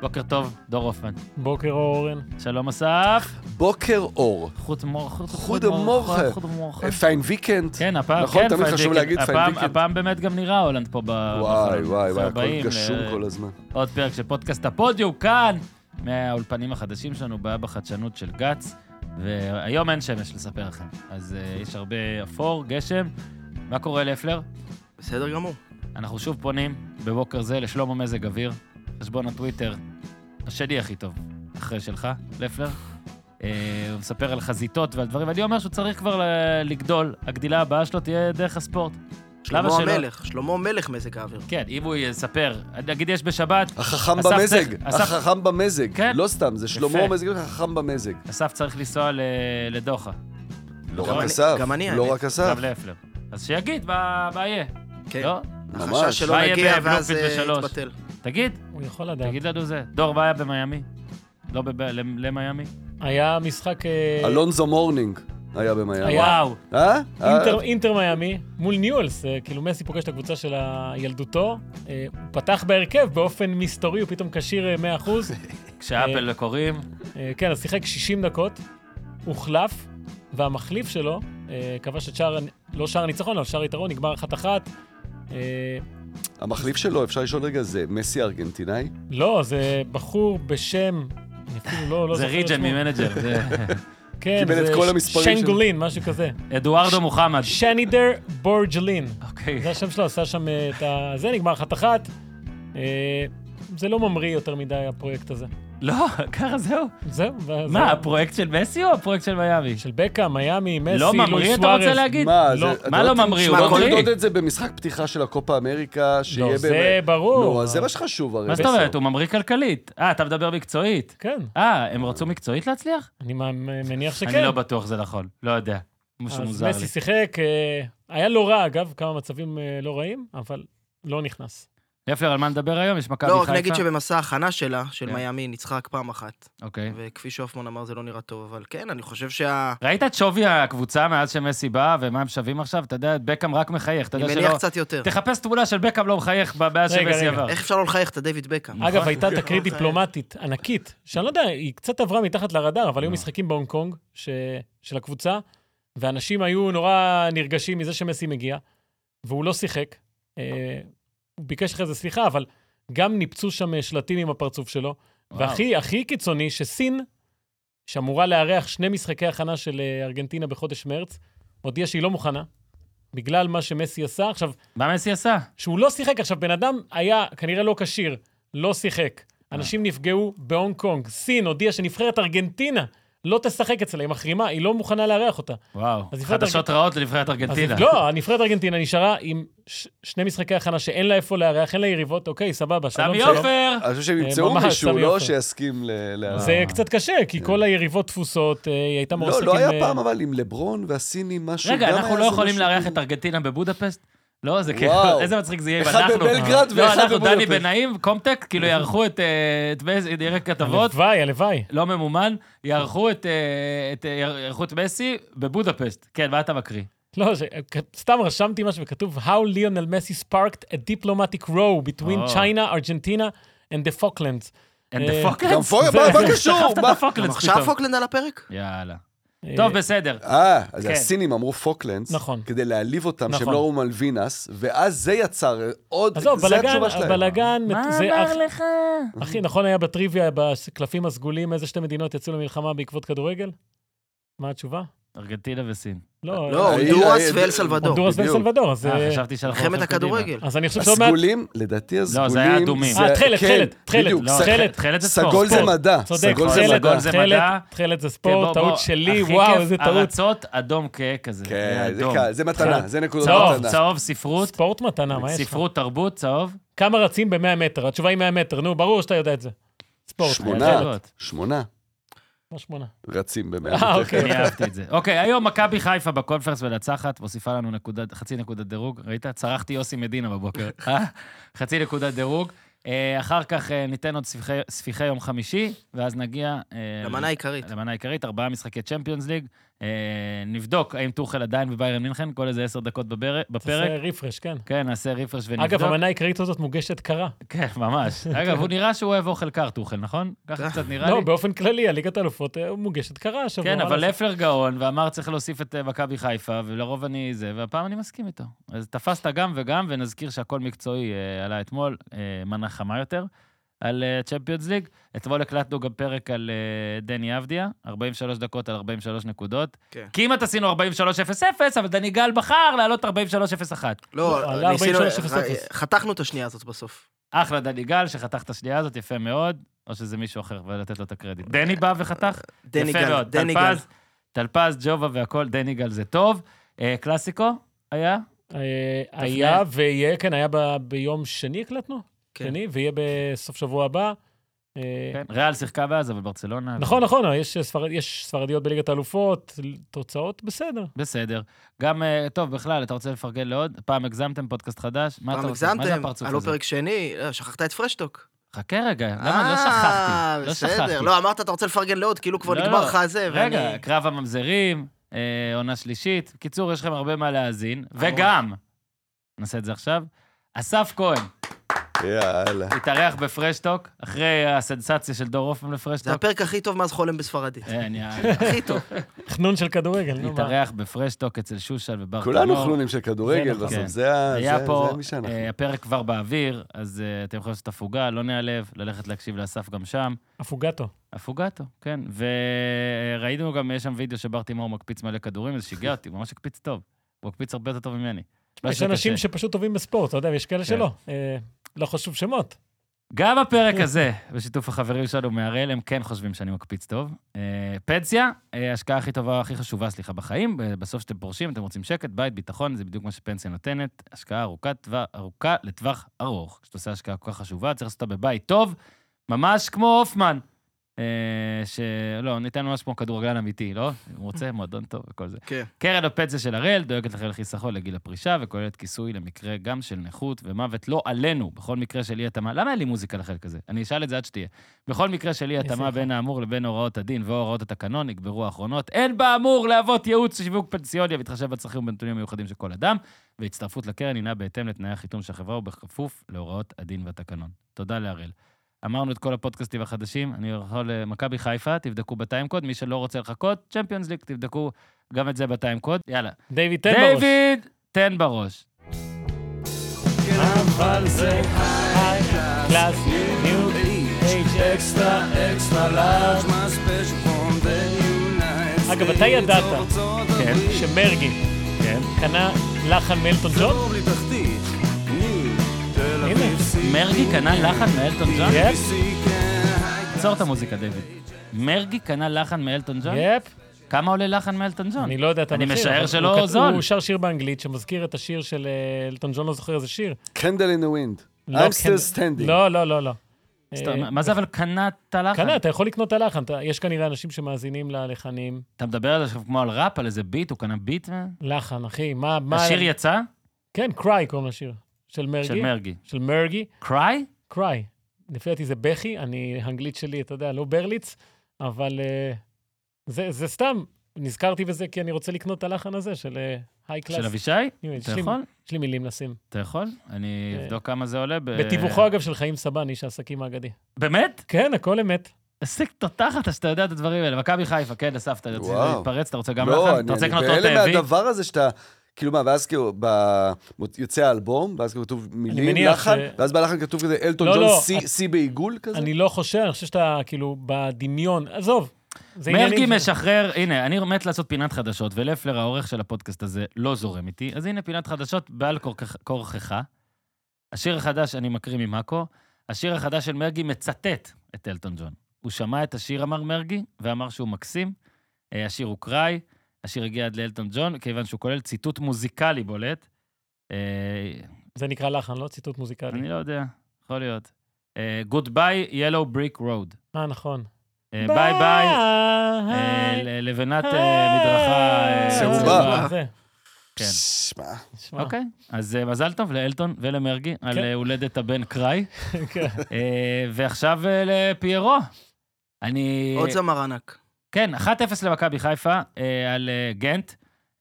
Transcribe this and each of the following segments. בוקר טוב, דור הופמן. בוקר אור, אורן. שלום אסף. בוקר אור. חוט מור... חוט- חוד חוט מור- המורחה. חוט- חוט מורחה. פיין ויקנד. נכון. כן, הפעם, נכון, כן, תמיד פיין חשוב ויקנד. להגיד פיין הפעם- ויקנד. הפעם באמת גם נראה הולנד פה ב... וואי, בחלון. וואי, וואי, ברוכים נכון. הבאים אה, הכל גשום ל- כל הזמן. עוד פרק של פודקאסט הפודיום כאן, מהאולפנים החדשים שלנו, בעיה בחדשנות של גץ, והיום אין שמש לספר לכם, אז uh, אוקיי. יש הרבה אפור, גשם. מה קורה לפלר? בסדר גמור. אנחנו שוב פונים בבוקר זה לשלמה מזג אוויר, חשבון הטוויטר, השני הכי טוב, אחרי שלך, לפלר. אה, הוא מספר על חזיתות ועל דברים, ואני אומר שהוא צריך כבר ל- לגדול, הגדילה הבאה שלו תהיה דרך הספורט. למה שלמה שלא? המלך, שלמה מלך מזג האוויר. כן, אם הוא יספר, נגיד יש בשבת, החכם אסף במזג, צריך- אסף- החכם במזג. כן. לא סתם, זה שלמה יפה. במזג, החכם במזג. אסף צריך לנסוע ל... לדוחה, לא גם רק אני- אסף, גם אני, לא האמת. רק אסף. גם לפלר. אז שיגיד מה, מה יהיה, כן. לא? החשש שלא מה יהיה נגיע בבלומפילד ואז אה, בשלוש? יתבטל. תגיד, הוא יכול לדעת. תגיד לנו זה. דור, מה היה במיאמי? לא בב... למ- למיאמי? היה משחק אה, אלונזו מורנינג היה במיאמי. היה. וואו, אה? אינטר- אינטר מיאמי מול ניולס, אה, כאילו מסי פוגש את הקבוצה של ילדותו, אה, הוא פתח בהרכב באופן מסתורי, הוא פתאום כשיר אה, 100%. כשאפל קוראים, אה, כן, אז שיחק 60 דקות, הוחלף, והמחליף שלו אה, כבש את שער, לא שער ניצחון, אבל שער יתרון, נגמר אחת אחת. אה, המחליף שלו, אפשר לשאול רגע, זה מסי ארגנטינאי? לא, זה בחור בשם, אני אפילו לא, לא זה זוכר את ריג'ן שמו. ממנג'ר, זה... כן, קיבל את זה כל ש- המספרים שלו. שנגולין, משהו כזה. אדוארדו מוחמד. שנידר בורג'לין. אוקיי. זה השם שלו, עשה שם אה, את ה... זה נגמר אחת אחת. אה, זה לא ממריא יותר מדי, הפרויקט הזה. לא, ככה זהו. זהו. ואז- מה, הפרויקט של מסי או הפרויקט של מיאמי? של בקה, מיאמי, מסי, לא ממריא, אתה רוצה סוארז. להגיד? מה, לא. זה- מה אתה לא יודע, ממריא? תשמע, הוא כל ממריא. עוד את זה במשחק פתיחה של הקופה אמריקה, שיהיה לא, באמת... זה ברור. נו, אז זה מה שחשוב הרי. מה זאת אומרת? הוא ממריא כלכלית. אה, אתה מדבר מקצועית. כן, אה, הם רצו מקצועית להצליח? אני מה- מניח שכן. אני לא בטוח זה נכון. לא יודע. משהו אז מוזר מסי לי. שיחק, אה, היה לא רע, אגב, כמה מצבים אה, לא רעים, אבל לא נכנס. לפלר, על מה נדבר היום? יש מכבי לא, רק חיפה? נגיד שבמסע ההכנה שלה, של כן. מיאמי, ניצחה רק פעם אחת. אוקיי. וכפי שהופמן אמר, זה לא נראה טוב, אבל כן, אני חושב שה... ראית את שווי הקבוצה מאז שמסי בא, ומה הם שווים עכשיו? אתה יודע, בקאם רק מחייך, אתה אני יודע מניח שלא... קצת יותר. תחפש תמונה של בקאם לא מחייך ב- מאז רגע, שמסי רגע. עבר. איך אפשר לא לחייך את הדייוויד בקאם? נכון. אגב, הייתה תקרית דיפלומטית ענקית, שאני לא יודע, היא קצת עברה מתחת לרדאר, אבל היו נו. משחקים בהונג קונג ש- של הקבוצה, ואנשים היו נורא נרגשים מזה שמסי מגיע, והוא לא שיחק. אה, הוא ביקש אחרי זה סליחה, אבל גם ניפצו שם אה, שלטים עם הפרצוף שלו. וואו. והכי הכי קיצוני, שסין, שאמורה לארח שני משחקי הכנה של אה, ארגנטינה בחודש מרץ, הודיעה שהיא לא מוכנה, בגלל מה שמסי עשה. עכשיו, מה מסי עשה? שהוא לא שיחק. עכשיו, בן אדם היה כנראה לא כשיר, לא שיחק. אנשים נפגעו בהונג קונג. סין הודיעה שנבחרת ארגנטינה לא תשחק אצלה, היא מחרימה, היא לא מוכנה לארח אותה. וואו. אז נבחרת חדשות רעות לנבחרת אז ארגנטינה. לא, הנבחרת ארגנטינה נשארה עם ש- שני משחקי הכנה שאין לה איפה לארח, אין לה יריבות, אוקיי, סבבה, שלום, סמי שלום. עופר! אני חושב שהם אה, ימצאו ממש, מישהו, סמי לא עופר. שיסכים ל... ל- זה קצת קשה, כי כל היריבות תפוסות, אה, היא הייתה כן. לא, מועסקת לא עם... היה אה, פעם אבל עם לברון והסינים משהו. רגע, גם אנחנו לא היה איזה יכולים משהו לארח כאילו- את ארגנטינה בבודפשט? לא, זה כאילו, וואו. איזה מצחיק זה יהיה אם אחד אנחנו... בבלגרד לא, ואחד אנחנו, דני בבודפשט. בנאים, קומטק, כאילו יערכו את... אה, את מס- ירק כתבות, הלוואי, הלוואי. לא ממומן, יערכו את... אה, את, אה, יערכו את מסי בבודפשט. כן, מה אתה מקריא? לא, זה- סתם רשמתי משהו וכתוב, How Lionel Messi sparked a diplomatic row Oh. between China, Argentina and the Falklands. And אה, the גם fucklands? פויר, מה- מה קשור? שכחת את מה- גם הפוקלנדס עכשיו פתאום. פוקלנד על הפרק? יאללה. אה, טוב, בסדר. אה, אז כן. הסינים אמרו פוקלנדס, נכון. כדי להעליב אותם שהם נכון. לא ראו מלווינס, ואז זה יצר עוד, עזוב, זה בלגן, התשובה שלהם. בלגן, מה זה אח- אמר לך? הכי נכון היה בטריוויה, בקלפים הסגולים, איזה שתי מדינות יצאו למלחמה בעקבות כדורגל? מה התשובה? ארגנטינה וסין. לא, לא, אה, הונדורס אה, ואל אה, סלבדור. הונדורס ואל בדיוק. סלבדור, אז... אה, אה, חשבתי שאנחנו... מלחמת הולכים קדימה. אה, הכדורגל. אז אני חושב שעוד מעט... הסגולים, לדעתי לא, זה היה הסגולים... אדומים. לא אה, תכלת, כן, תכלת, תכלת, בדיוק, לא, סג- תכלת. תכלת זה ספורט. סגול זה ספורט. מדע. צודק, סגול זה תכלת, מדע. זה מדע. תכלת, תכלת זה כן, בוא, ספורט, בוא, טעות שלי, הכי וואו, כיף, איזה טעות. ארצות אדום כהה כזה. כן, זה אדום. קל, זה לא מתנה, זה נקודות צהוב, מתנה. צהוב, ספרות. ספורט מתנה, מה יש לך? ספרות, תרבות, צהוב. כמה רצים ב-100 מטר? התשובה היא 100 מטר, נו, ברור שאתה יודע את זה. ספורט. שמונה, היה שאלות. שמונה מה שמונה? רצים אה, במאה מטר. אוקיי. אני אהבתי את זה. אוקיי, היום מכבי חיפה בקונפרנס מנצחת, מוסיפה לנו נקודת- חצי נקודת דירוג. ראית? צרחתי יוסי מדינה בבוקר. אה? חצי נקודת דירוג. אה, אחר כך אה, ניתן עוד ספיחי- ספיחי יום חמישי, ואז נגיע... אה, למנה העיקרית. למנה העיקרית, ארבעה משחקי צ'מפיונס ליג, אה, אה, נבדוק האם טוחל עדיין בביירן מינכן, כל איזה עשר דקות בבר- בפרק. תעשה רפרש, כן. כן, נעשה רפרש ונבדוק. אגב, המנה העיקרית הזאת מוגשת קרה. כן, ממש. אגב, הוא נראה שהוא אוהב אוכל קר, טוחל, נכון? ככה קצת נראה לי. לא, באופן כללי, הליגת האלופות אה, מוגשת קרה השבוע. כן, מה אבל לעשות? לפלר גאון, ואמר צריך להוסיף את אה, מכבי חיפה, ולרוב אני זה, והפעם אני מסכים איתו. אז תפסת גם וגם, ונזכיר שהכל מקצועי אה, עלה אתמול, אה, מנה חמה יותר, על צ'מפיונס ליג. אתמול הקלטנו גם פרק על אה, דני אבדיה, 43 דקות על 43 נקודות. כן. כי כמעט עשינו 43-0-0, אבל דני גל בחר לעלות 43-0-1. אה, לא, לא, עלה ניסינו, אה, 43:00. חתכנו את השנייה הזאת בסוף. אחלה דני גל, שחתך את השנייה הזאת, יפה מאוד, או שזה מישהו אחר, ולתת לו את הקרדיט. דני בא וחתך? דני יפה גל, מאוד. דני גל. טלפז, טלפז, ג'ובה והכל, דני גל זה טוב. אה, קלאסיקו היה? אה, היה ויהיה, כן, היה ב- ביום שני הקלטנו? כן. שני, ויהיה בסוף שבוע הבא. אה, כן. ריאל שיחקה בעזה, אבל ברצלונה... נכון, נכון, יש ספרד- יש ספרדיות בליגת האלופות, תוצאות בסדר. בסדר. גם, אה, טוב, בכלל, אתה רוצה לפרגן לעוד? פעם הגזמתם, פודקאסט חדש? מה פעם אתה רוצה? מה זה הגזמתם, הפרצוף עלו הזה? פרק שני, אה, שכחת את פרשטוק. חכה רגע, למה? לא אה, שכחתי. לא בסדר. שכחתי. לא, אמרת, אתה רוצה לפרגן לעוד, כאילו כבר לא, נגמר לא. לך הזה, ואני... רגע, קרב הממזרים, אה, עונה שלישית. בקיצור, יש לכם הרבה מה אה, להאזין. וגם, אוקיי. נעשה את זה עכשיו, אסף כהן יאללה. התארח בפרשטוק, אחרי הסנסציה של דור הופמן זה לפרשטוק. הפרק הכי טוב מאז חולם בספרדית. אה, אני- הכי טוב. חנון של כדורגל, נו מה. התארח בפרשטוק אצל שושן ובר תנור. כולנו חנונים של זה כדורגל נכון. כן. בסוף, זה ה- היה זה- פה, זה מי שאנחנו. אה, הפרק כבר באוויר, אז אה, אתם יכולים לעשות הפוגה, לא ניעלב, ללכת להקשיב לאסף גם שם. הפוגטו. הפוגטו, כן. וראינו גם, יש שם וידאו שבר תימור מקפיץ מלא כדורים, זה שיגע אותי, הוא ממש הקפיץ טוב. הוא הקפיץ הרבה יותר טוב ממני. לא יש שזה אנשים קשה. כן. שפשוט טובים בספורט, אתה יודע, ויש כאלה שלא. אה, לא חשוב שמות. גם הפרק הזה, בשיתוף החברים שלנו מהראל, הם כן חושבים שאני מקפיץ טוב. אה, פנסיה, אה, ההשקעה הכי טובה, הכי חשובה, סליחה, בחיים. אה, בסוף שאתם פורשים, אתם רוצים שקט, בית, ביטחון, זה בדיוק מה שפנסיה נותנת. השקעה ארוכת טווח- ארוכה לטווח ארוך. כשאתה עושה השקעה כל כך חשובה, צריך לעשות אותה בבית טוב, ממש כמו הופמן. אה, שלא, ניתן ממש כמו כדורגלן אמיתי, לא? הוא רוצה מועדון טוב וכל זה. כן. קרן הפנסיה של הראל דואגת לכם לחיסכון לגיל הפרישה וכוללת כיסוי למקרה גם של נכות ומוות לא עלינו, בכל מקרה של אי-התאמה. למה אין לי מוזיקה לחלק הזה? אני אשאל את זה עד שתהיה. בכל מקרה של אי-התאמה איזה בין האמור לבין הוראות הדין והוראות התקנון נגברו האחרונות. אין באמור להוות ייעוץ ושיווק פנסיוני המתחשב בצרכים ובנתונים המיוחדים של כל אדם, והצטרפות לקרן הינה בהתאם לתנאי החיתום של החברה ובכפוף להוראות הדין והתקנון. תודה להראל. אמרנו את כל הפודקאסטים החדשים, אני יכול... אה, מכבי חיפה, תבדקו בטיימקוד, מי שלא רוצה לחכות, צ'מפיונס ליג, תבדקו גם את זה בטיימקוד. יאללה. דיוויד, תן בראש. דיוויד, תן בראש. אבל זה קלאס, ניו, אייג' אקסטרה, אקסטרה לארג'. אגב, אתה ידעת כן, שמרגי כן. קנה לחן מאלטון ג'ון? הנה, מרגי קנה לחן מאלטון ג'ון? יפ, עצור את המוזיקה, דיוויד. מרגי קנה לחן מאלטון ג'ון? יפ. כמה עולה לחן מאלטון ג'ון? אני לא יודע את אני המחיר. משער אבל שלא הוא כת- זול. הוא שר שיר באנגלית שמזכיר את השיר של אה, אלטון ג'ון, לא זוכר איזה שיר. קנדל אין הווינד. לא, I'm כן- still standing. לא, לא, לא, לא. זאת אומרת, אה, מה זה אבל קנה את הלחן? קנה, אתה יכול לקנות את הלחן, אתה- יש כנראה אנשים שמאזינים ללחנים. אתה מדבר על זה כמו על ראפ, על איזה ביט, הוא קנה ביט? מה? לחן, אחי, מה... מה- השיר יצא? כן, קריי קוראים לשיר. של מרגי. של מרגי. של מרגי. קריי? קריי. לפי דעתי זה בכי, אני, האנגלית שלי, אתה יודע, לא ברליץ, אבל אה, זה, זה סתם, נזכרתי בזה כי אני רוצה לקנות את הלחן הזה של אה, היי קלאס. של אבישי? אתה יכול? יש לי מילים לשים. אתה יכול? אני אה, אבדוק כמה זה עולה. ב- בתיווכו, אגב, של חיים סבן, איש העסקים האגדי. באמת? כן, הכל אמת. איזה תותחת שאתה יודע את הדברים האלה. מכבי חיפה, כן, אסף, אתה רוצה וואו. להתפרץ? אתה רוצה גם לא, לחן? אני- אתה רוצה אני לקנות אה, לו את בהלם האבי? מהדבר הזה שאתה... כאילו מה, ואז כאילו, ב- יוצא האלבום, ואז כאילו כתוב מילים, מניח לחן, ש- ואז בלחן כתוב כזה אלטון לא, ג'ון, לא, C- אני- C בעיגול כזה? אני לא חושב, אני חושב שאתה, כאילו, בדמיון, עזוב. זה מרגי עניינים של- משחרר, הנה, אני מת לעשות פינת חדשות, ולפלר, העורך של הפודקאסט הזה, לא זורם איתי, אז הנה פינת חדשות בעל כורכך- כורכך. השיר החדש, אני מקריא ממאקו, השיר החדש של מרגי מצטט את אלטון ג'ון. הוא שמע את השיר, אמר מרגי, ואמר שהוא מקסים. אה, השיר הוא קראי, השיר הגיע עד לאלטון ג'ון, כיוון שהוא כולל ציטוט מוזיקלי בולט. אה, זה נקרא לחן, לא ציטוט מוזיקלי. אני לא יודע, יכול להיות. אה, Goodbye, Yellow Brick Road. אה, נכון. אה, ביי ביי, אה, ביי. ל- לבנת אה, מדרכה אה, צהובה. זה, כן. פש, מה? תשמע. אוקיי, אז אה, מזל טוב לאלטון ולמרגי על כן. אה, הולדת הבן קראי. כן. אה, ועכשיו אה, לפיירו. אני... עוד זמר ענק. כן, 1-0 למכבי חיפה אה, על אה, גנט.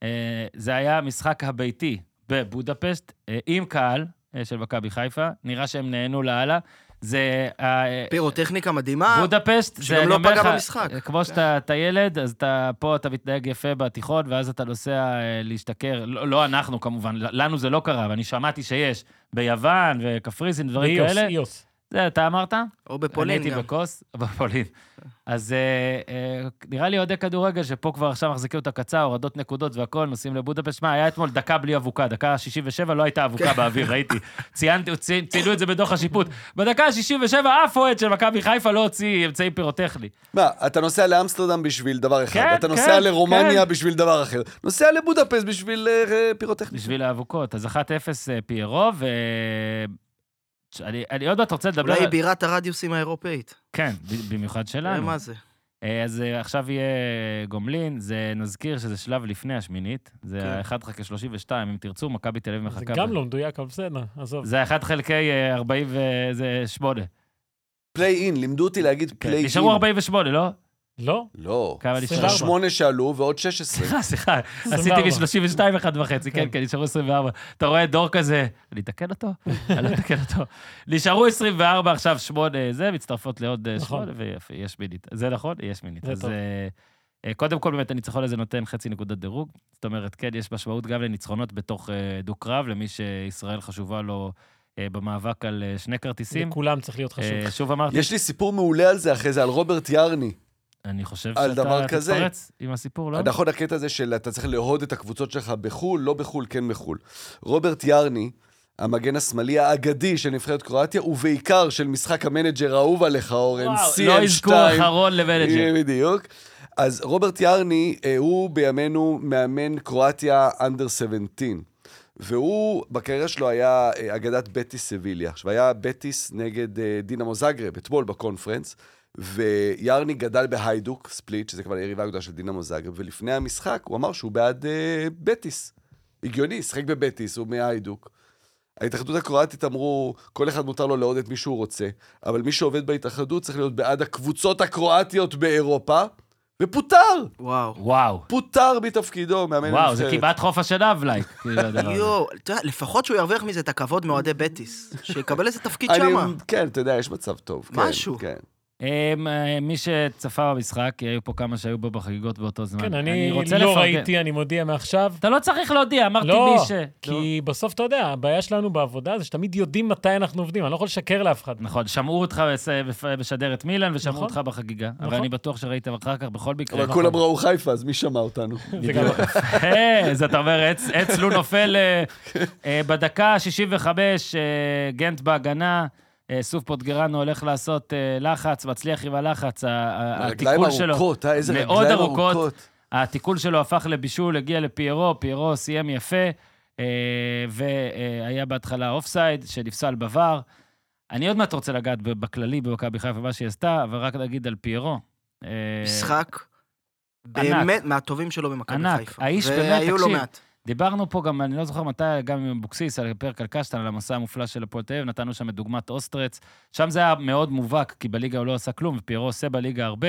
אה, זה היה המשחק הביתי בבודפשט, אה, עם קהל אה, של מכבי חיפה. נראה שהם נהנו לאללה. זה... אה, פירוטכניקה מדהימה. בודפשט, שגם אני לא אומר פגע לך, במשחק. כמו שאתה אתה ילד, אז אתה פה, אתה מתנהג יפה בתיכון, ואז אתה נוסע אה, להשתכר. לא לא אנחנו, כמובן, לנו זה לא קרה, ואני שמעתי שיש ביוון וקפריסין, דברים איוס, כאלה. כן. איוס. זה אתה אמרת? או אני בפולין הייתי גם. בכוס, בפולין. אז אה, אה, נראה לי אוהדי כדורגל, שפה כבר עכשיו מחזיקים אותה קצר, הורדות נקודות והכול, נוסעים לבודפשט. שמע, היה אתמול דקה בלי אבוקה, דקה 67 לא הייתה כן. אבוקה באוויר, ראיתי. ציינתי, צי- ציינו את זה בדוח השיפוט. בדקה ה-67 אף אוהד של מכבי חיפה לא הוציא אמצעי פירוטכני. מה, אתה נוסע לאמסטרדם בשביל דבר אחד, כן, אתה כן, נוסע לרומניה כן. בשביל דבר אחר, נוסע לבודפשט בשביל אה, פירוטכניקה. בשביל האבוקות. אז 1-0 אה, פיירו, ו... אני, אני עוד מעט רוצה לדבר... אולי על- היא בירת הרדיוסים האירופאית. כן, ב- במיוחד תראה שלנו. מה זה. אה, אז אה, עכשיו יהיה גומלין, זה נזכיר שזה שלב לפני השמינית, כן. זה ה-1 חלקי 32, אם תרצו, מכבי תל אביב זה מחכה. גם ב- לא מדויק, אבל בסדר, עזוב. זה 1 חלקי אה, 48. פליי אין, לימדו אותי להגיד פליי אין. כן, נשארו 48, לא? לא? לא. כמה יש נשארו? לך 24. שמונה שעלו ועוד 16. סליחה, סליחה, 24. עשיתי מ-32 אחד וחצי, כן, כן. כן, נשארו 24. אתה רואה דור כזה, אני אתקן אותו? אני לא אתקן אותו. נשארו 24, עכשיו 8 זה, מצטרפות לעוד אה, נכון. 8, ויפה, יש מינית. זה נכון? יש מינית. זה אז טוב. אה, אה, קודם כל, באמת, הניצחון הזה נותן חצי נקודת דירוג. זאת אומרת, כן, יש משמעות גם לניצחונות בתוך אה, דו-קרב, למי שישראל חשובה לו אה, במאבק על אה, שני כרטיסים. לכולם צריך להיות חשוב. אה, שוב אמרתי, יש לי סיפור מעולה על זה אחרי זה, על רוברט ירני. אני חושב על דבר שאתה כזה. תתפרץ עם הסיפור, לא? נכון, הקטע הזה של אתה צריך לאהוד את הקבוצות שלך בחו"ל, לא בחו"ל, כן בחו"ל. רוברט ירני, המגן השמאלי האגדי של נבחרת קרואטיה, ובעיקר של משחק המנג'ר האהוב עליך, אורן, וואו, CM2. לא אזכור אחרון למנג'ר. אה, בדיוק. אז רוברט ירני אה, הוא בימינו מאמן קרואטיה אנדר 17. והוא, בקריירה שלו היה אה, אגדת בטיס סביליה. עכשיו, היה בטיס נגד אה, דינמו זאגרב, אתמול בקונפרנס, וירני גדל בהיידוק, ספליט, שזה כבר היריבה הגדולה של דינמו זאגרב, ולפני המשחק הוא אמר שהוא בעד אה, בטיס. הגיוני, שחק בבטיס, הוא מהיידוק. ההתאחדות הקרואטית אמרו, כל אחד מותר לו לאהוד את מי שהוא רוצה, אבל מי שעובד בהתאחדות צריך להיות בעד הקבוצות הקרואטיות באירופה, ופוטר! וואו. וואו. פוטר מתפקידו, מאמן וואו, זה הנבחרת. כמעט חוף השנהב לייק. כאילו, הדבר הזה. יואו, אתה יודע, לפחות שהוא ירוויח מזה את הכבוד מאוהדי בטיס. שיקבל איזה תפקיד אני- שמה. אה. כן, אתה יודע, יש מצב טוב. כן, משהו. כן. אמ, אה, מי שצפה במשחק, כי היו פה כמה שהיו בו בחגיגות באותו זמן. כן, אני רוצה לא לפרגן. ראיתי, אני מודיע מעכשיו. אתה לא צריך להודיע, אמרתי לא, מי ש... לא. כי בסוף, אתה יודע, הבעיה שלנו בעבודה זה שתמיד יודעים מתי אנחנו עובדים, אני לא יכול לשקר לאף אחד. נכון, שמעו אותך בס- בפ- משדרת מילאן ושמעו נכון. אותך בחגיגה. אבל נכון. אני בטוח שראיתם אחר כך, בכל מקרה. אבל נכון. כולם ראו חיפה, אז מי שמע אותנו? זה גם- בדיוק. אה, אז אתה אומר, עץ- עץ לו נופל אה, אה, בדקה ה-65, גנט בהגנה, אה, סוף פוטגרנו הולך לעשות אה, לחץ, מצליח עם הלחץ, ה- ה- הרגליים התיקול שלו. ארוכות, אה, איזה מאוד רגליים ארוכות. ארוכות. התיקול שלו הפך לבישול, הגיע לפיירו, פיירו סיים יפה, אה, והיה בהתחלה אופסייד, שנפסל בVAR. אני עוד מעט רוצה לגעת ב- בכללי במכבי חיפה, מה שהיא עשתה, אבל רק נגיד על פיירו. אה, משחק באמת מהטובים שלו במכבי ענק. חיפה. האיש באמת, והיו לא תקשיב, מעט. דיברנו פה גם, אני לא זוכר מתי, גם עם אבוקסיס, על פרק על קשטן, על המסע המופלא של הפועל תל אביב, נתנו שם את דוגמת אוסטרץ. שם זה היה מאוד מובהק, כי בליגה הוא לא עשה כלום, ופיירו עושה בליגה הרבה.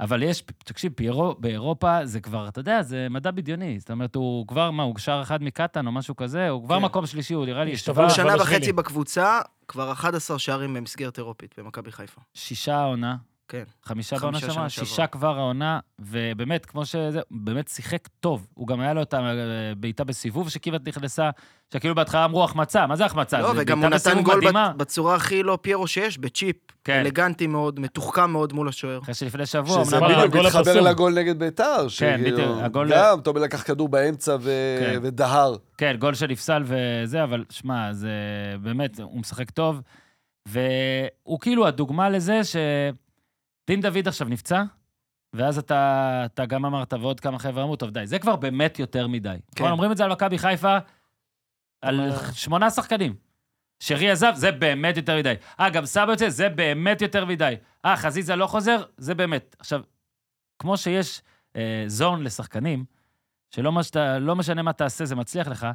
אבל יש, תקשיב, פיירו באירופה זה כבר, אתה יודע, זה מדע בדיוני. זאת אומרת, הוא כבר, מה, הוא שער אחד מקטן או משהו כזה, הוא כבר כן. מקום שלישי, הוא נראה לי יש השתווה טובה. הוא שנה אבל וחצי שלי. בקבוצה, כבר 11 שערים במסגרת אירופית במכבי חיפה. שישה העונה. כן. חמישה חמישה בעונה שנה שעברה, שעברה. שישה כבר העונה, ובאמת, כמו שזה, באמת שיחק טוב. הוא גם היה לו את הבעיטה בסיבוב שכמעט נכנסה, שכאילו בהתחלה אמרו החמצה, מה זה החמצה? לא, זה וגם הוא בעיטה נתן בסיבוב גול מדהימה. בת- בצורה הכי לא פיירו שיש, בצ'יפ. כן. אלגנטי מאוד, מתוחכם מאוד מול השוער. אחרי שלפני שבוע, שזה אמנם... כן, אבל בדיוק הגול מתחבר הפסול. לגול נגד ביתר, שכאילו, בדיוק, הגול- גם, תומר לקח כדור באמצע ו- כן. ודהר. כן, גול שנפסל וזה, אבל שמע, זה באמת, הוא משחק טוב. והוא כאילו הדוגמה לזה שדין דוד עכשיו נפצע, ואז אתה, אתה גם אמרת, ועוד כמה חבר'ה אמרו, טוב, די, זה כבר באמת יותר מדי. כן. אומרים את זה על מכבי חיפה, על אבל- שמונה שחקנים. שרי עזב, זה באמת יותר מדי. אה, גם סבא יוצא, זה באמת יותר מדי. אה, חזיזה לא חוזר, זה באמת. עכשיו, כמו שיש אה, זון לשחקנים, שלא מש, לא משנה מה תעשה, זה מצליח לך,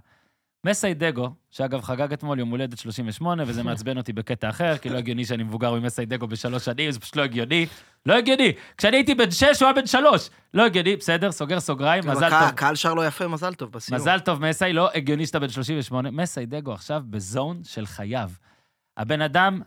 מסיידגו, שאגב חגג אתמול יום הולדת 38, וזה מעצבן אותי בקטע אחר, כי לא הגיוני שאני מבוגר ממסיידגו בשלוש שנים, זה פשוט לא הגיוני. לא הגיוני. כשאני הייתי בן שש, הוא היה בן שלוש. לא הגיוני, בסדר, סוגר סוגריים, גם מזל הקה- טוב. הקהל שר לו יפה, מזל טוב בסיום. מזל טוב, מסי, לא הגיוני שאתה בן 38. מסי דגו עכשיו בזון של חייו. הבן אדם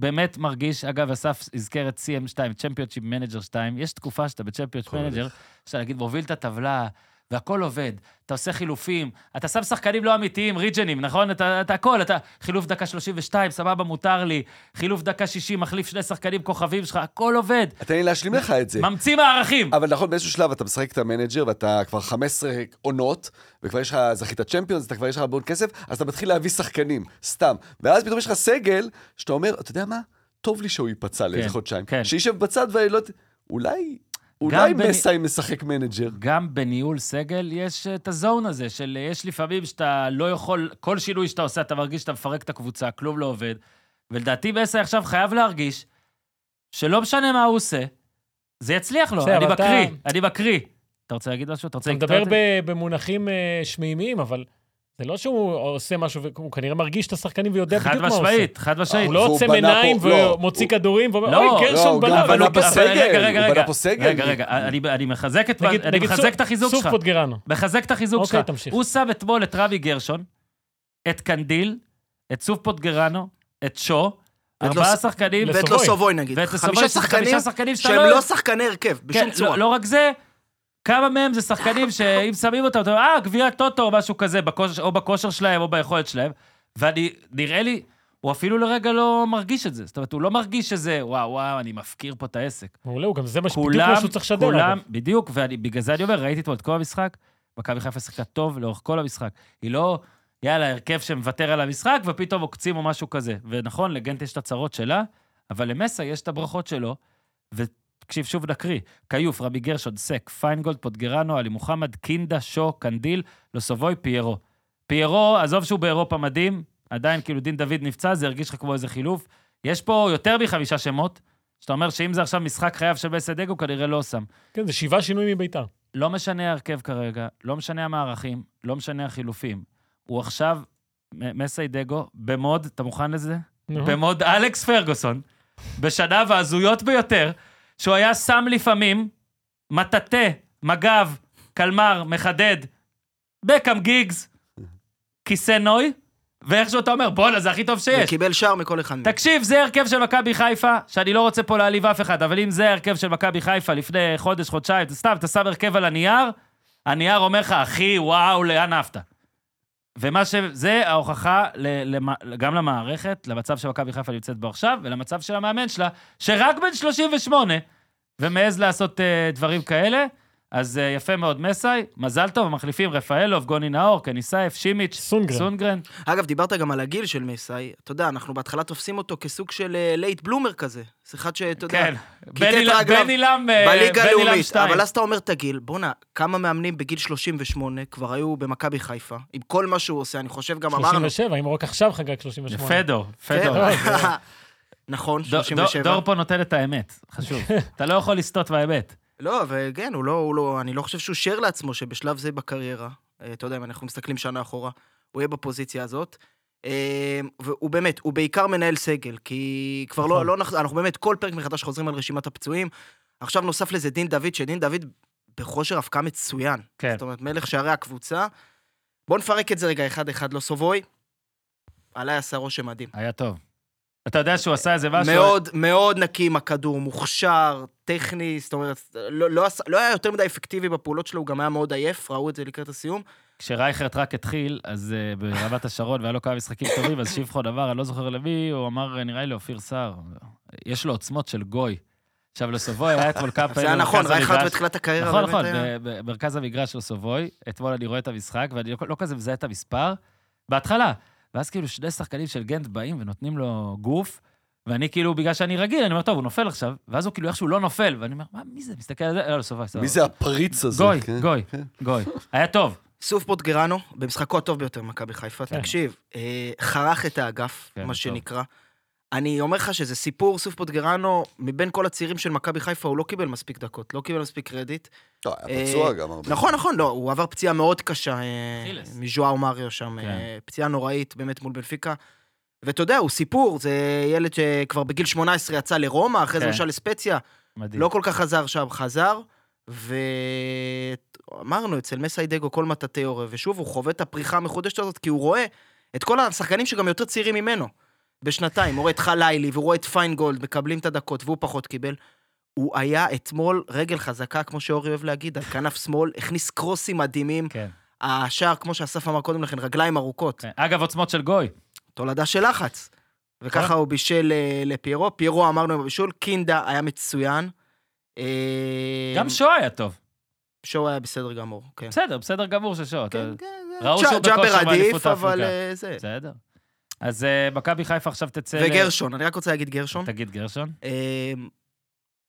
באמת מרגיש, אגב, אסף הזכיר את CM2, צ'מפיונצ'יפ מנג'ר 2, יש תקופה שאתה בצ'מפיונצ'יפ הכל מנג'ר, הולך. שאתה נגיד מוביל את הטבלה, והכל עובד, אתה עושה חילופים, אתה שם שחקנים לא אמיתיים, ריג'נים, נכון? אתה, אתה הכל, אתה חילוף דקה 32, סבבה, מותר לי, חילוף דקה 60, מחליף שני שחקנים כוכבים שלך, הכל עובד, תן לי להשלים לך את זה. ממציא מערכים. אבל נכון, באיזשהו שלב אתה משחק את המנג'ר ואתה כבר 15 עונות, וכבר יש לך, זכית צ'מפיונס, אתה כבר יש לך המון כסף, אז אתה מתחיל להביא שחקנים, סתם. ואז פתאום יש לך סגל, שאתה אומר, אתה יודע מה? טוב לי שהוא ייפצע לאיזה חודשיים. כן. שישב בצד ולא... ת- אולי... אולי בני- מסי משחק מנג'ר. גם בניהול סגל יש אה, את הזון הזה של אה, יש לפעמים שאתה לא יכול, כל שינוי שאתה עושה, אתה מרגיש שאתה מפרק את הקבוצה, כלום לא עובד. ולדעתי מסי עכשיו חייב להרגיש שלא משנה מה הוא עושה, זה יצליח לו. בסדר, אני אבל אתה- מקריא, אני מקריא. אתה רוצה להגיד משהו? אתה רוצה אתה לקטוע מדבר אותי? ב- במונחים אה, שמימיים, אבל זה לא שהוא עושה משהו, והוא כנראה מרגיש את השחקנים ויודע חד בדיוק מה הוא עושה. משמעית, חד משמעית. הוא לא והוא עוצם בנה פה- עיניים לא, ומוציא הוא- כדורים ואומר, לא, אוי, לא, גרשון הוא גם בנה, אבל אבל בנה הוא- הוא... פה אבל סגל, רגע, רגע, הוא בנה רגע. פה סגל. רגע, רגע, אה, אני אני מחזק את נגיד- אני נגיד מחזק סוף- את החיזוק שלך. סוף פוטגרנו. מחזק את החיזוק אוקיי, שלך. תמשיך. הוא שם אתמול את רבי גרשון, את קנדיל, את סוף פוטגרנו, את שו, ואת ארבעה לוס- שחקנים. ואת ואת לסובוי. לא סובוי נגיד. ואת לסובוי, חמישה שזה שחקנים חמישה שחקנים שאתה שהם לא- לא שחקני הרכב, כן, בשום לא- צורה. לא רק זה, כמה מהם זה שחקנים שאם שמים אותם, אתה אומר, אה, גביע טוטו או משהו כזה, בכושר- או בכושר שלהם או ביכולת שלהם. ואני, נראה לי, הוא אפילו לרגע לא מרגיש את זה. זאת אומרת, הוא לא מרגיש שזה, וואו, וואו, אני מפקיר פה את העסק. מעולה, הוא גם זה מה ש- בדיוק כולם, מה שהוא צריך לשדר. כולם, אגב. בדיוק, ובגלל זה אני אומר, ראיתי אתמול את כל המשחק, מכבי חיפה שיחקה טוב לאורך כל המשחק. היא לא, יאללה, הרכב שמוותר על המשחק, ופתאום עוקצים או משהו כזה. ונכון, לגנט יש את הצרות שלה, אבל למסה יש את הברכות שלו, ותקשיב, שוב נקריא, כיוף, רבי גרשון, סק, פיינגולד, פוטגרנו, עלי מוחמד, קינדה, שו, קנדיל, לוסובוי, פיירו. פיירו, עזוב שהוא באירופה מדהים, עדיין כאילו דין דוד נפצע, זה הרגיש לך כמו איזה חילוף. יש פה יותר מחמישה שמות, שאתה אומר שאם זה עכשיו משחק חייו של בסדג, הוא כנראה לא שם. כן, זה שבעה שינויים מביתר. לא משנה ההרכב כרגע, לא משנה המערכים, לא משנה החילופים. הוא עכשיו, מ- מסיידגו, במוד, אתה מוכן לזה? נו. במוד אלכס פרגוסון, בשניו ההזויות ביותר, שהוא היה שם לפעמים מטאטא, מג"ב, קלמר, מחדד, בקאם גיגס, כיסא נוי, ואיכשהו אתה אומר, בואנה, זה הכי טוב שיש. וקיבל שער מכל אחד מהם. תקשיב, זה הרכב של מכבי חיפה, שאני לא רוצה פה להעליב אף אחד, אבל אם זה הרכב של מכבי חיפה לפני חודש, חודשיים, אתה סתם, אתה שם הרכב על הנייר, הנייר אומר לך, אחי, וואו, לאן עפת. ומה ש... זה ההוכחה ל... למ... גם למערכת, למצב שמכבי חיפה נמצאת בו עכשיו, ולמצב של המאמן שלה, שרק בן 38, ומעז לעשות uh, דברים כאלה. אז uh, יפה מאוד, מסי, מזל טוב, המחליפים רפאלוב, גוני נאור, קניסייף, שימיץ', סונגרן. סונגרן. אגב, דיברת גם על הגיל של מסאי. אתה יודע, אנחנו בהתחלה תופסים אותו כסוג של לייט בלומר כזה. זה אחד שאתה יודע, כן, כיתת בני ל- רגליו בני לם, אה, בליגה בני לם הלאומית. שתיים. אבל אז אתה אומר את הגיל, בואנה, כמה מאמנים בגיל 38 כבר היו במכבי חיפה, עם כל מה שהוא עושה, אני חושב גם אמרנו. 37, אם הוא רק עכשיו חגג 38. פדו, כן. פדו. נכון, דו- דו- 37. לא, דור פה נותן את האמת, חשוב. אתה לא יכול לסטות מהאמת. לא, וכן, הוא לא, הוא לא, אני לא חושב שהוא שיער לעצמו שבשלב זה בקריירה, אה, אתה יודע, אם אנחנו מסתכלים שנה אחורה, הוא יהיה בפוזיציה הזאת. אה, והוא באמת, הוא בעיקר מנהל סגל, כי כבר נכון. לא, לא, נח- אנחנו באמת כל פרק מחדש חוזרים על רשימת הפצועים. עכשיו נוסף לזה דין דוד, שדין דוד בכושר הבקעה מצוין. כן. זאת אומרת, מלך שערי הקבוצה. בואו נפרק את זה רגע אחד-אחד, לא סובוי. עליי עשה רושם מדהים. היה טוב. אתה יודע שהוא עשה איזה משהו... מאוד, מאוד נקי עם הכדור, מוכשר, טכני, זאת אומרת, לא, לא, עשה- לא היה יותר מדי אפקטיבי בפעולות שלו, הוא גם היה מאוד עייף, ראו את זה לקראת הסיום. כשרייכרט רק התחיל, אז אה, ברמת השרון, והיה לו כמה משחקים טובים, אז שבחון עבר, אני לא זוכר למי, הוא אמר, נראה לי לאופיר סער, יש לו עוצמות של גוי. עכשיו, לסובוי היה אתמול כמה זה פעמים... היה נכון, במרכז רייכרד המגרש. בתחילת הקריירה. נכון, באמת נכון, היה- ב- ב- במרכז המגרש של סובוי, אתמול אני רואה את המשחק, ואני לא, לא כזה מזהה את המספר, בהתחלה. ואז כאילו שני שחקנים של גנט באים ונותנים לו גוף, ואני כאילו, בגלל שאני רגיל, אני אומר, טוב, הוא נופל עכשיו, ואז הוא כאילו איכשהו לא נופל, ואני אומר, מה, מי זה? מסתכל על זה, לא, לא, סובוי, סבבה. מי זה הפריץ הזה? גוי, כן? גוי, גוי. היה טוב. סוף פוטגרנו, במשחקו הטוב ביותר במכבי חיפה, כן. תקשיב, אה, חרך את האגף, כן, מה טוב. שנקרא. אני אומר לך שזה סיפור, סוף פוטגרנו, מבין כל הצעירים של מכבי חיפה, הוא לא קיבל מספיק דקות, לא קיבל מספיק קרדיט. לא, היה פצוע אה, גם הרבה. נכון, נכון, לא, הוא עבר פציעה מאוד קשה אה, אכילס. מז'ואר מריו שם, כן. אה, פציעה נוראית באמת מול בנפיקה. ואתה יודע, הוא סיפור, זה ילד שכבר בגיל 18 יצא לרומא, אחרי זה כן. הוא יצא לספציה, מדהים. לא כל כך חזר שם, חזר, ואמרנו, אצל מסיידגו כל מטאטי עורף, ושוב, הוא חווה את הפריחה המחודשת הזאת, כי הוא רואה את כל השחקנים שגם יותר צעירים ממנו, בשנתיים, הוא רואה את חלילי, והוא רואה את פיינגולד, מקבלים את הדקות, והוא פחות קיבל. הוא היה אתמול רגל חזקה, כמו שאורי אוהב להגיד, על כנף שמאל, הכניס קרוסים מדהימים. כן. השער, כמו שאסף אמר קודם לכן, רגליים ארוכות. כן. אגב, עוצמות של גוי. כן. תולדה של לחץ. וככה נכון. הוא בישל אה, לפיירו. פיירו אמרנו בבישול, קינדה היה מצוין. אה, גם שו היה טוב. שואו היה בסדר גמור, כן. בסדר, בסדר גמור של שו. אתה- כן, כן, זה- ראו ג'- שהוא ג'אבר בכושר באליפות עדיף, אבל אפריקה. אה, זה. בסדר. אז אה, מכבי חיפה עכשיו תצא... ל- וגרשון, אני רק רוצה להגיד גרשון. תגיד גרשון. אה,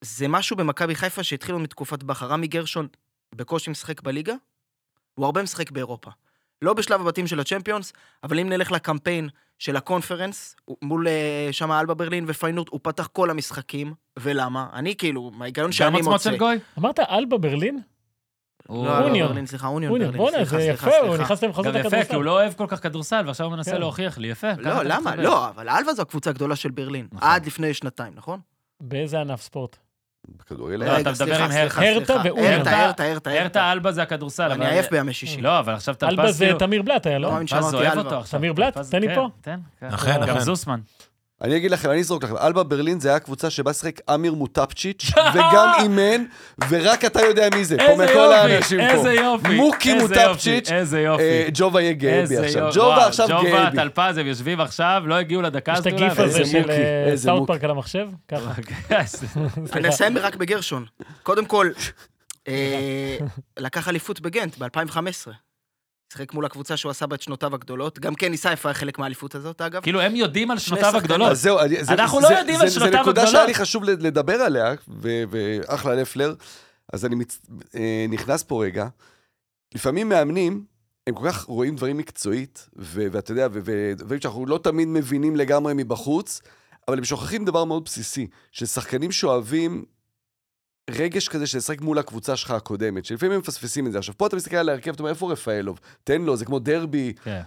זה משהו במכבי חיפה שהתחילו מתקופת בכר. רמי גרשון בקושי משחק בליגה, הוא הרבה משחק באירופה. לא בשלב הבתים של הצ'מפיונס, אבל אם נלך לקמפיין של הקונפרנס, הוא- מול אה, שם אלבה ברלין ופיינורט, הוא פתח כל המשחקים, ולמה? אני כאילו, מההיגיון גם שאני עוצמות מוצא... של גוי? אמרת אלבה ברלין? הוא- לא, לא, אוניון. ברלין, סליחה, כן, אוניון אוניון, ברלין, בואנה, סליחה, זה סליחה, יפה, הוא סליחה. נכנס למחוזות גם יפה, כי הוא הכדורסל. לא אוהב כל כך כדורסל, ועכשיו הוא מנסה כן. להוכיח לי, יפה. ככה לא, אתה למה? מתחבר. לא, אבל אלבה זו הקבוצה הגדולה של ברלין. נכון. עד לפני שנתיים, נכון? באיזה ענף ספורט? בכדורגל לא, היה. אתה מדבר סליחה, עם סליחה, הרטה סליחה. ואוניון. הרטה, הרטה, הרטה, הרטה הרטה. אלבה זה הכדורסל. אבל- אני עייף בימי שישי. לא, אבל עכשיו טלפז... אלבה זה כאילו- תמיר בלאט היה, לא? לא מאמין טלפז שאמרתי אוהב אלבה. אותו עכשיו. תמיר בלאט, טלפז- תן לי כן, פה. תן, כן. נכון, אכן, גם אכן. זוסמן. אני אגיד לכם, אני אזרוק לכם, אלבה ברלין זה היה קבוצה שבה שיחק אמיר מוטפצ'יץ', וגם אימן, ורק אתה יודע מי זה, פה איזה מכל יופי, האנשים פה. איזה יופי. מוקי איזה מוטפצ'יץ', יופי, איזה אה, יופי. ג'ובה יהיה גאה בי איזה עכשיו. יופי. ג'ובה וואו, עכשיו גאה ג'ובה, בי. אה, טלפז, הם יושבים עכשיו, לא הגיעו לדקה יש את הזו. הגיף הזה איזה של מוקי, אה, איזה סאוט מוקי. פארק על המחשב? ככה. אוקיי, אני אסיים רק בגרשון. קודם כל, אה, לקח אליפות בגנט ב-2015. שיחק מול הקבוצה שהוא עשה בה את שנותיו הגדולות. גם כן ניסה היה חלק מהאליפות הזאת, אגב. כאילו, הם יודעים על שנותיו שחקנים. הגדולות. אז זהו, אני- זה- אנחנו זה- לא יודעים זה- על שנותיו זה נקודה הגדולות. שהיה לי חשוב ל- לדבר עליה, ו- ואחלה לפלר, אז אני מצ- אה, נכנס פה רגע. לפעמים מאמנים, הם כל כך רואים דברים מקצועית, ו- ואתה יודע, ו- ודברים שאנחנו לא תמיד מבינים לגמרי מבחוץ, אבל הם שוכחים דבר מאוד בסיסי, ששחקנים שאוהבים רגש כזה של לשחק מול הקבוצה שלך הקודמת, שלפעמים הם מפספסים את זה. עכשיו, פה אתה מסתכל על ההרכב, אתה אומר, איפה רפאלוב? תן לו, זה כמו דרבי. כן.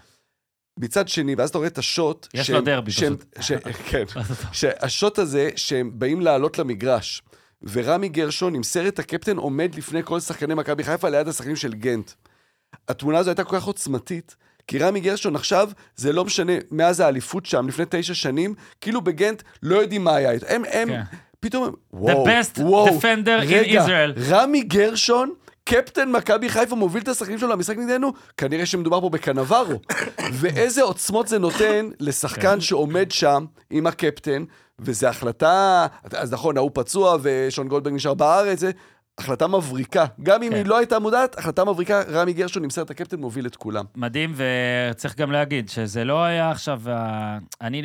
מצד שני, ואז אתה רואה את השוט. יש שהם- לו דרבי, שהם- פשוט. ש- כן. שהשוט הזה, שהם באים לעלות למגרש, ורמי גרשון עם סרט הקפטן עומד לפני כל שחקני מכבי חיפה ליד השחקנים של גנט. התמונה הזו הייתה כל כך עוצמתית, כי רמי גרשון עכשיו, זה לא משנה, מאז האליפות שם, לפני תשע שנים, כאילו בגנט לא יודעים מה היה. הם, הם, כן. פתאום הם, וואו, best וואו, defender in רגע, Israel. רמי גרשון, קפטן מכבי חיפה, מוביל את השחקנים שלו למשחק נגדנו, כנראה שמדובר פה בקנברו. ואיזה עוצמות זה נותן כן. לשחקן שעומד שם עם הקפטן, וזו החלטה, אז נכון, ההוא פצוע ושון גולדברג נשאר בארץ, זה החלטה מבריקה. גם אם כן. היא לא הייתה מודעת, החלטה מבריקה, רמי גרשון עם סרט הקפטן מוביל את כולם. מדהים, וצריך גם להגיד שזה לא היה עכשיו... ה- אני...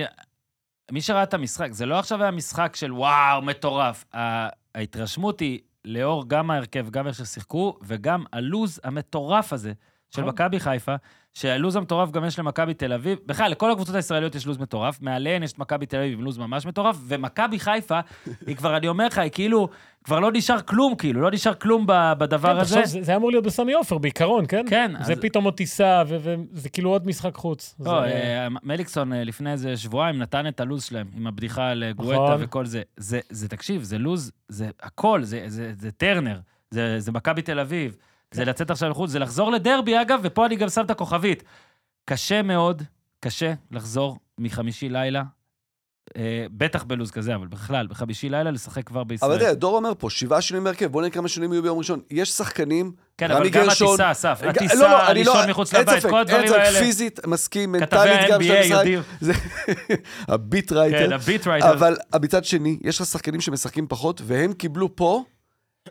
מי שראה את המשחק, זה לא עכשיו היה משחק של וואו, מטורף. ה- ההתרשמות היא לאור גם ההרכב, גם איך ששיחקו, וגם הלוז המטורף הזה של נכון. מכבי חיפה, שהלוז המטורף גם יש למכבי תל אביב. בכלל, לכל הקבוצות הישראליות יש לוז מטורף, מעליהן יש את מכבי תל אביב עם לוז ממש מטורף, ומכבי חיפה, היא כבר, אני אומר לך, היא כאילו, כבר לא נשאר כלום, כאילו, לא נשאר כלום ב- בדבר הזה. כן, תחשוב, זה זה היה אמור להיות בסמי עופר בעיקרון, כן? כן, זה אז- פתאום עוד טיסה, ו- וזה כאילו עוד משחק חוץ. לא, זה- אה, מליקסון אה, לפני איזה שבועיים נתן את הלו"ז שלהם, עם הבדיחה על אה, גואטה נכון. וכל זה. זה, זה, תקשיב, זה לו"ז, זה הכל, זה- זה זה טרנר, זה זה מכבי תל אביב, כן. זה לצאת עכשיו לחוץ, זה לחזור לדרבי, אגב, ופה אני גם שם את הכוכבית. קשה מאוד, קשה לחזור מחמישי לילה, אה, בטח בלו"ז כזה, אבל בכלל, בחמישי לילה לשחק כבר בישראל. אבל אתה יודע, דור אומר פה, שבעה שינויים בהרכב, בוא נראה כמה שינויים יהיו ביום ראשון. יש שחקנים, כן, רמי אבל גם גרשון- הטיסה, אסף, ג- לא, לא, הטיסה, אני לא- הלישון מחוץ אין לבית, ספק, כל אין הדברים ספק, האלה. פיזית, מסכים, כתבי מנטלית גם של ה-NBA המשחק. יודעים, זה הביט רייטר. כן, הביט רייטר. אבל מצד שני, יש לך שחקנים שמשחקים פחות, והם קיבלו פה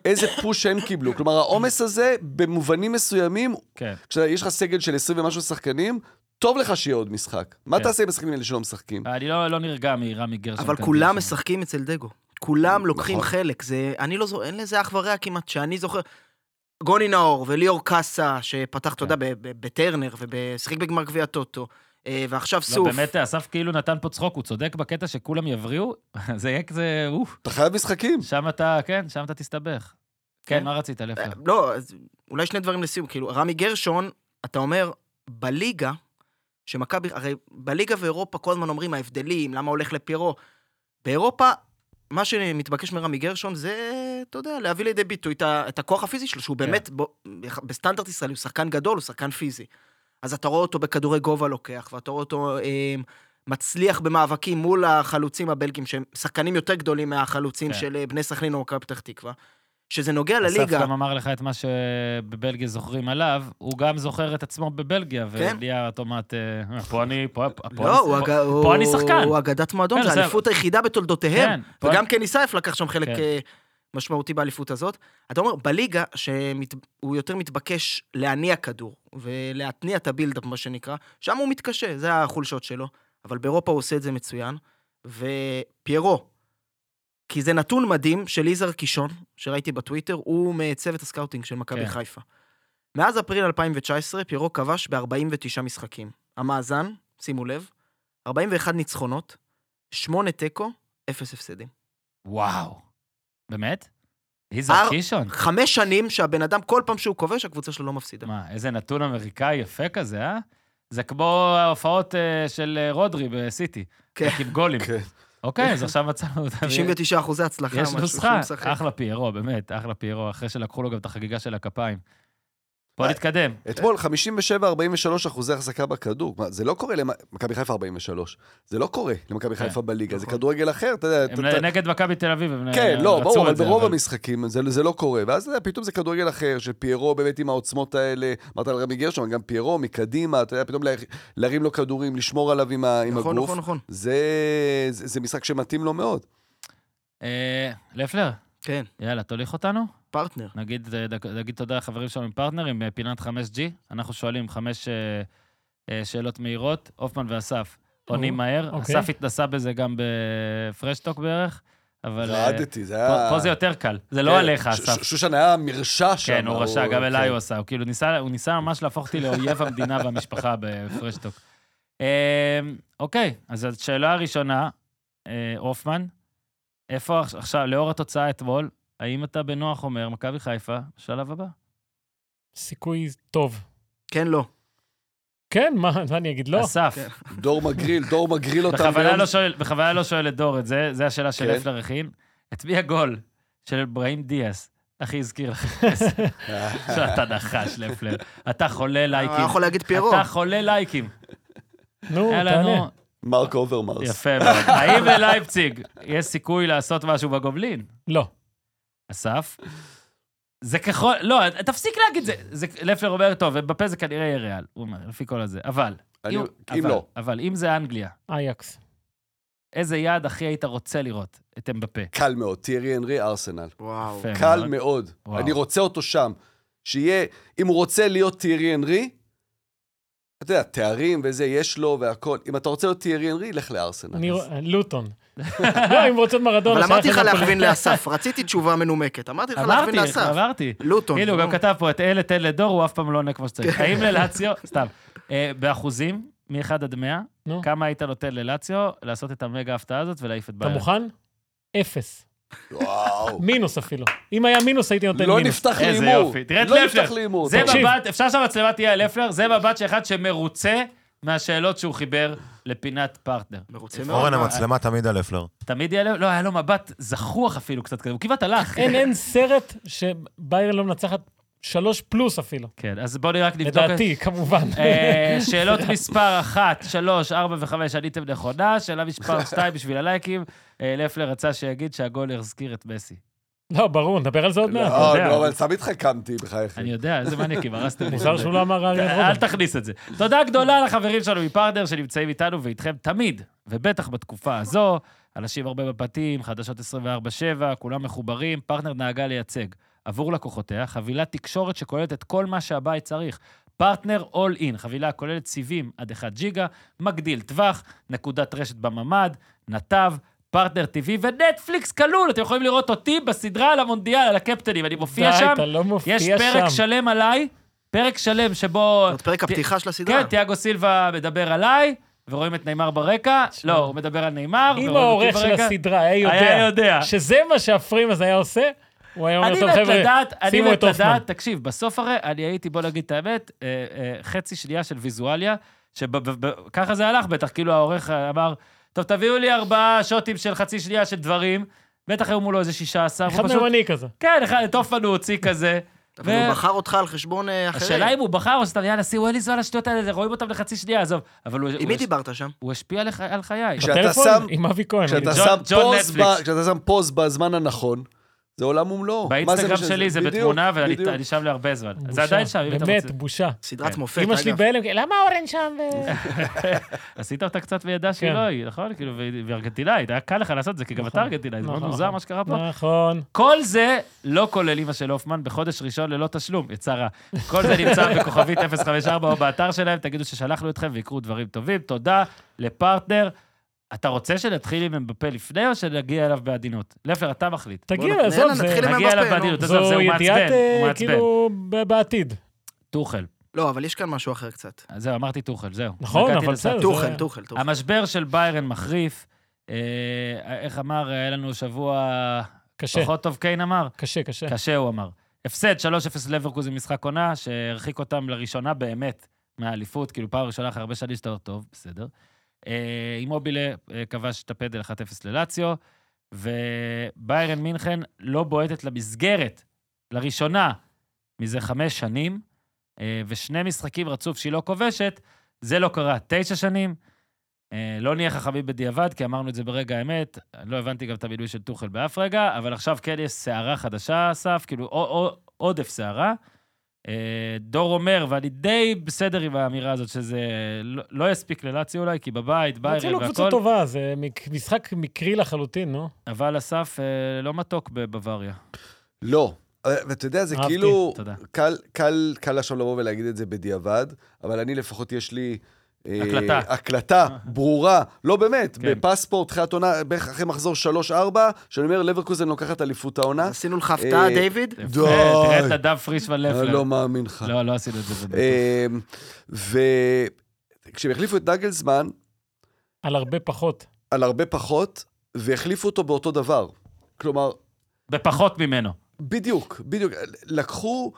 איזה פוש הם קיבלו. כלומר, העומס הזה, במובנים מסוימים, כן. כשיש לך סגל של 20 ומשהו שחקנים, טוב לך שיהיה עוד משחק. מה כן. תעשה עם השחקנים האלה שלא משחקים? אני לא לא נרגע מרמי גרשון. אבל כאן כולם גרשון. משחקים אצל דגו. כולם לוקחים נכון. חלק. זה, אני לא זוכר, אין לזה אח ורע כמעט, שאני זוכר. כן. גוני נאור וליאור קאסה, שפתח, אתה יודע, ב- ב- בטרנר, ושיחק בגמר גביע טוטו. אה, ועכשיו לא, סוף. באמת, אסף כאילו נתן פה צחוק, הוא צודק בקטע שכולם יבריאו, זה יהיה כזה, אוף, אתה חייב משחקים. שם אתה, כן, שם אתה תסתבך. כן, כן. מה רצית, לפלר? אה, לא, אז אולי שני דברים לסיום. כאילו, רמי גרשון, אתה אומר, בליגה, שמכבי, הרי בליגה ואירופה כל הזמן אומרים ההבדלים, למה הולך לפיירו. באירופה, מה שמתבקש מרמי גרשון זה, אתה יודע, להביא לידי ביטוי את, ה- את הכוח הפיזי שלו, כן. שהוא באמת, בו, בסטנדרט ישראלי, הוא שחקן גדול, הוא שחקן פיזי. אז אתה רואה אותו בכדורי גובה לוקח, ואתה רואה אותו אה, מצליח במאבקים מול החלוצים הבלגים, שהם שחקנים יותר גדולים מהחלוצים כן. של אה, בני סכנין או מכבי פתח תקווה. שזה נוגע אסף לליגה, גם אמר לך את מה שבבלגיה זוכרים עליו, הוא גם זוכר את עצמו בבלגיה, כן. ונהיה אוטומט, אה, פה אני, פה פה- פה לא, הוא אני- אג- פה- הוא- פה אני שחקן. הוא אגדת מועדון, כן, זו זה- האליפות היחידה בתולדותיהם. כן, פה וגם כן ניסייף לקח שם חלק כן. אה, משמעותי באליפות הזאת. אתה אומר, בליגה, שהוא יותר מתבקש להניע כדור, ולהתניע את הבילדאפ, מה שנקרא, שם הוא מתקשה, זה החולשות שלו. אבל באירופה הוא עושה את זה מצוין. ופיירו, כי זה נתון מדהים של יזהר קישון, שראיתי בטוויטר, הוא מצוות הסקאוטינג של מכבי כן. כן. חיפה. מאז אפריל 2019, פיירו כבש ב-49 משחקים. המאזן, שימו לב, 41 ניצחונות, 8 תיקו, 0 הפסדים. וואו. באמת? יזהר אר- קישון. חמש שנים שהבן אדם, כל פעם שהוא כובש, הקבוצה שלו לא מפסידה. מה, איזה נתון אמריקאי יפה כזה, אה? זה כמו ההופעות אה, של אה, רודרי בסיטי. כן. רק עם גולים. כן. אוקיי, אז עכשיו מצאנו אותה. 99 אחוזי הצלחה, יש משהו נוסחה. שהוא משחק. אחלה פיירו, באמת, אחלה פיירו, אחרי שלקחו לו גם את החגיגה של הכפיים. אה, בוא נתקדם. אתמול 57-43 אחוזי החזקה בכדור. מה, זה לא קורה למכבי חיפה 43. זה לא קורה למכבי כן. חיפה בליגה, זה נכון. כדורגל אחר, אתה יודע. הם אתה- נגד מכבי תל אביב, הם כן, אה, לא, רצו ברור, אבל את זה, ברוב המשחקים זה, זה לא קורה. ואז אתה יודע, פתאום זה כדורגל אחר, שפיירו באמת עם העוצמות האלה, אמרת על רמי גרשון, גם פיירו מקדימה, אתה יודע, פתאום לה- להרים לו כדורים, לשמור עליו עם, ה, עם נכון, הגוף. נכון, נכון. זה, זה, זה משחק שמתאים לו מאוד. אה, לפלר, כן, יאללה, תוליך אותנו. פרטנר. נגיד, אה, דק- נגיד תודה לחברים שלנו עם פרטנרים, אה, פינת 5G. אנחנו שואלים חמש אה, אה, שאלות מהירות, הופמן ואסף עונים מהר. אוקיי. אסף התנסה בזה גם בפרשטוק בערך, אבל אה, רעדתי, זה היה... פה פה זה יותר קל. זה לא כן, עליך, ש- ש- אסף. שושן היה מרשע שם. כן, הוא רשע, גם אליי כן. הוא עשה. הוא כאילו ניסה, הוא ניסה ממש להפוך אותי לאויב המדינה והמשפחה בפרשטוק. אה, אוקיי, אז השאלה הראשונה, אה, הופמן, איפה עכש- עכשיו, לאור התוצאה אתמול, האם אתה בנוח אומר, מכבי חיפה, שלב הבא? סיכוי טוב. כן, לא. כן, מה מה אני אגיד? לא. אסף, כן. דור מגריל, דור מגריל אותם. בכוונה ביום- לא שואל- בכוונה לא שואל את דור את זה, זו השאלה של כן. אפלר הכין. את מי הגול של אברהים דיאס? הכי הזכיר לך, שאתה נחש, לפלר. אתה חולה הוא לייקים. היה יכול להגיד פיירו. אתה חולה לייקים. נו, יאללה, נו. תענה. מרק אוברמרס. יפה מאוד. האם ללייפציג יש סיכוי לעשות משהו בגובלין? לא. אסף? זה ככל... לא, תפסיק להגיד זה. זה- לפלר אומר, טוב, בפה זה כנראה יהיה ריאל, הוא אומר, לפי כל הזה. אבל, אני- אם- אם אבל- לא. אבל אם זה אנגליה, אייקס. איזה יעד הכי היית רוצה לראות את אמבפה? קל מאוד, תיארי אנרי, ארסנל. וואו. יפה קל כן, מאוד. מאוד. וואו. אני רוצה אותו שם. שיהיה, אם הוא רוצה להיות תיארי אנרי, אתה יודע, תארים וזה, יש לו והכל. אם אתה רוצה להיות תיארי אנרי, לך לארסנל. אני רוא- לוטון. לא, אם רוצות מרדונה. אבל שייך אמרתי לך לנפולי. להכווין לאסף, רציתי תשובה מנומקת. אמרתי לך להכווין אמרתי, לאסף. אמרתי. לוטון. הנה, הוא נו. לא- גם כתב פה את אל את אל לדור, הוא אף פעם לא עונה כמו שצריך. האם ללאציו, סתם, אה, באחוזים, מ-1 עד 100, נו. כמה היית נותן ללאציו לעשות את המגה ההפתעה הזאת ולהעיף את אתה בעיה? מוכן? אפס. וואו. מינוס אפילו. אם היה מינוס, הייתי נותן לא מינוס. נפתח איזה להימור. יופי. תראה את לא לפלר. נפתח להימור. זה תקשיב. מבט, אפשר שהמצלמה תהיה על לפלר, זה מבט שאחד שמרוצה מהשאלות שהוא חיבר לפינת פרטנר. מרוצה מאוד. אורן, המצלמה תמיד על לפלר. תמיד יהיה לו, לא, היה לו מבט זחוח אפילו קצת כזה, הוא כמעט הלך. אין, אין סרט שביירן לא מנצחת שלוש פלוס אפילו. כן, אז בואו נראה רק נבדוק. את- לדעתי, כמובן. אה, שאלות מספר 1, 3, 4 ו-5 עניתם נכונה, שאלה מספר 2 בשביל הלייקים. אה, לפלר רצה שיגיד שהגול יזכיר את מסי. לא, ברור, נדבר על זה עוד לא, מעט. אתה יודע. לא, אבל סתם התחכמתי, בחייך. אני יודע, איזה מניאקים, הרסתם לי. מוזר שהוא לא אמר אריאל כן, אל רודן. תכניס את זה. תודה גדולה לחברים שלנו מפרטנר שנמצאים איתנו ואיתכם תמיד, ובטח בתקופה הזו. אנשים הרבה בבתים, חדשות 24/7, כולם מחוברים, פרטנר נהגה לייצג. עבור לקוחותיה, חבילת תקשורת שכוללת את כל מה שהבית צריך. פרטנר All In, חבילה הכוללת סיבים עד 1 ג'יגה, מגדיל טווח, נקודת רשת בממ"ד, נתב, פרטנר TV ונטפליקס כלול. אתם יכולים לראות אותי בסדרה על המונדיאל, על הקפטנים, אני מופיע די, שם. אתה לא מופיע יש שם. פרק שלם עליי, פרק שלם שבו... עוד פרק הפתיחה של כן, הסדרה. תיאגו סילבה מדבר עליי, ורואים את נאמר ברקע. תשמע. לא, הוא מדבר על נאמר, אם ורואים אותי העורך של ברקע. הסדרה היה היה יודע יודע. שזה מה שהפרים הזה היה עושה, הוא היה אומר, אני טוב, מת חבר'ה, לדעת, אני שימו מת את הופמן." לדעת, תקשיב, בסוף הרי אני הייתי, בוא נגיד את האמת, אה, אה, חצי שנייה של ויזואליה, שככה זה הלך בטח, כאילו העורך אמר, טוב, תביאו לי ארבעה שוטים של חצי שנייה של דברים, בטח היו מולו איזה 16, הוא אחד פשוט... מהם אני כזה. כן, אחד, את הופמן הוא הוציא כזה. אבל ו- הוא בחר אותך על חשבון אה, אחרים. השאלה אם הוא בחר או שאתה, יאללה, סיוואלי זו על השטויות האלה, רואים אותם לחצי שנייה, עזוב. אבל הוא- עם הוא מי הש- דיברת שם? הוא השפיע על חיי- על חיי. כש- כשאתה בטלפון שם- עם אבי כהן. כשאתה נגיד. ג'ון- שם ג'ון פוז נטפליקס. ב- כשאתה שם פוז בזמן הנכון, זה עולם ומלואו. מה זה באינסטגרם משנה? שלי זה בדיוק, בתמונה, ואני בדיוק. אני שם להרבה זמן. בושה. זה עדיין שם, אם אתה באמת, רוצה. בושה. סדרת כן. מופת, אמא שלי אגב. בהלם, למה אורן שם? ו-" אוקיי. עשית אותה קצת בידה שהיא כן. לא היא, נכון? כאילו, והיא- והיא ארגנטינאית, היה קל לך לעשות את זה, כי גם נכון. אתה ארגנטינאי, זה נכון, מאוד מוזר נכון. מה שקרה פה. נכון. כל זה לא כולל אימא של הופמן בחודש ראשון ללא תשלום, יצא רע. כל זה נמצא בכוכבית 054 או באתר שלהם, תגידו ששלחנו אתכם ויקרו דברים טובים. תודה לפרטנר. אתה רוצה שנתחיל עם אמבפה לפני או שנגיע אליו בעדינות? לפלר, אתה מחליט. תגיע, נתחיל, עזוב, זה- נתחיל עם נגיע אליו אמבפה, נו. בעדינות, עזוב, זה זו הוא ידיעת, מעצבן, אה, הוא מעצבן. כאילו, ב- בעתיד. טוחל. לא, אבל יש כאן משהו אחר קצת. אז זהו, אמרתי טוחל, זהו. נכון, נגעתי אבל לסף. בסדר. טוחל, טוחל, טוחל. המשבר של ביירן מחריף. אה, איך אמר, היה לנו שבוע קשה, פחות טוב, קיין אמר? קשה, קשה. קשה, הוא אמר. הפסד 3-0 לברקוזן משחק עונה, שהרחיק אותם לראשונה באמת מהאליפות, כאילו פעם ראשונה אחרי הרבה שנים שאתה אומר, טוב, בסדר. אה, אימובילה אה, כבש את הפדל 1-0 ללציו, וביירן מינכן לא בועטת למסגרת, לראשונה, מזה חמש שנים, אה, ושני משחקים רצוף שהיא לא כובשת, זה לא קרה תשע שנים. אה, לא נהיה חכמים בדיעבד, כי אמרנו את זה ברגע האמת. אני לא הבנתי גם את המינוי של טוחל באף רגע, אבל עכשיו כן יש סערה חדשה, אסף, כאילו או, או, עודף סערה. אה, דור אומר, ואני די בסדר עם האמירה הזאת, שזה לא, לא יספיק ללאצי אולי, כי בבית, ביירן אצלנו לא קבוצה והכל, טובה, זה מק- משחק מקרי לחלוטין, נו. אבל אסף אה, לא מתוק בבוואריה. לא. אה, ואתה יודע, זה אהבתי, כאילו, תודה. קל, קל, קל עכשיו לבוא ולהגיד את זה בדיעבד, אבל אני לפחות יש לי... אה, הקלטה. הקלטה ברורה, לא באמת, כן. בפספורט, תחילת עונה, בערך אחרי מחזור 3-4, שאני אומר, לברקוזן לוקחת אליפות העונה. עשינו לך הפתעה, אה, דיוויד? יפה, די. תראה את נדב פרישמן אני לפלר. לא מאמין לך. לא, לא עשינו את זה. בדרך. אה, וכשהם החליפו את נגלזמן, על הרבה פחות. על הרבה פחות, והחליפו אותו באותו דבר. כלומר, בפחות ממנו. בדיוק, בדיוק. לקחו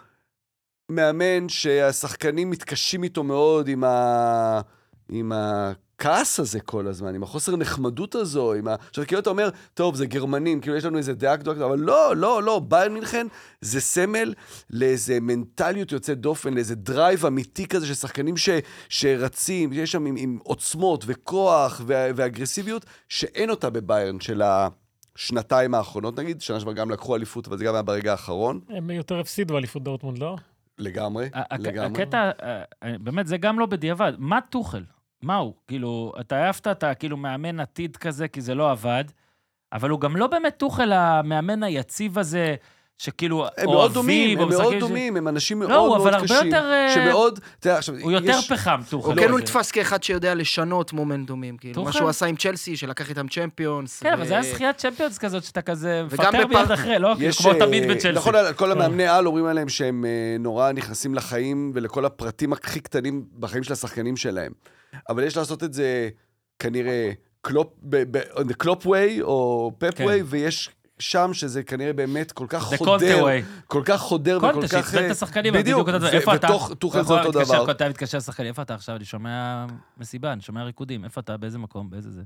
מאמן שהשחקנים מתקשים איתו מאוד עם, ה... עם הכעס הזה כל הזמן, עם החוסר נחמדות הזו, עם ה... עכשיו, כאילו אתה אומר, טוב, זה גרמנים, כאילו יש לנו איזה דעה גדולה, אבל לא, לא, לא, ביירן מינכן זה סמל לאיזה מנטליות יוצאת דופן, לאיזה דרייב אמיתי כזה של שחקנים ש... שרצים, יש שם עם, עם עוצמות וכוח ו... ואגרסיביות, שאין אותה בביירן של ה... שנתיים האחרונות נגיד, שנה שעברה גם לקחו אליפות, אבל זה גם היה ברגע האחרון, הם יותר הפסידו אליפות דורטמונד, לא? לגמרי, ה- הק- לגמרי. הקטע, אה, אה, באמת, זה גם לא בדיעבד. מה טוחל? מה הוא? כאילו, אתה העפת, אתה כאילו מאמן עתיד כזה, כי זה לא עבד, אבל הוא גם לא באמת טוחל המאמן היציב הזה, שכאילו הם מאוד אוהבים, דומים, או הם מאוד משחקים ש- דומים, הם אנשים מאוד הוא לא, אבל מאוד הרבה קשים, יותר, אה, שמאוד, אתה יודע, עכשיו, הוא יותר יש- אוקיי, פחם, טוחל. הוא כן, הוא כזה. נתפס כאחד שיודע לשנות מומנטומים, כאילו, מה טוחל? שהוא עשה עם צ'לסי, שלקח איתם צ'מפיונס. כן, ו- אבל זה היה זכיית צ'מפיונס כזאת, שאתה כזה וגם מפטר מיד בפר- אחרי, לא? כאילו, אה, יש, כמו אה, תמיד בצ'לסי. כן. נכון, כל המאמני על אומרים עליהם שהם אה, נורא נכנסים לחיים ולכל הפרטים הכי קטנים בחיים של השחקנים שלהם. אבל יש לעשות את זה כנראה קלופ, ב- ב- on the קלופ ווי או פאפ כן. ווי, ויש שם שזה כנראה באמת כל כך זה קונטה חודר, ווי. כל כך חודר וכל קונטה, כך... שעצבן אה, את השחקנים, אבל בדיוק, בדיוק אותו דבר. ו- איפה אתה? נכון, ותוך טוחל זה אותו מתקשר, דבר. אתה מתקשר לשחקנים, איפה אתה עכשיו? אני שומע מסיבה, אני שומע ריקודים. איפה אתה? באיזה מקום? באיזה זה?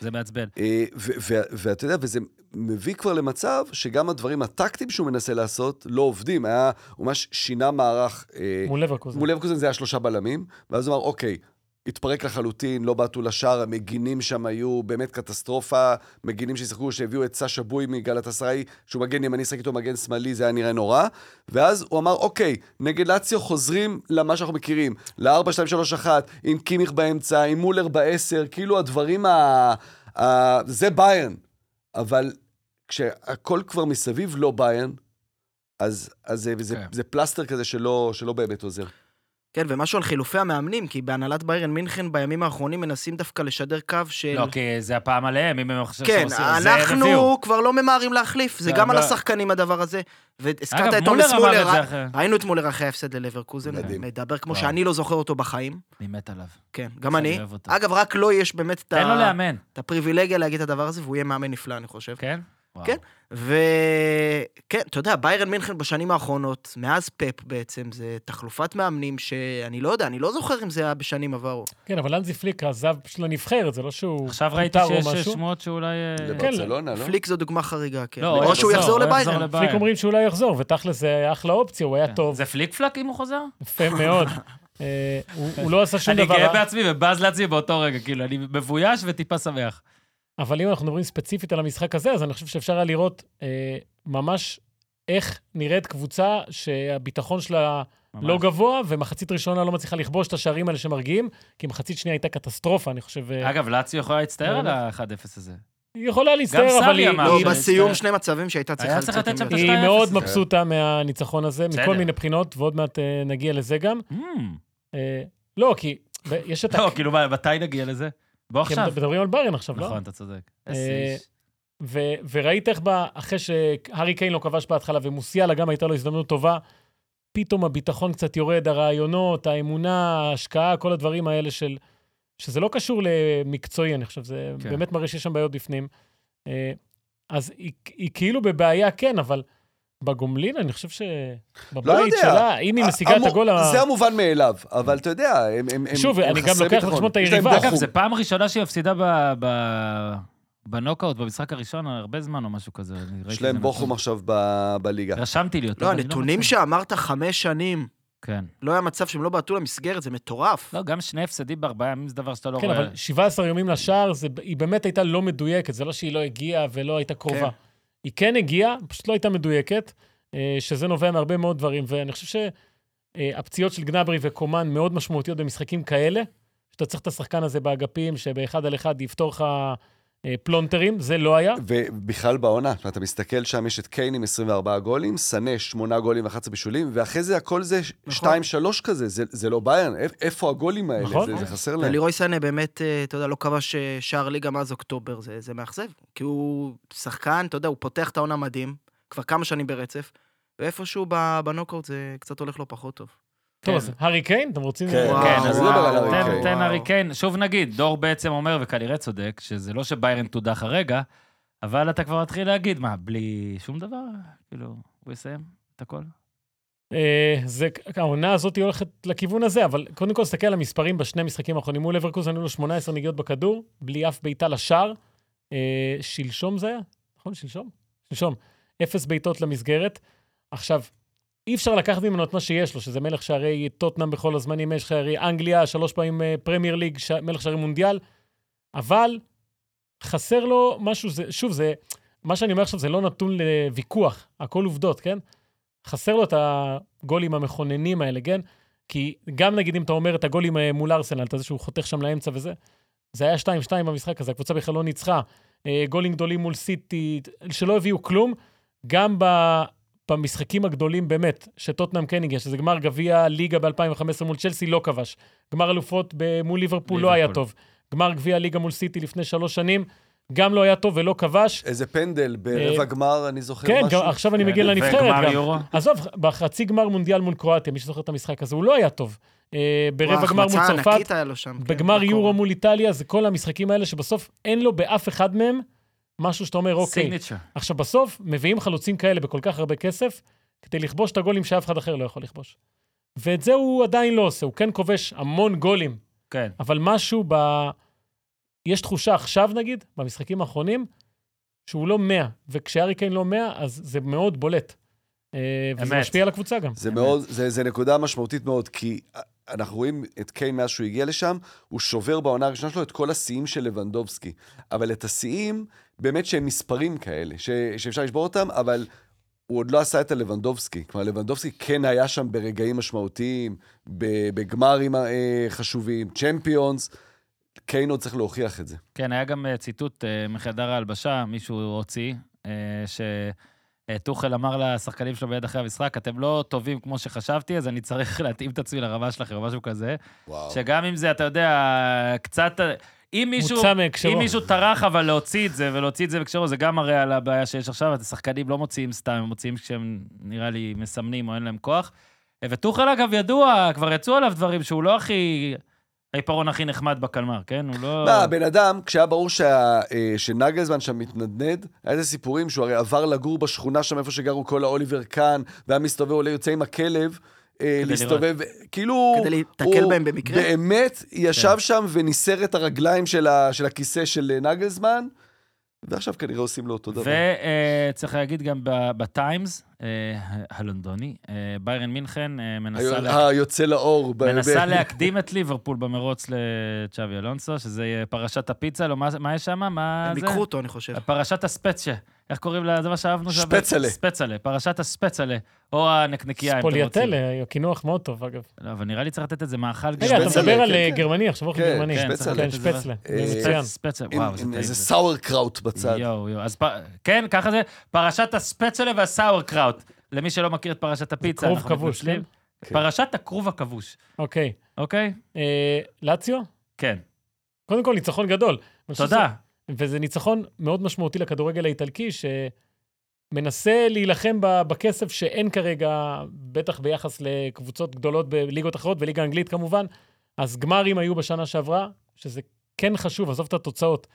זה מעצבן. אה, ו- ו- ואתה יודע, וזה מביא כבר למצב שגם הדברים הטקטיים שהוא מנסה לעשות לא עובדים. היה, הוא ממש שינה מערך. אה, מול לברקוזן. מול אברקוזן זה היה שלושה בלמים, ואז הוא אמר, אוקיי, התפרק לחלוטין, לא בעטו לשער, המגינים שם היו באמת קטסטרופה, מגינים ששיחקו, שהביאו את סאשה בוי מגלת אסראי, שהוא מגן ימני, שחק איתו מגן שמאלי, זה היה נראה נורא. ואז הוא אמר, אוקיי, נגד לאציו חוזרים למה שאנחנו מכירים, ל-4, 2, 3, 1, עם קימיך באמצע, עם מולר בעשר, כאילו הדברים ה... ה... זה ביירן. אבל כשהכל כבר מסביב לא ביירן, אז, אז זה, זה, כן. זה פלסטר כזה שלא, שלא באמת עוזר. כן, ומשהו על חילופי המאמנים, כי בהנהלת ביירן מינכן בימים האחרונים מנסים דווקא לשדר קו כן. של... לא, כי זה הפעם עליהם, אם הם חושבים כן, שעושים, אז זה הם הביאו. אנחנו כבר לא ממהרים להחליף, זה זה גם על אבל- השחקנים הדבר הזה. והזכרת אגב, את מולר אונס אמר מולר, אה, את אה? זה אחרי- ראינו את מולר אחרי ההפסד ללברקוזן, מדהים. מדבר כמו וואו. שאני לא זוכר אותו בחיים, אני מת עליו. כן, גם אני. אוהב אותו. אגב, רק לו יש באמת את ה- תן לו לאמן, את הפריבילגיה להגיד את הדבר הזה, והוא יהיה מאמן נפלא, אני חושב. כן? וואו. כן. וכן, אתה יודע, ביירן מינכן בשנים האחרונות, מאז פפ בעצם, זה תחלופת מאמנים שאני לא יודע, אני לא זוכר אם זה היה בשנים עברו. כן, אבל אנזי פליק עזב פשוט לנבחרת, זה לא שהוא... עכשיו ראיתי פוטר או שיש משהו. שמועות שאולי... אה, לברצלונה, לא? פליק זו דוגמה חריגה, כן. לא, או שהוא יחזור הוא לביירן. לא, לביירן. פליק אומרים שאולי הוא יחזור, ותכל'ס זה אחלה אופציה, הוא היה כן. לא טוב, זה פליק פלק אם הוא חוזר? יפה מאוד. אה, הוא- הוא לא עשה שום אני דבר גאה רע, בעצמי ובז לעצמי באותו רגע, כאילו, אני מבויש וטיפה שמח. אבל אם אנחנו מדברים ספציפית על המשחק הזה, אז אני חושב שאפשר היה לראות אה, ממש איך נראית קבוצה שהביטחון שלה ממש. לא גבוה, ומחצית ראשונה לא מצליחה לכבוש את השערים האלה שמרגיעים, כי מחצית שנייה הייתה קטסטרופה, אני חושב. אה, אגב, לאציו יכולה להצטער על באמת. ה-1-0 הזה. היא יכולה להסתער, סארי אבל היא- אמר לא, היא ש- בסיום מצטער. שני מצבים שהייתה צריכה צריך לצאת לתת שם עם את השתיים יותר. היא אפס מאוד הזה. מבסוטה מהניצחון הזה, מכל בסדר. מיני בחינות, ועוד מעט אה, נגיע לזה גם. Mm. אה, לא, כי ב- יש את... לא, הק- כאילו, מה, מתי נגיע לזה? בוא כי עכשיו. מדברים על ביירן עכשיו, לא? נכון, אתה צודק. אה, איזה איש. ו- וראית איך בה, אחרי שהארי קיין לא כבש בהתחלה, ומוסיאלה גם הייתה לו הזדמנות טובה, פתאום הביטחון קצת יורד, הרעיונות, האמונה, ההשקעה, כל הדברים האלה של... שזה לא קשור למקצועי, אני חושב, זה כן. כן. באמת מראה שיש שם בעיות בפנים. אה, אז היא, היא כאילו בבעיה, כן, אבל בגומלין, אני חושב שבבית לא יודע. שלה, אם היא משיגה את המו- הגול ה... אה, זה המובן מאליו, אבל אתה יודע, הם- הם הם- שוב, הם אני גם חסרי לוקח ביטחון. בחשבון את יש להם היריבה. דחום. אגב, זו פעם ראשונה שהיא הפסידה ב- ב- בנוקאוט, במשחק הראשון, הרבה זמן או משהו כזה. אני ראיתי יש את זה להם בוכום נכון. עכשיו ב- בליגה. רשמתי לי אותו. לא, אבל אני הנתונים מצא. שאמרת חמש שנים, כן. לא היה מצב שהם לא בעטו למסגרת, זה מטורף. לא, גם שני הפסדים בארבעה ימים זה דבר שאתה לא כן, רואה. אבל 17 יומים לשער, זה, היא באמת הייתה לא מדויקת, זה לא שהיא לא הגיעה ולא הייתה קרובה. כן. כן. היא כן הגיעה, פשוט לא הייתה מדויקת, אה, שזה נובע מהרבה מאוד דברים, ואני חושב שהפציעות של גנברי וקומן מאוד משמעותיות במשחקים כאלה, שאתה צריך את השחקן הזה באגפים, שבאחד על אחד יפתור לך אה, פלונטרים, זה לא היה. כן. ובכלל בעונה, אתה מסתכל שם, יש את קיין עם 24 גולים, סנה 8 גולים ו-11 בישולים, ואחרי זה הכל זה נכון. 2-3 כזה, זה- זה לא ביירן, איפ- איפה הגולים האלה? נכון. זה- זה חסר להם. ולירוי סנה באמת, אה, אתה יודע, לא כבש אה, שער ליגה מאז אוקטובר, זה זה מאכזב. כי הוא שחקן, אתה יודע, הוא פותח את העונה מדהים, כבר כמה שנים ברצף, ואיפשהו ב- בנוקאוט זה קצת הולך לו פחות טוב. טוב, אז הארי קיין, אתם רוצים... כן. כן, וואו, אז וואו, נדבר על וואו, הארי תן, אוקיי. תן וואו. הארי קיין. שוב נגיד, דור בעצם אומר, וכנראה צודק, שזה לא שביירן תודח הרגע, אבל אתה כבר מתחיל להגיד, מה, בלי שום דבר? כאילו, הוא יסיים את הכל? אה, זה, העונה הזאת היא הולכת לכיוון הזה, אבל קודם כל, תסתכל על המספרים בשני המשחקים האחרונים. מול לברקוזן היו לו 18 נגיעות בכדור, בלי אף בעיטה לשער. אה, שלשום זה היה? נכון, שלשום? שלשום. אפס בעיטות למסגרת. עכשיו, אי אפשר לקחת ממנו את מה שיש לו, שזה מלך שערי טוטנאם בכל הזמנים, מלך שערי אנגליה, שלוש פעמים אה, פרמייר ליג, ש... מלך שערי מונדיאל, אבל חסר לו משהו, זה, שוב, זה, מה שאני אומר עכשיו זה לא נתון לוויכוח, הכל עובדות, כן? חסר לו את הגולים המכוננים האלה, כן? כי גם נגיד אם אתה אומר את הגולים אה, מול ארסנל, אתה זה שהוא חותך שם לאמצע וזה, זה היה 2-2 במשחק הזה, הקבוצה בכלל לא ניצחה. אה, גולים גדולים מול סיטי, שלא הביאו כלום. גם ב- במשחקים הגדולים באמת, שטוטנאם כן הגיע, שזה גמר גביע ליגה ב-2015 מול צ'לסי, לא כבש. גמר אלופות ב- מול ליברפול לא היה ליברפול. טוב. גמר גביע ליגה מול סיטי לפני שלוש שנים, גם לא היה טוב ולא כבש. איזה פנדל ברבע אה, גמר, אני זוכר כן, משהו. גם, עכשיו אני מגיע לנבחרת וגמר גם. יורו. עזוב, בחצי גמר מונדיאל מול קרואטיה, מי שזוכר את המשחק הזה, הוא לא היה טוב. אה, ברבע וואו, גמר מול החמצה צרפת, ענקית היה לו שם. כן, בגמר בקור- יורו מול איטליה, זה כל המשחקים האלה שבסוף אין לו באף אחד מהם משהו שאתה אומר, אוקיי. סיגניצ'ר. עכשיו, בסוף מביאים חלוצים כאלה בכל כך הרבה כסף, כדי לכבוש את הגולים שאף אחד אחר לא יכול לכבוש. ואת זה הוא עדיין לא עושה, הוא כן כובש המון גולים, כן. אבל משהו ב... יש תחושה עכשיו, נגיד, במשחקים האחרונים, שהוא לא 100, וכשארי קיין לא 100, אז זה מאוד בולט. אה, וזה אמת. משפיע על הקבוצה גם. זה מאוד, זה, זה נקודה משמעותית מאוד, כי אנחנו רואים את קיין מאז שהוא הגיע לשם, הוא שובר בעונה הראשונה שלו את כל השיאים של לבנדובסקי. אבל את השיאים, באמת שהם מספרים כאלה, ש, שאפשר לשבור אותם, אבל הוא עוד לא עשה את הלבנדובסקי. כלומר, לבנדובסקי כן היה שם ברגעים משמעותיים, ב- בגמרים אה, חשובים, צ'מפיונס. קיין עוד צריך להוכיח את זה. כן, היה גם אה, ציטוט אה, מחדר ההלבשה, מישהו הוציא, אה, ש... אה, טוחל אמר לשחקנים שלו ביד אחרי המשחק, אתם לא טובים כמו שחשבתי, אז אני צריך להתאים את עצמי לרמה שלכם או משהו כזה. וואו. שגם אם זה, אתה יודע, קצת... אם מישהו, מוצא מהקשרו. אם מישהו טרח, אבל להוציא את זה, ולהוציא את זה בהקשרו, זה גם מראה על הבעיה שיש עכשיו, אז השחקנים לא מוציאים סתם, הם מוציאים כשהם, נראה לי, מסמנים או אין להם כוח. אה, וטוחל, אגב, ידוע, כבר יצאו עליו דברים שהוא לא הכי... העיפרון הכי נחמד בקלמר, כן? הוא לא... מה, הבן אדם, כשהיה ברור שה- אה, שנגלזמן שם מתנדנד, היה איזה סיפורים שהוא הרי עבר לגור בשכונה שם, איפה שגרו כל האוליבר כאן, והיה מסתובב, עולה, יוצא עם הכלב, אה, כדי להסתובב, כאילו... כדי להתקל הוא בהם במקרה? אה, באמת כן. ישב שם וניסר את הרגליים של ה- של הכיסא של אה, נגלזמן, ועכשיו כנראה עושים לו אותו דבר. וצריך להגיד גם ב- בטיימס, אה, הלונדוני, אה, ביירן מינכן אה, מנסה היו- לה- היוצא לאור. ב- מנסה ב- להקדים את ליברפול במרוץ לצ'אבי אלונסו, שזה יהיה פרשת הפיצה, לא, מה- מה יש שם? מה הם זה? ייקחו אותו, אני חושב. פרשת הספצ'ה. איך קוראים לזה מה שאהבנו? שם? שפצלה. ספצלה, פרשת הספצלה. או הנקניקייה, אם אתם רוצים. ספולייטלה, אה, קינוח מאוד טוב, אגב. לא, אבל נראה לי צריך לתת איזה מאכל. רגע, אתה שפצלה, מדבר על כן, אה, כן. גרמני, עכשיו אוכל כן, גרמני. כן, שפצלה. צריך לתת כן, את זה. שפצלה. אה, זה מצוין. ספצלה, עם- וואו, זה עם טעים. איזה זה. סאואר קראוט בצד. יואו, יואו. אז פ- כן, ככה זה, פרשת הספצלה והסאורקראוט. למי שלא מכיר את פרשת הפיצה, כרוב אנחנו כבוש, מתנצלים. כן. פרשת הכרוב הכבוש, אוקיי. אוקיי? אה, לאציו? כן. קודם כל, ניצחון גדול. אני חושב תודה. וזה ניצחון מאוד משמעותי לכדורגל האיטלקי, שמנסה להילחם ב- בכסף שאין כרגע, בטח ביחס לקבוצות גדולות בליגות אחרות, בליגה האנגלית כמובן. אז גמרים היו בשנה שעברה, שזה כן חשוב, עזוב את התוצאות.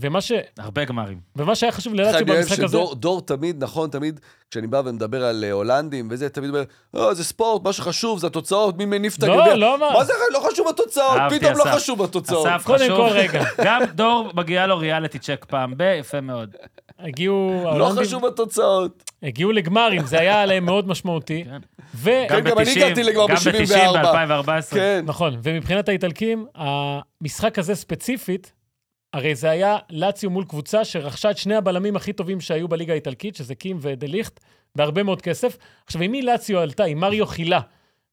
ומה, ש... הרבה גמרים. ומה שהיה חשוב איך ללאציו אני אוהב במשחק הזה... שדור דור תמיד, נכון, תמיד, כשאני בא ומדבר על אה, הולנדים וזה, תמיד אומר, "אה, זה ספורט, מה שחשוב זה התוצאות, מי מניף את לא, הגביע. לא אמר. מה זה, לא חשוב התוצאות, אהבתי, פתאום לא אסף. חשוב התוצאות. אסף, קודם חשוב. כל, רגע. גם דור, מגיעה לו ריאליטי צ'ק פעם ב... יפה מאוד. כן, הגיעו לא ההולנדים, חשוב התוצאות. הגיעו לגמרים, זה היה עליהם מאוד משמעותי. כן. ו... גם אני ב-90, הגעתי לגמר גם ב-90, ב- ב-2014. כן. נכון, ומבחינת האיטלקים, המשחק הזה ספציפית, הרי זה היה לאציו מול קבוצה שרכשה את שני הבלמים הכי טובים שהיו בליגה האיטלקית, שזה קים ודליכט, בהרבה מאוד כסף. עכשיו, עם מי לאציו עלתה? עם מריו חילה.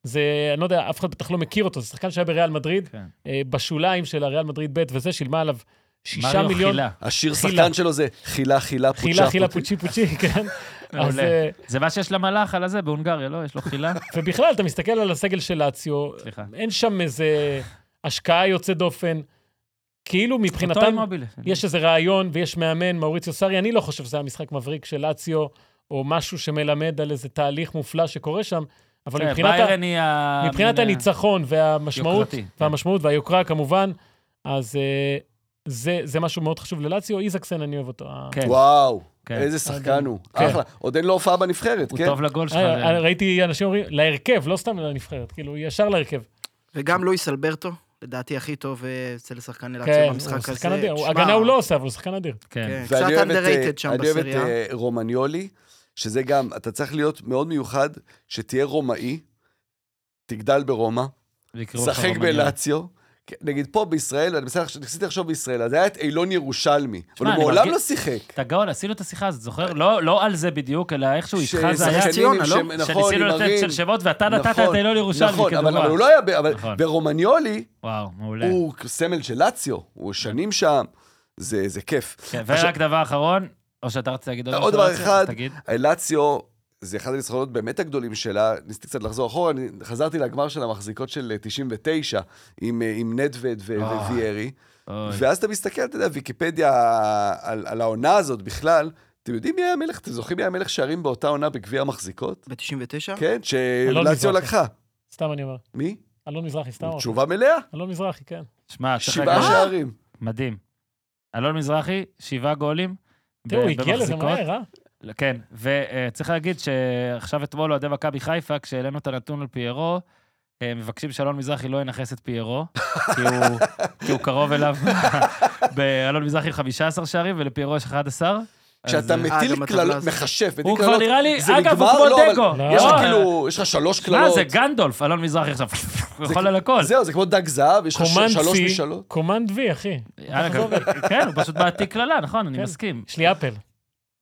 זה, אני לא יודע, אף אחד בטח לא מכיר אותו, זה שחקן שהיה בריאל מדריד, כן. אה, בשוליים של הריאל מדריד ב' וזה, שילמה עליו שישה מריו מיליון. חילה. השיר חילה. שחקן שלו זה חילה, חילה, פוצ'ה. חילה, חילה, פוצ'ה". פוצ'י פוצ'י, כן. אז, מעולה. אה, זה מה שיש למלאך על הזה בהונגריה, לא? יש לו חילה? ובכלל, אתה מסתכל על הסגל של לאציו, סליחה. אין שם איזה השקעה יוצאת דופן. כאילו אותו עם מבחינתם, מוביליה. יש איזה רעיון ויש מאמן, מאוריציו סארי, אני לא חושב שזה היה משחק מבריק של לאציו, או משהו שמלמד על איזה תהליך מופלא שקורה שם, אבל כן, מבחינת, ה... ביירן היא ה... מבחינת מן כן. ה- הניצחון והמשמעות, יוקרתי. והמשמעות והיוקרה כמובן, אז אה, זה, זה משהו מאוד חשוב ללאציו. איזקסן, אני אוהב אותו. ה- אה, כן, וואו, כן. איזה שחקן הוא. כן. אחלה. עוד אין לו הופעה בנבחרת, הוא כן? טוב לגול שלך. אה, אה, ראיתי אנשים אומרים, להרכב, לא סתם לנבחרת, כאילו, ישר להרכב. וגם לואיס אלברטו, לדעתי הכי טוב אה, אצל שחקן כן, אלאציה במשחק הוא הזה. שחקן אדיר. הוא- תשמע, הגנה הוא לא עושה, אבל הוא שחקן אדיר. כן. כן. ואני קצת אוהב את, underrated שם אה, אני אוהב את בסריה. אה, רומניולי, שזה גם, אתה צריך להיות מאוד מיוחד, שתהיה רומאי, תגדל ברומא, ויקראו לך שחק רומניה. בלאציו. כן, נגיד פה בישראל, אני בסדר, ניסיתי לחשוב בישראל, אז היה את אילון ירושלמי, אבל אני הוא מעולם מרגיש- לא שיחק. אתה גאון, עשינו את השיחה הזאת, זוכר? לא לא על זה בדיוק, אלא איכשהו איתך זה היה... ששחקנים ציונה, לא? שהם- נכון, שניסינו עם לתת מרין. של שמות, ואתה נתת נכון, את אילון ירושלמי נכון, אבל כדוגמה. אבל הוא לא היה, ב- אבל נכון. ברומניולי, וואו, מעולה. הוא סמל של לאציו, הוא שנים שם, זה זה כיף. כן, עכשיו- ורק דבר אחרון, או שאתה רצית להגיד עוד משהו, דבר אלכס? אחד. תגיד. לאציו, זה אחד הניצחונות באמת הגדולים שלה, ניסיתי קצת לחזור אחורה, אני חזרתי לגמר של המחזיקות של אה, 99, עם, אה, עם נדווד ו- אה. וויירי, אוי. ואז אתה מסתכל, אתה יודע, ויקיפדיה על, על העונה הזאת בכלל, אתם יודעים מי היה המלך, אתם זוכרים מי היה המלך שערים באותה עונה בגביע המחזיקות? ב-99? כן, שלאציו מזרחי. לקחה. סתם אני אומר. מי? אלון מזרחי, סתם. אמרתי. תשובה מלאה? אלון מזרחי, כן. שמע, צריך שבעה להגיד, שערים. אה, מדהים. אלון מזרחי, שבעה גולים. תראו, ב- הוא הגיע לזה במחזיקות. מהר, אה? כן, וצריך להגיד שעכשיו אתמול אוהדי מכבי חיפה, כשהעלינו את הנתון על פיירו, אה, מבקשים שאלון מזרחי לא ינכס את פיירו, כי הוא, כי הוא קרוב אליו. באלון מזרחי עם 15 שערים ולפיירו יש 11. אז, כשאתה אה, אה, מטיל גם אתה קללות, מס- מכשף, מטיל הוא כבר קללות, נראה לי, זה אגב, הוא נגמר? כמו לא, אבל דגו. יש לך לא, כאילו, יש לך שלוש מה קללות. זה, גנדולף, אלון מזרחי עכשיו, הוא יכול על הכל. זהו, זה כמו דג זהב, יש לך ש- שלוש קומנד C, משלוש. קומנד V, אחי. יאללה, לא- כן, הוא פשוט בעתיק קללה, נכון, אני כן. מסכים. יש לי אפל.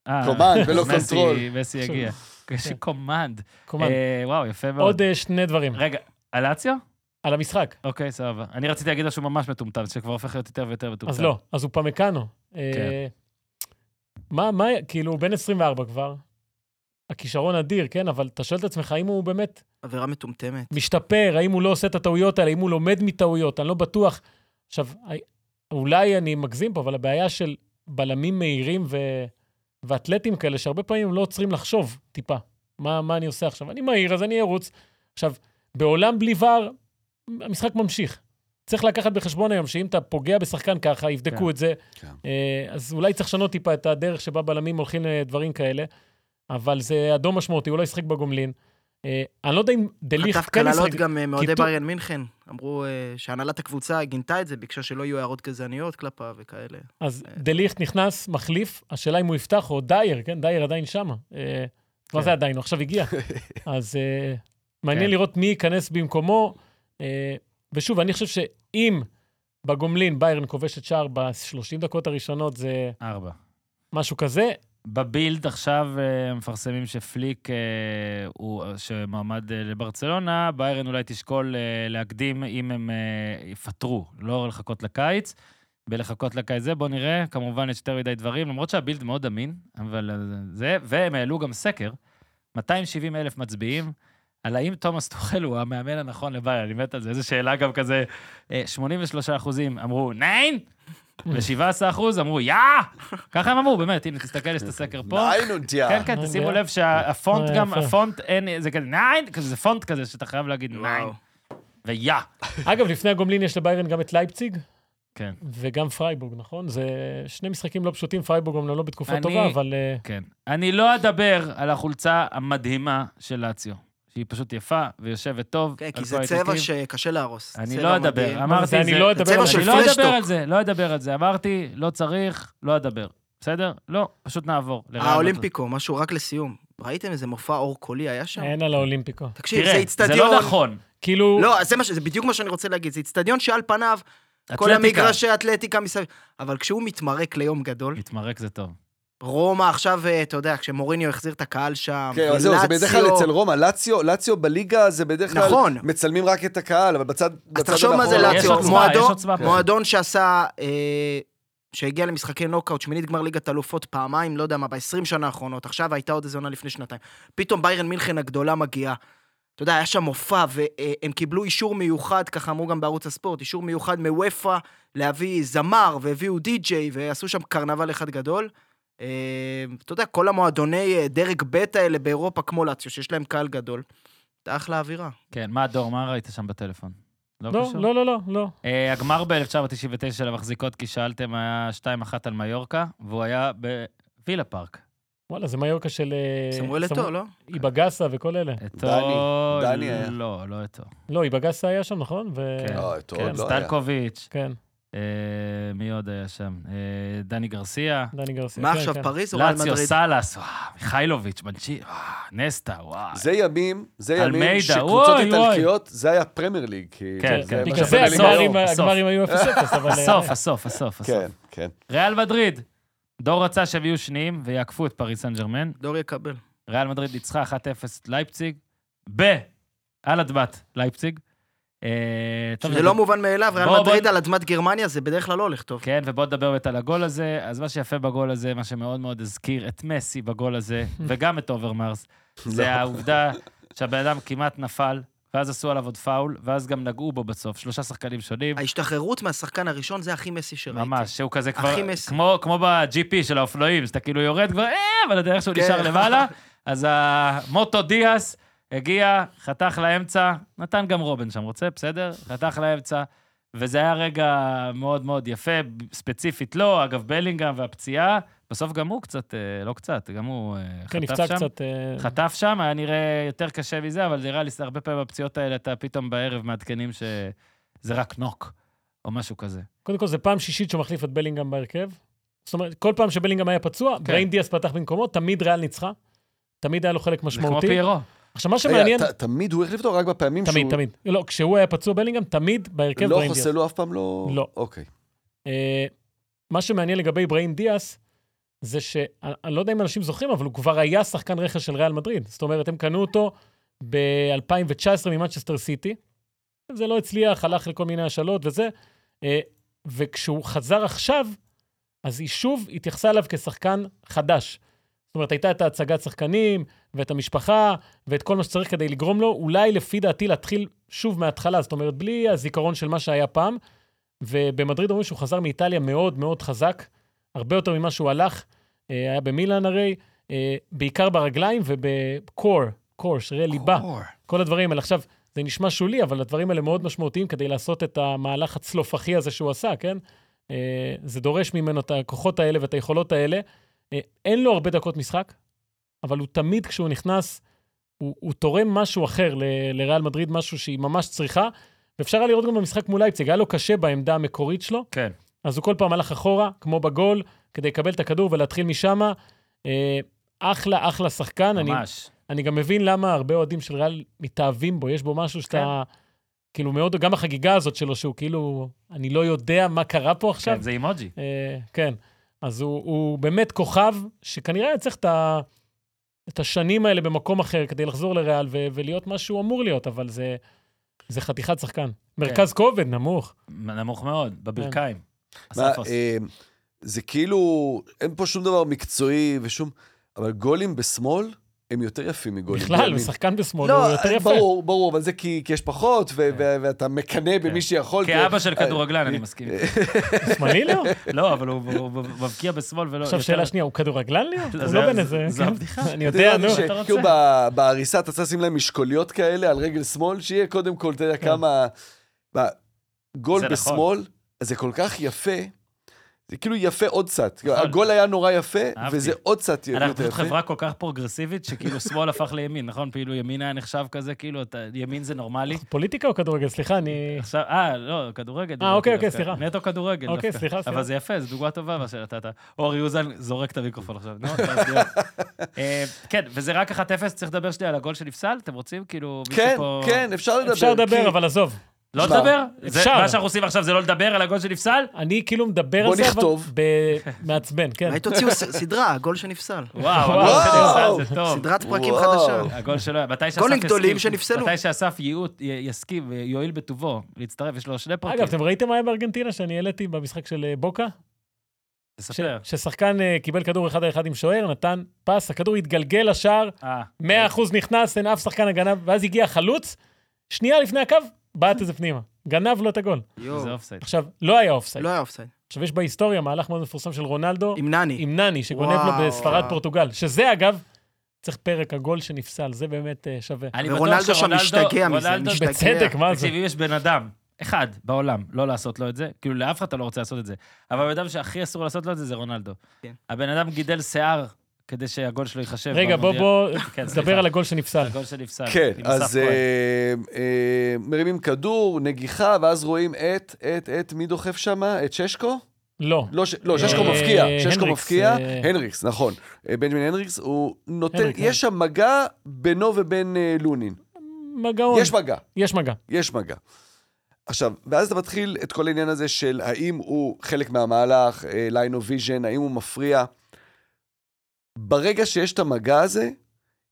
אה, קומנד ולא מסי- קונטרול. מסי יגיע. יש קומנד. כן. קומנד. אה, וואו, יפה מאוד. עוד אה, שני דברים רגע, אלציו? על המשחק. אוקיי, סבבה. אני רציתי להגיד משהו ממש מטומטם, שכבר הופך להיות יותר ויותר מטומטם. אז לא, אז הוא פמקאנו. אה, כן. מה, מה, כאילו, הוא בן 24 כבר. הכישרון אדיר, כן? אבל אתה שואל את עצמך, האם הוא באמת עבירה מטומטמת. משתפר, האם הוא לא עושה את הטעויות האלה, האם הוא לומד מטעויות, אני לא בטוח. עכשיו, אולי אני מגזים פה, אבל הבעיה של בלמים מהירים ו... ואתלטים כאלה, שהרבה פעמים הם לא עוצרים לחשוב טיפה, מה, מה אני עושה עכשיו. אני מהיר, אז אני ארוץ. עכשיו, בעולם בלי ור, המשחק ממשיך. צריך לקחת בחשבון היום שאם אתה פוגע בשחקן ככה, יבדקו כן. את זה. כן. אה, אז אולי צריך לשנות טיפה את הדרך שבה בלמים הולכים לדברים כאלה, אבל זה אדום משמעותי, הוא לא ישחק בגומלין. אה, אני לא יודע אם דליך חטף כן קללות ישחק. גם אה, מאוהדי קיטור- בריאן מינכן. אמרו אה, שהנהלת הקבוצה גינתה את זה, ביקשה שלא יהיו הערות גזעניות כלפיו וכאלה. אז דליכט נכנס, מחליף, השאלה אם הוא יפתח או דייר, כן? דייר עדיין שמה. אה, מה כן. זה עדיין? הוא עכשיו הגיע. אז אה, מעניין כן. לראות מי ייכנס במקומו. אה, ושוב, אני חושב שאם בגומלין ביירן כובשת שער ב-30 דקות הראשונות, זה ארבע. משהו כזה, בבילד עכשיו אה, מפרסמים שפליק אה, הוא שמועמד אה, לברצלונה, ביירן אולי תשקול אה, להקדים אם הם אה, יפטרו, לא לחכות לקיץ. בלחכות לקיץ זה, בואו נראה, כמובן יש יותר מדי דברים, למרות שהבילד מאוד אמין, אבל אה, זה, והם העלו גם סקר, 270 אלף מצביעים, על האם תומאס טוחל הוא המאמן הנכון לביירן, אני מת על זה, איזו שאלה גם כזה, אה, 83 אחוזים אמרו, ניין! ו-17 אחוז אמרו, יא! ככה הם אמרו, באמת, הנה, תסתכל, יש את הסקר פה. נעין אונטיה. כן, כן, ניין, תשימו יא. לב שהפונט אה, גם, יפה. הפונט אין, זה כזה ניין, כזה, זה פונט כזה שאתה חייב להגיד ניין, וואו. ויא. אגב, לפני הגומלין יש לביירן גם את לייפציג כן, וגם פרייבורג, נכון? זה שני משחקים לא פשוטים, פרייבורג אומנם לא בתקופה אני- טובה, אבל... אה, כן. אני לא אדבר על החולצה המדהימה של לאציו, שהיא פשוט יפה ויושבת טוב. כן, על כי זה כל צבע ההתקפים. שקשה להרוס. לא אני צבע לא מדהים. אדבר, זה אמרתי, אני לא אדבר צבע על של אני לא אדבר פלשטוק. על זה, לא אדבר על זה. אמרתי, לא צריך, לא אדבר. בסדר? לא, פשוט נעבור. לרעיונות. האולימפיקו, משהו רק לסיום. ראיתם איזה מופע אור קולי היה שם? אין על האולימפיקו. תקשיב, זה תראה, זה איצטדיון... לא נכון. כאילו... לא, זה מה ש- זה בדיוק מה שאני רוצה להגיד. זה איצטדיון שעל פניו, כל אתלטיקה. המגרשי אתלטיקה מסביב. אבל כשהוא מתמרק ליום גדול, מתמרק זה טוב. רומא עכשיו, אה, אתה יודע, כשמוריניו החזיר את הקהל שם, כן, אבל זהו, זה בדרך כלל ולציו- אצל רומא. לאציו, לאציו בליגה זה בדרך כלל... נכון. מצלמים רק את הקהל, אבל בצד... אז בצד תחשוב מה זה מאחורה. יש לאציו, עוצמה, מועדון- יש עוצמה פה. מועדון שעשה, אה, שהגיע למשחקי נוקאוט, שמינית גמר ליגת אלופות פעמיים, לא יודע מה, ב-20 שנה האחרונות, עכשיו הייתה עוד איזה עונה לפני שנתיים. פתאום ביירן מינכן הגדולה מגיעה. אתה יודע, היה שם מופע, והם קיבלו אישור מיוחד, ככה אמרו גם בערוץ הספורט, אישור מיוחד מוופא להביא זמר, והביאו די-ג'יי, ועשו שם קרנבל אחד גדול. אה, אתה יודע, כל המועדוני אה, דרג ב' האלה באירופה, כמו לאציו, שיש להם קהל גדול. הייתה אחלה אווירה. כן, מה הדור, מה ראית שם בטלפון? לא, קשור? לא, לא, לא, לא. אה, הגמר ב-1999 של המחזיקות, כי שאלתם, היה 2-1 על מיורקה, והוא היה בווילה פארק. וואלה, זה מיורקה של... אה, סמואל אתו, סמו- לא? איבגסה וכל אלה. אתו... דני, דני היה. לא, לא אתו. לא, איבגסה היה שם, נכון? ו... כן. לא, את כן, עוד לא היה. סטלקוביץ', כן, אה, מי עוד היה שם? אה, דני גרסיה, דני גרסיה. מה כן, עכשיו, כן. פריז או ריאל לאציו מדריד? סאלס, וואו, מיכאילוביץ', מנצ'י, וואו, נסטה, וואו. זה ימים, זה ימים אלמידה, שקבוצות אוי, אוי. איטלקיות, זה היה פרמייר ליג. כאילו. כן, זה כן. מה בגלל עכשיו זה שהפרמייר ליג בסוף, הגמרים היום. בסוף. הגמרים היו 0-0, אבל... אה, הסוף, הסוף, הסוף, הסוף. כן, כן. ריאל מדריד. דור רצה שהם יהיו שניים ויעקפו את פריס סן ג'רמן. דור יקבל. ריאל מדריד ניצחה 1-0 את לייפציג, ב... על אדמת לייפציג. אה, טוב, זה נדבר- לא מובן מאליו, ריאל בוא, בוא. מדריד על אדמת גרמניה זה בדרך כלל לא הולך טוב. כן, ובוא נדבר באמת על הגול הזה. אז מה שיפה בגול הזה, מה שמאוד מאוד הזכיר את מסי בגול הזה, וגם את אוברמרס, זה העובדה שהבן אדם כמעט נפל, ואז עשו עליו עוד פאול, ואז גם נגעו בו בסוף, שלושה שחקנים שונים. ההשתחררות מהשחקן הראשון זה הכי מסי שראיתי. ממש, שהוא כזה כבר, הכי מסי. כמו, כמו ב-GP של האופנועים, שאתה כאילו יורד כבר, אה, אבל הדרך שהוא כן. נשאר למעלה, אז המוטו דיאס הגיע, חתך לאמצע, נתן גם רובן שם, רוצה? בסדר? חתך לאמצע, וזה היה רגע מאוד מאוד יפה, ספציפית לו, אגב, בלינגהם והפציעה, בסוף גם הוא קצת, אה, לא קצת, גם הוא אה, חטף שם. כן, נפצע קצת... אה, חטף שם, היה נראה יותר קשה מזה, אבל נראה לי שהרבה פעמים בפציעות האלה, אתה פתאום בערב מעדכנים שזה רק נוק, או משהו כזה. קודם כל, זו פעם שישית שהוא מחליף את בלינגהם בהרכב. זאת אומרת, כל פעם שבלינגהם היה פצוע, כן. בריין דיאס פתח במקומו, תמיד ריאל ניצחה. תמיד היה לו חלק זה כמו משמעותי. פיירו. עכשיו, מה רגע, שמעניין... ת- תמיד הוא החליף אותו רק בפעמים אה, שהוא... תמיד, תמיד. לא, כשהוא היה פצוע בלינגהם, תמיד בהרכב לא בריין דיאס. חוסלו אף פעם לא... לא. אוקיי. אה, מה שמעניין לגבי אברהים דיאס, זה שאני אני לא יודע אם אנשים זוכרים, אבל הוא כבר היה שחקן רכש של ריאל מדריד. זאת אומרת, הם קנו אותו ב-2019 ממנצ'סטר סיטי. זה לא הצליח, הלך לכל מיני השאלות וזה. אה, וכשהוא חזר עכשיו, אז היא שוב התייחסה אליו כשחקן חדש. זאת אומרת, הייתה את ההצגת שחקנים, ואת המשפחה, ואת כל מה שצריך כדי לגרום לו, אולי לפי דעתי להתחיל שוב מההתחלה, זאת אומרת, בלי הזיכרון של מה שהיה פעם. ובמדריד אומרים שהוא חזר מאיטליה מאוד מאוד חזק, הרבה יותר ממה שהוא הלך, אה, היה במילאן הרי, אה, בעיקר ברגליים ובקור, קור, שרירי ליבה, כל הדברים האלה. עכשיו, זה נשמע שולי, אבל הדברים האלה מאוד משמעותיים כדי לעשות את המהלך הצלופחי הזה שהוא עשה, כן? אה, זה דורש ממנו את הכוחות האלה ואת היכולות האלה. אה, אין לו הרבה דקות משחק, אבל הוא תמיד, כשהוא נכנס, הוא, הוא תורם משהו אחר ל- לריאל מדריד, משהו שהיא ממש צריכה. ואפשר היה לראות גם במשחק מול לייפציג, היה לו קשה בעמדה המקורית שלו, כן. אז הוא כל פעם הלך אחורה, כמו בגול, כדי לקבל את הכדור ולהתחיל משם. אה, אחלה, אחלה שחקן. אני, ממש. אני גם מבין למה הרבה אוהדים של ריאל מתאהבים בו, יש בו משהו שאתה... כאילו מאוד, גם החגיגה הזאת שלו, שהוא כאילו, אני לא יודע מה קרה פה עכשיו. כן, זה אימוג'י. אה, כן. אז הוא, הוא באמת כוכב, שכנראה היה צריך את, ה, את השנים האלה במקום אחר כדי לחזור לריאל ו, ולהיות מה שהוא אמור להיות, אבל זה, זה חתיכת שחקן. כן. מרכז כובד, נמוך. נמוך מאוד, בברכיים. מה, הספוס. אה, זה כאילו, אין פה שום דבר מקצועי ושום... אבל גולים בשמאל הם יותר יפים מגולים. בכלל, בימין. הוא שחקן בשמאל, לא, הוא יותר יפה. כן. ברור, ברור, אבל זה כי, כי יש פחות, ו- ו- ואתה מקנא במי שיכול. כאבא של כדורגלן, אה, אני מסכים. שמאלי ליאו? לא, אבל הוא הוא- הוא מבקיע בשמאל ולא... עכשיו יותר- שאלה שנייה, הוא כדורגלן ליאו? זה- הוא זה- לא בן זה- איזה... זה כן. הבדיחה. אני יודע, נו. אתה רוצה? כאילו ב- בעריסה אתה צריך לשים להם משקוליות כאלה על רגל שמאל, שיהיה קודם כל, אתה יודע כמה... ב- גול כן. זה נכון. בשמאל, זה כל כך יפה, זה כאילו יפה עוד קצת. נכון. הגול היה נורא יפה, אהבתי. וזה עוד קצת יותר יפה. אנחנו פשוט חברה כל כך פרוגרסיבית, שכאילו שמאל הפך לימין, נכון? כאילו ימין היה נחשב כזה, כאילו, אתה- ימין זה נורמלי. פוליטיקה או כדורגל? סליחה, אני... עכשיו, אה, לא, כדורגל. דיברתי אוקיי, אוקיי, דווקא. סליחה. נטו כדורגל דווקא. אוקיי, סליחה, סליחה. אבל זה יפה, זו דוגמה טובה מה שנתת. אור יוזן זורק את המיקרופון עכשיו. נו, אתה מצוין. אה, כן, וזה רק 1-0, צריך לדבר שנייה על הגול שנפסל? אתם רוצים? כאילו, מישהו כן, פה... כן, אפשר לדבר. אפשר כי- לדבר, אבל עזוב. לא תשמע, לדבר? זה- אפשר. מה שאנחנו עושים עכשיו זה לא לדבר על הגול שנפסל? אני כאילו מדבר בוא על זה, אבל... נכתוב. ב- מעצבן, כן. אולי תוציאו ס- סדרה, הגול שנפסל. וואו, וואו. הגול שנפסל זה טוב. סדרת פרקים וואו. חדשה. הגול שלו, מתי שאסף גולים יסכים- גדולים שנפסלו. מתי שאסף ייעוט- י- יסכים ויואיל בטובו להצטרף, יש לו שני פרקים. אגב, אתם ראיתם מה היה בארגנטינה שאני העליתי במשחק של אה, בוקה? תספר. ש- ששחקן אה, קיבל כדור אחד על אחד עם שוער, נתן פס, הכדור התגלגל לשער, אה, 100% נכנס, אין אף שחקן הגנה, ואז הגיע חלוץ, שנייה לפני הקו, בעט את זה פנימה. גנב לו את הגול. יואו, זה אופסייד. עכשיו, לא היה אופסייד. לא היה אופסייד. עכשיו, יש בהיסטוריה מהלך מאוד מפורסם של רונלדו עם נני. עם נני, שגונב לו וואו. אה. בספרד פורטוגל. שזה, אגב, צריך פרק הגול שנפסל, זה באמת אה, שווה. אני ורונלדו בטוח שם שרונלדו- משתגע מזה, רונלדו- משתגע. בצדק, מה זה? תקשיב, אם יש בן אדם, אחד בעולם, לא לעשות לו את זה, כאילו לאף אחד אתה לא רוצה לעשות את זה, אבל הבן אדם שהכי אסור לעשות לו את זה זה רונלדו. כן. הבן אדם גידל שיער כדי שהגול שלו ייחשב. רגע, בוא, במונדיאל. בוא, כן, סליחה. נדבר על הגול שנפסל. הגול שנפסל. כן, עם אסף אז כהן. אה, אה, מרימים כדור, נגיחה, ואז רואים את, את, את, מי דוחף שם? את ששקו? לא. לא, ש- לא, ששקו אה, מפקיע, ששקו הנריקס, מפקיע, אה. הנריקס, נכון. אה, בנג'מין הנריקס, הוא נותן, הנריק, כן. יש שם מגע בינו ובין אה, לונין. מגעון. יש מגע, יש מגע. יש מגע. עכשיו, ואז אתה מתחיל את כל העניין הזה של האם הוא חלק מהמהלך, אה, ליינו ויז'ן, האם הוא מפריע. ברגע שיש את המגע הזה,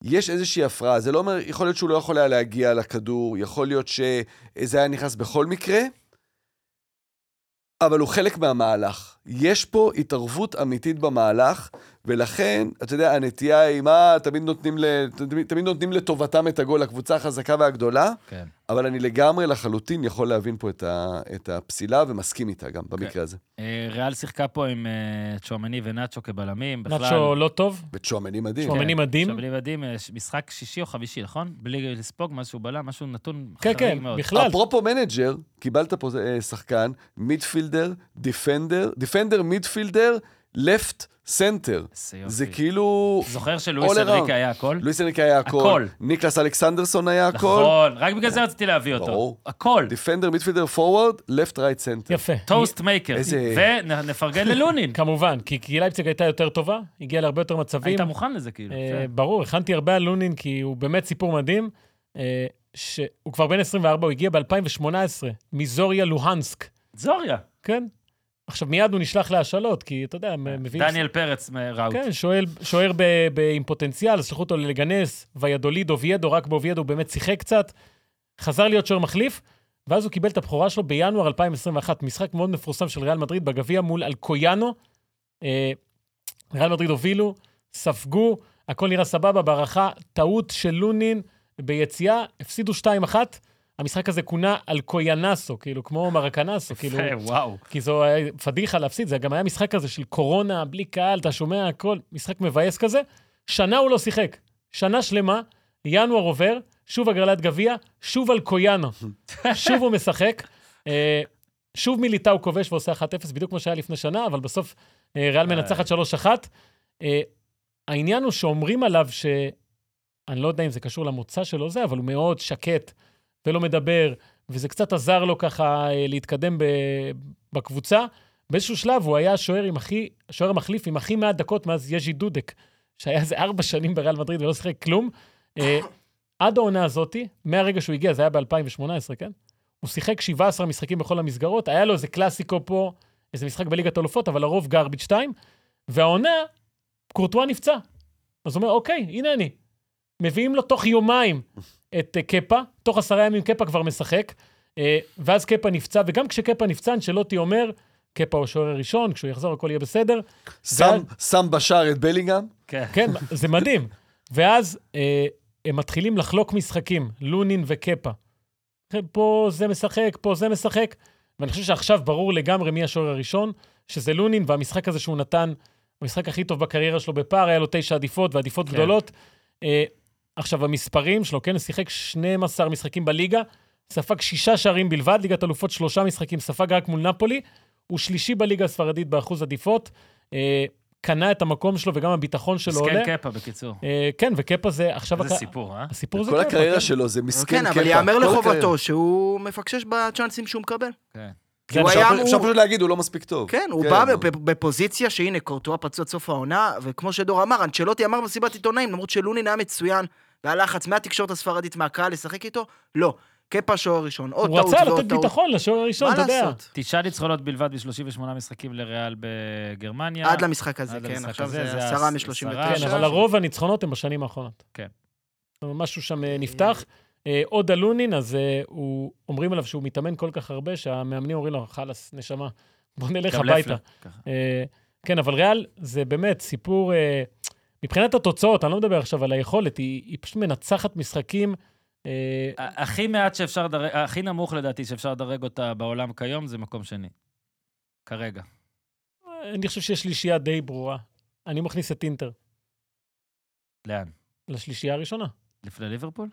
יש איזושהי הפרעה. זה לא אומר, יכול להיות שהוא לא יכול היה להגיע לכדור, יכול להיות שזה היה נכנס בכל מקרה, אבל הוא חלק מהמהלך. יש פה התערבות אמיתית במהלך, ולכן, אתה יודע, הנטייה היא מה, תמיד נותנים, ל, תמיד, תמיד נותנים לטובתם את הגול, הקבוצה החזקה והגדולה. כן. אבל אני לגמרי לחלוטין יכול להבין פה את, ה, את הפסילה ומסכים איתה גם במקרה הזה. אה, ריאל שיחקה פה עם אה, צ'ואמני ונאצ'ו כבלמים. בכלל- נאצ'ו לא טוב, וצ'ואמני מדהים. צ'ואמני מדהים. עכשיו, בלי מדהים, כן, אה, ש- משחק שישי או חמישי, נכון? בלי לספוג משהו בלם, משהו נתון כן, חריג כן, מאוד. בכלל. אפרופו מנג'ר, קיבלת פה אה, שחקן, מידפילדר, דיפנדר, דיפנדר, מידפילדר, לפט, סנטר. איזה יופי. זה כאילו... זוכר שלואיס All around. אנריקה היה הכל? לואיס אנריקה היה הכל, הכל. ניקלס אלכסנדרסון היה הכל, נכון, רק בגלל זה רציתי להביא אותו. ברור. הכל. דיפנדר, מידפילדר, פורוורד, לפט, רייט, סנטר. יפה. טוסט מייקר. איזה- ונפרגן ללונין. Mm. כמובן, כי כי לייפציג הייתה יותר טובה, הגיעה להרבה יותר מצבים. היית מוכן לזה, כאילו. אה, ברור, הכנתי הרבה על לונין, כי הוא באמת סיפור מדהים. אה, שהוא כבר בן 24, הוא הגיע ב-2018, מזוריה לוהנסק, זוריה. כן? עכשיו, מיד הוא נשלח להשאלות, כי אתה יודע, מ- מביאים... אה, דניאל פרץ מראוט. כן, שועל- שוער ב- ב- עם פוטנציאל, אז שלחו אותו ללגנס, וידוליד אוביידו, רק באוביידו הוא באמת שיחק קצת, חזר להיות שוער מחליף, ואז הוא קיבל את הבכורה שלו בינואר 2021, משחק מאוד מפורסם של ריאל מדריד בגביע מול אלקויאנו. אה, ריאל מדריד הובילו, ספגו, הכל נראה סבבה בהערכה, טעות של לונין ביציאה, הפסידו 2-1. המשחק הזה כונה אלקויאנסו, כאילו, כמו מרקנסו, כאילו, יפה, וואו. כי זו היה פדיחה להפסיד, זה גם היה משחק כזה של קורונה, בלי קהל, אתה שומע הכל, משחק מבאס כזה. שנה הוא לא שיחק, שנה שלמה, ינואר עובר, שוב הגרלת גביע, שוב אלקויאנו. שוב הוא משחק, אה, שוב מיליטאו כובש ועושה 1-0, בדיוק כמו שהיה לפני שנה, אבל בסוף אה, ריאל מנצחת 3-1. אה, העניין הוא שאומרים עליו ש... אני לא יודע אם זה קשור למוצא שלו זה, אבל הוא מאוד שקט ולא מדבר, וזה קצת עזר לו ככה אה, להתקדם ב... בקבוצה. באיזשהו שלב הוא היה השוער עם הכי, השוער המחליף עם הכי מעט דקות מאז יז'י דודק, שהיה איזה ארבע שנים בריאל מדריד ולא שיחק כלום. אה, עד העונה הזאתי, מהרגע שהוא הגיע, זה היה ב-2018, כן? הוא שיחק 17 משחקים בכל המסגרות, היה לו איזה קלאסיקו פה, איזה משחק בליגת אלופות, אבל לרוב גרביץ' 2, והעונה, קורטואה נפצע. אז הוא אומר, אוקיי, הנה אני. מביאים לו תוך יומיים את אה, קפה, תוך עשרה ימים קפה כבר משחק, אה, ואז קפה נפצע, וגם כשקפה נפצע, אנשלוטי אומר, קפה הוא השוער הראשון, כשהוא יחזור הכל יהיה בסדר. שם, שם בשער את בלינגהם, כן. כן, זה מדהים. ואז אה, הם מתחילים לחלוק משחקים, לונין וקפה. כן, פה זה משחק, פה זה משחק, ואני חושב שעכשיו ברור לגמרי מי השוער הראשון, שזה לונין, והמשחק הזה שהוא נתן, הוא המשחק הכי טוב בקריירה שלו בפער, היה לו תשע עדיפות ועדיפות כן. כן. גדולות. אה, עכשיו, המספרים שלו, כן, שיחק 12 משחקים בליגה, ספג שישה שערים בלבד, ליגת אלופות שלושה משחקים, ספג רק מול נפולי, הוא שלישי בליגה הספרדית באחוז עדיפות, אה, קנה את המקום שלו וגם הביטחון שלו עולה. מסכן קפה, בקיצור. אה, כן, וקפה זה עכשיו... כן, איזה הק- סיפור, אה? הסיפור זה כל קפה, הקריירה כן. שלו זה אבל מסכן כן, אבל קפה, יאמר כל הקריירה. לחובתו שהוא מפקשש בצ'אנסים שהוא מקבל. כן. זה הוא עכשיו- אפשר היה פ- אפשר אמור- פשוט להגיד, הוא לא מספיק טוב. כן, הוא כן, בא הוא- בפ- בפוזיציה שהנה, קורטואה פצוע עד סוף העונה, וכמו שדור אמר, אנצ'לוטי אמר במסיבת עיתונאים, למרות שלונין היה מצוין, והיה לחץ מהתקשורת הספרדית, מהקהל, לשחק איתו, לא. קפה שוער ראשון, עוד הוא טעות ועוד רצה טעות. לתת ביטחון לשוער הראשון, אתה מה יודע. לעשות? תשעה ניצחונות בלבד ב-38 משחקים לריאל בגרמניה. עד למשחק הזה, עד כן, למשחק עכשיו הזה, זה זה עשרה לא הס- עשרה, כן, מ-39. אבל הרוב הניצחונות הם בשנים האחרונות. כן. זאת אומרת, משהו שם אה, נפתח. אה, עוד אלונין, אז אה, הוא- אומרים עליו שהוא מתאמן כל כך הרבה, שהמאמנים אומרים לו, חלאס, נשמה, בוא נלך גם הביתה. לפלר, ככה. אה, כן, אבל ריאל זה באמת סיפור... אה, מבחינת התוצאות, אני לא מדבר עכשיו על היכולת, היא היא פשוט מנצחת משחקים. אה, ה- הכי מעט שאפשר לדרג, הכי נמוך לדעתי שאפשר לדרג אותה בעולם כיום זה מקום שני. כרגע. אני חושב שיש שלישייה די ברורה. אני מכניס את אינטר לאן? לשלישייה הראשונה. לפני ליברפול?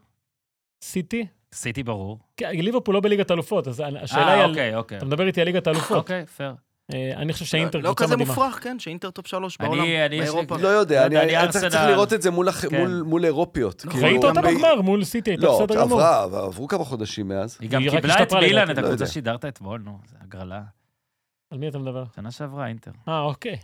סיטי? סיטי ברור. כן, ליברפול לא בליגת אלופות, אז השאלה היא אה, על... אוקיי, אוקיי. אתה מדבר איתי על ליגת האלופות. אוקיי, פייר. אה, אני חושב שהאינטר לא קבוצה כזה מדהימה. מופרך, כן, שאינטר טופ שלוש אני- בעולם, אני- יש לי- באירופה. לא יודע, אני- אני אני צריך- צריך ארסנל. לראות את זה מול הח- כן. מול- מול אירופיות. כאילו, נכון. ראית גם אותה ב- בגמר מול סיטי, הייתה לא, בסדר גמור. עברה, אבל עברו כמה חודשים מאז. היא גם היא רק קיבלה את השתפרה מילאן, לדעתי. את לא הקבוצה יודע. שהידרת אתמול, נו, זה הגרלה. על מי אתה מדבר? שנה שעברה, אינטר. אה, אוקיי.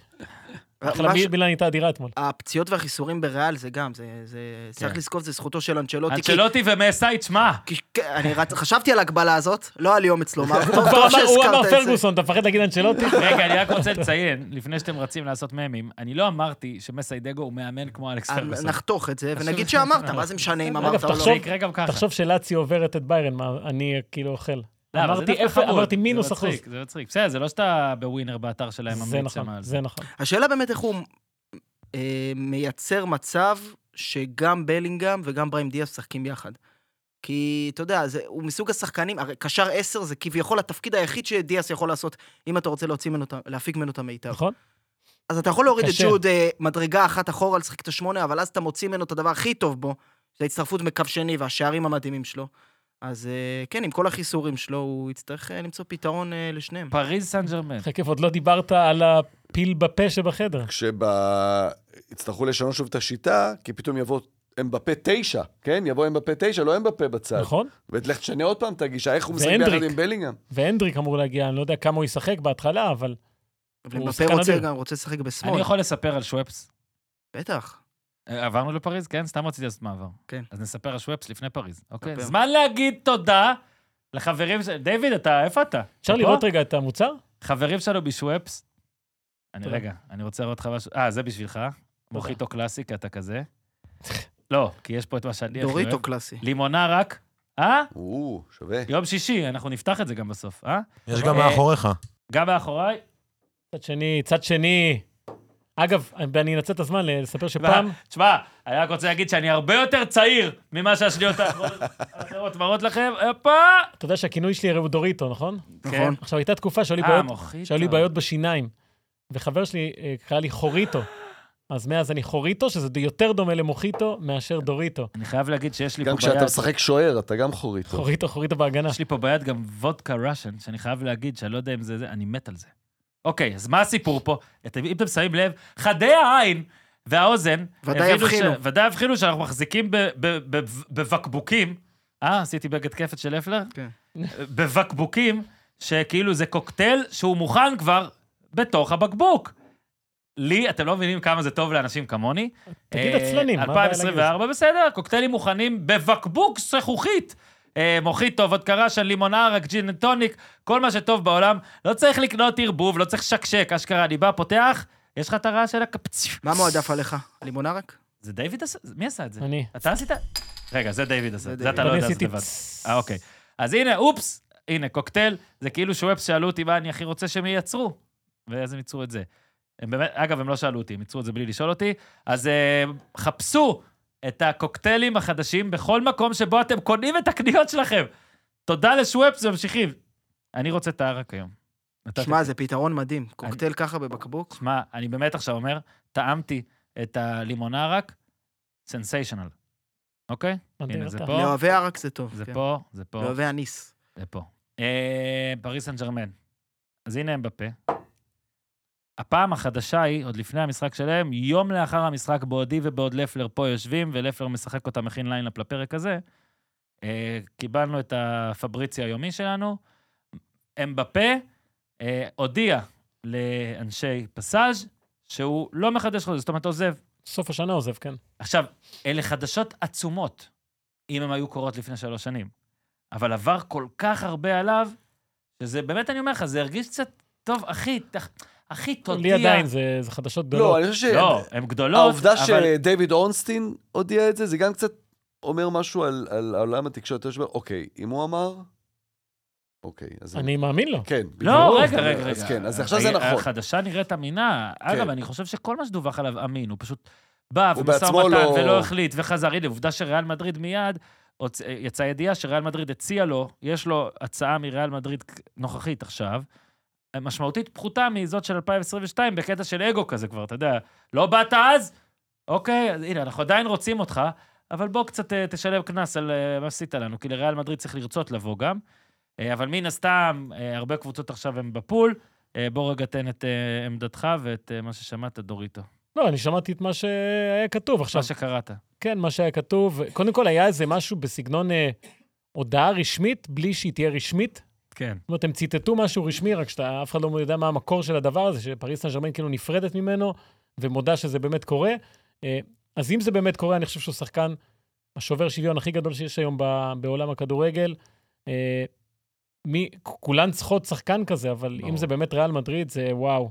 מה אחלה ש- מי- מילן הייתה אדירה אתמול. הפציעות והחיסורים בריאל זה גם, זה... זה- כן. צריך לזכור, זה זכותו של אנצ'לוטי. כי- אנצ'לוטי ומסאי, תשמע, כי- כן, אני רצ- חשבתי על ההגבלה הזאת, לא היה לי אומץ לומר. טוב, הוא כבר טוב אמר- הוא שהזכרת אמר את זה. פרגוסון, אתה מפחד להגיד אנשלוטי? רגע, אני רק רוצה לציין, לפני שאתם רצים לעשות ממים, אני לא אמרתי שמסיידגו הוא מאמן כמו אלכס אז פרגוסון. נחתוך את זה ונגיד שאמרת, מה זה משנה אם אה, אגב, אה, נכון, אמרת או זה לא. תחשוב- יקרה גם ככה. תחשוב שלאצי עוברת את ביירן, מה, אני אה, כאילו אוכל. לא, אבל זה אמרתי דווקא אפס- חמוד. אמרתי זה מינוס אחוז. מצחיק, זה מצחיק. בסדר, זה לא שאתה בווינר באתר שלהם זה ממליץ שם נכון, על זה נכון. השאלה באמת איך הוא אה, מייצר מצב שגם בלינגהם וגם בריים דיאס משחקים יחד. כי אתה יודע, זה, הוא מסוג השחקנים, הרי קשר עשר זה כביכול התפקיד היחיד שדיאס יכול לעשות, אם אתה רוצה להוציא ממנו, את ה- להפיק ממנו את המיטב. נכון? אז אתה יכול להוריד קשה. את ג'וד אה, מדרגה אחת אחורה לשחק את השמונה, אבל אז אתה מוציא ממנו את הדבר הכי טוב בו, זה ההצטרפות מקו שני והשערים המדהימים שלו. אז אה, כן, עם כל החיסורים שלו, הוא יצטרך אה, למצוא פתרון אה, לשניהם. פריז סן ג'רמן. חכה, עוד לא דיברת על הפיל בפה שבחדר. כשיצטרכו לשנות שוב את השיטה, כי פתאום יבוא אמבפה תשע, כן? יבוא אמבפה תשע, לא אמבפה בצד. נכון? ולך תשנה עוד פעם את הגישה, איך הוא משחק ביחד והנדריק. עם בלינגהם. והנדריק אמור להגיע, אני לא יודע כמה הוא ישחק בהתחלה, אבל אבל הוא מבפה שחקן רוצה אדיר. גם, רוצה לשחק בשמאל. אני יכול לספר על שוואפס. בטח. אה, עברנו לפריז? כן, סתם רציתי לעשות מעבר. כן. אז נספר על שוואפס לפני פריז. אוקיי. ספר. זמן להגיד תודה לחברים ש... דיוויד, אתה, איפה אתה? אפשר אתה פה? לראות רגע את המוצר? חברים שלנו בשוואפס. אני תודה. רגע, אני רוצה להראות לך משהו. אה, זה בשבילך. מוחיטו קלאסי, כי אתה כזה. לא, כי יש פה את מה שאני הכי אוהב. דוריטו קלאסי. לימונה רק. אה? או, שווה. יום שישי, אנחנו נפתח את זה גם בסוף, אה? יש גם אה, מאחוריך. גם מאחוריי. צד שני, צד שני. אגב, ואני אנצל את הזמן לספר שפעם, תשמע, אני רק רוצה להגיד שאני הרבה יותר צעיר ממה שהשניות האחרונות- האחרות מראות לכם. הופה! כן. אתה יודע שהכינוי שלי הרי הוא דוריטו, נכון? נכון. עכשיו, הייתה תקופה שהיו לי אה, בעיות מוחית. שהיו לי בעיות בשיניים, וחבר שלי אה, קרא לי חוריטו. אז מאז אני חוריטו, שזה יותר דומה למוחיטו מאשר דוריטו. אני חייב להגיד שיש לי פה גם ביד... כשאתה משחק שוער, אתה גם חורי טוב. חוריטו, חוריטו בהגנה. יש לי פה ביד גם וודקה ראשן, שאני חייב להגיד שאני לא יודע אם זה זה, אני מת על זה. אוקיי, אז מה הסיפור פה? אתם- אם אתם שמים לב, חדי העין והאוזן... ודאי הבינו ש- יבחינו. ודאי הבחינו שאנחנו מחזיקים ב- ב- ב- בבקבוקים. אה, עשיתי בגד כיפת של אפלר? כן. בבקבוקים, שכאילו זה קוקטייל שהוא מוכן כבר בתוך הבקבוק. לי, אתם לא מבינים כמה זה טוב לאנשים כמוני. תגיד אה, עצלנים, מה הבעיה להגיד את זה? 2024, בסדר, קוקטיילים מוכנים בבקבוק זכוכית. אה, מוחיטו, וודקה רשן, לימון ערק, ג'ין אנד טוניק, כל מה שטוב בעולם. לא צריך לקנות ערבוב, לא צריך לשקשק, אשכרה, אני בא, פותח, יש לך את הרעש של הקפציו. מה מועדף עליך? לימון ערק? זה דיוויד עשה? מי עשה את זה? אני. אתה עשית? רגע, זה דיוויד עשה, זה זה אתה דיוויד. לא אני יודע לעשות עשיתי לבד. צ- אה, אוקיי. אז הנה, אופס, הנה, קוקטייל, זה כאילו שוואפס שאלו אותי מה אני הכי רוצה שהם ייצרו, ואז הם ייצרו את זה. הם באמת, אגב, הם לא שאלו אותי, הם ייצרו את זה בלי לשאול אותי, אז אה, חפשו את הקוקטיילים החדשים בכל מקום שבו אתם קונים את הקניות שלכם. תודה לשוואפס, ממשיכים. אני רוצה את הערק היום. נתתי שמע, זה פתרון מדהים. קוקטייל ככה בבקבוק? שמע, אני באמת עכשיו אומר, טעמתי את הלימונה רק, סנסיישנל. אוקיי? מדהים, הנה, זה אתה. פה. לאוהבי ערק זה טוב. זה כן. פה, זה פה, לאוהבי אניס. זה פה. אה, פריס סן ג'רמן. אז הנה הם בפה. הפעם החדשה היא, עוד לפני המשחק שלהם, יום לאחר המשחק, בעודי ובעוד לפלר פה יושבים, ולפלר משחק אותה מכין ליינאפ לפרק הזה. אה, קיבלנו את הפבריציה היומי שלנו. הם בפה, אה, הודיע לאנשי פסאז' שהוא לא מחדש חוזה, זאת אומרת עוזב. סוף השנה עוזב, כן. עכשיו, אלה חדשות עצומות, אם הן היו קורות לפני שלוש שנים. אבל עבר כל כך הרבה עליו, שזה באמת, אני אומר לך, זה הרגיש קצת, טוב, אחי, תח- אחי, תודיע. לי עדיין, זה זה חדשות לא, גדולות. אני חושב לא, הן גדולות, שהעובדה אבל... שדייוויד אורנסטין הודיע את זה, זה גם קצת אומר משהו על על עולם התקשורת. אתה אומר, אוקיי, אם הוא אמר, אוקיי, אז... אני מאמין לו. כן, בדיוק. לא, רגע, רגע, רגע. אה, אז כן, אז עכשיו זה ה- נכון. כן. החדשה נראית אמינה. אגב, אני חושב שכל מה שדווח עליו אמין, הוא פשוט בא הוא ומשא בעצמו ומתן לא- ולא החליט וחזר. הנה, עובדה שריאל מדריד מיד, הוצ- יצאה ידיעה שריאל מדריד הציעה לו, יש לו הצעה מריאל מדריד נוכחית עכשיו, משמעותית פחותה מזאת של 2022, בקטע של אגו כזה כבר, אתה יודע. לא באת אז? אוקיי, אז הנה, אנחנו עדיין רוצים אותך, אבל בוא קצת אה, תשלם קנס על אה, מה שעשית לנו, כי לריאל מדריד צריך לרצות לבוא גם. אה, אבל מן הסתם, אה, הרבה קבוצות עכשיו הן בפול. אה, בוא רגע תן את אה, עמדתך ואת אה, מה ששמעת, דוריטו. לא, אני שמעתי את מה שהיה כתוב עכשיו. מה שקראת. כן, מה שהיה כתוב. קודם כל, היה איזה משהו בסגנון אה, הודעה רשמית, בלי שהיא תהיה רשמית. כן. זאת אומרת, הם ציטטו משהו רשמי, רק שאף אחד לא יודע מה המקור של הדבר הזה, שפריס סן ג'רמן כאילו נפרדת ממנו, ומודה שזה באמת קורה. אה, אז אם זה באמת קורה, אני חושב שהוא שחקן השובר שוויון הכי גדול שיש היום ב- בעולם הכדורגל. אה, מי, כולן צריכות שחקן כזה, אבל ברור. אם זה באמת ריאל מדריד, זה וואו.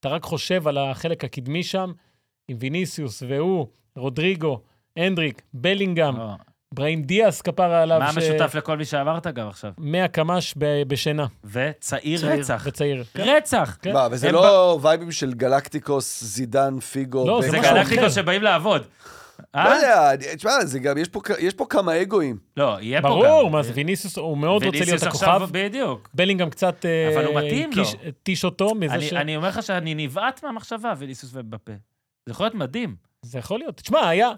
אתה רק חושב על החלק הקדמי שם, עם ויניסיוס והוא, רודריגו, הנדריק, בלינגהם, לא. מה בראים דיאס כפרה עליו, אה. המשותף לכל מי שאמרת גם עכשיו? 100 קמ"ש ב- בשינה, וצעיר צעיר. רצח. בצעיר. רצח! כן. מה, וזה הם לא וייבים של גלקטיקוס, זידן, פיגו. לא, בן זה זה משהו חמו. אחר. גלקטיקות שבאים לעבוד. לא אה? יודע, אני- תשמע, זה גם, יש פה כ- יש פה כמה אגואים. לא, יהיה פה גם. ברור, מה זה, ויניסיוס, הוא מאוד רוצה להיות ויניסיוס עכשיו- הכוכב. בדיוק. בלינגהם קצת... אה, אבל הוא מתאים לו. קיש- טיש אותו מזה אני- ש... אני אומר לך שאני נבעט מהמחשבה, ויניסיוס ובפה. זה יכול להיות מדהים. זה יכול להיות. תשמע, היה...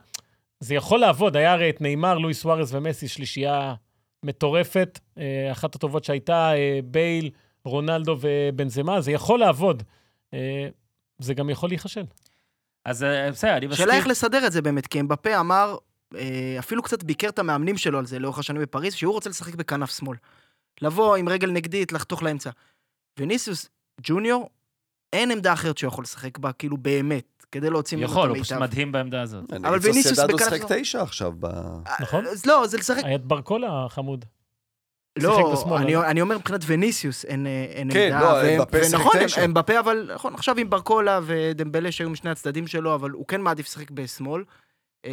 זה יכול לעבוד, היה הרי את נאמר, לואיס סוארז ומסי, שלישייה מטורפת, אה, אחת הטובות שהייתה, אה, בייל, רונלדו ובנזמה, זה יכול לעבוד. אה, זה גם יכול להיחשל. אז אה, בסדר, אני מסכים. שאלה איך לסדר את זה באמת, כי אמבפה אמר, אה, אפילו קצת ביקר את המאמנים שלו על זה לאורך השנים בפריז, שהוא רוצה לשחק בכנף שמאל. לבוא עם רגל נגדית, לחתוך לאמצע. וניסיוס ג'וניור, אין עמדה אחרת שהוא יכול לשחק בה, כאילו באמת, כדי להוציא ממנו את יכול, הוא פשוט המיטב. מדהים בעמדה הזאת. אבל אני ויניסיוס סוסיידד בכנף משחק לא- תשע עכשיו. ב- אה, נכון? אז לא, זה לשחק... היה את ברקולה החמוד. אה, שיחק לא, בשמאל, אני- אבל- אני אומר מבחינת וניסיוס, אין אה, אין כן, עמדה. לא, ו- אמבפה שיחק ונכון, תשע. אמבפה, אבל נכון, עכשיו עם ברקולה ודמבלה שהיו משני הצדדים שלו, אבל הוא כן מעדיף לשחק בשמאל. אה,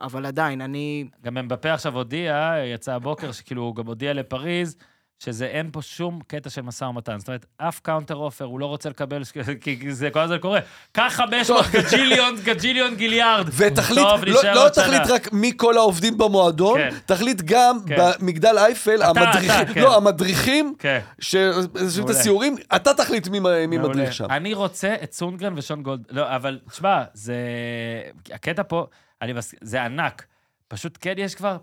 אבל עדיין, אני... גם אמבפה עכשיו הודיע, יצא הבוקר, שכאילו הוא גם הודיע לפריז, שזה אין פה שום קטע של משא ומתן. זאת אומרת, אף קאונטר אופר, הוא לא רוצה לקבל, ש- כי כי זה כל הזמן קורה. קח 500 גג'יליון, גג'יליון גיליארד. ותחליט, טוב, לא, נשאר לא עוד שנה. תחליט רק מי כל העובדים במועדון, כן. תחליט גם כן. במגדל אייפל, אתה, המדריכים, אתה, כן. לא, המדריכים, כן. שעושים את מעולה. הסיורים, אתה תחליט מי, מי מדריך מעולה. שם. אני רוצה את סונגרן ושון גולד... לא, אבל תשמע, זה... הקטע פה, אני מס... זה ענק. פשוט כן יש כבר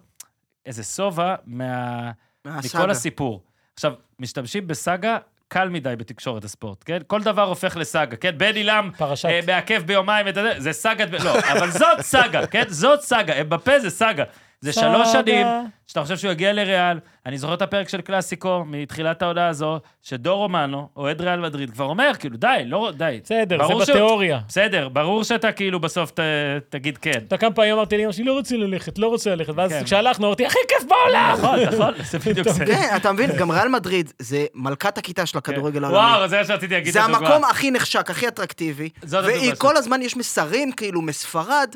איזה שובע מה... מכל מהסאגה. הסיפור. עכשיו, משתמשים בסאגה קל מדי בתקשורת הספורט, כן? כל דבר הופך לסאגה, כן? בני לם פרשת. אה, מעכב ביומיים את הזה, זה סאגת... לא, אבל זאת סאגה, כן? זאת סאגה, אמבפה זה סאגה. זה סאגה. שלוש שנים, שאתה חושב שהוא יגיע לריאל, אני זוכר את הפרק של קלאסיקו מתחילת ההודעה הזו, שדור רומנו, אוהד ריאל מדריד, כבר אומר, כאילו, די, לא, די. בסדר, זה ברור ש- בתיאוריה. בסדר, ברור שאתה כאילו בסוף ת, תגיד כן. אתה כמה פעמים אמרתי לאמא שלי, לא רוצה ללכת, לא רוצה ללכת, ואז כן. כשהלכנו אמרתי, הכי כיף בעולם! נכון, נכון, זה בדיוק זה. כן, אתה מבין? גם ריאל מדריד זה מלכת הכיתה של הכדורגל העולמי. כן. וואו, זה מה שרציתי להגיד. זה לדוגמה. המקום הכי נחשק, הכי אטרקטיבי. זאת והיא הדוגמה כל שלי. הזמן, יש מסרים כאילו מספרד.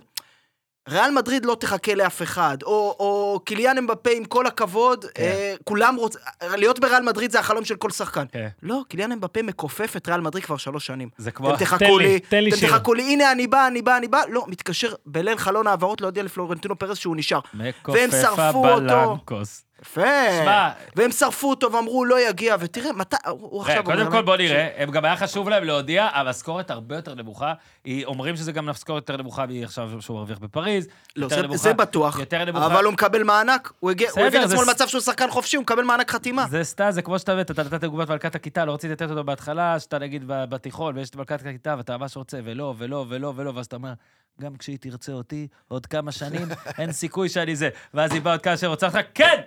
ריאל מדריד לא תחכה לאף אחד, או, או קיליאן אמבפה, עם כל הכבוד, כן. אה, כולם רוצים... להיות בריאל מדריד זה החלום של כל שחקן. כן. לא, קיליאן אמבפה מכופף את ריאל מדריד כבר שלוש שנים. זה כמו... אתם תן תחכו לי, לי, תן לי אתם שיר. תחכו לי, הנה אני בא, אני בא, אני בא. לא, מתקשר בליל חלון העברות להודיע לפלורנטינו פרס שהוא נשאר. והם מכופף שרפו הבלנקוס. יפה. שמע, והם שרפו אותו ואמרו, לא יגיע, ותראה, מתי... הוא הוא ראה, עכשיו... הוא לא קודם ברמה- כל בוא נראה, הם גם היה חשוב להם להודיע, המשכורת הרבה יותר נמוכה. היא- אומרים שזה גם משכורת יותר נמוכה מעכשיו שהוא מרוויח בפריז. לא, יותר זה, נמוכה- זה בטוח, יותר נמוכה. אבל הוא מקבל מענק, הוא הגיע, בסדר, הוא זה הגיע לעצמו ס- למצב שהוא שחקן חופשי, הוא מקבל מענק חתימה. זה סתם, זה כמו שאתה אתה נתת דוגמת מלכת הכיתה, לא רציתי לתת אותו בהתחלה, שאתה נגיד ב- בתיכון, ויש את מלכת הכיתה, ואתה ממש רוצה, ולא, ולא, ולא, ולא, ואז אתה אומר, גם כשהיא תרצה אותי, עוד כמה שנים, אין סיכוי שאני זה. ואז היא באה עוד כמה שנים, רוצה אותך, כן!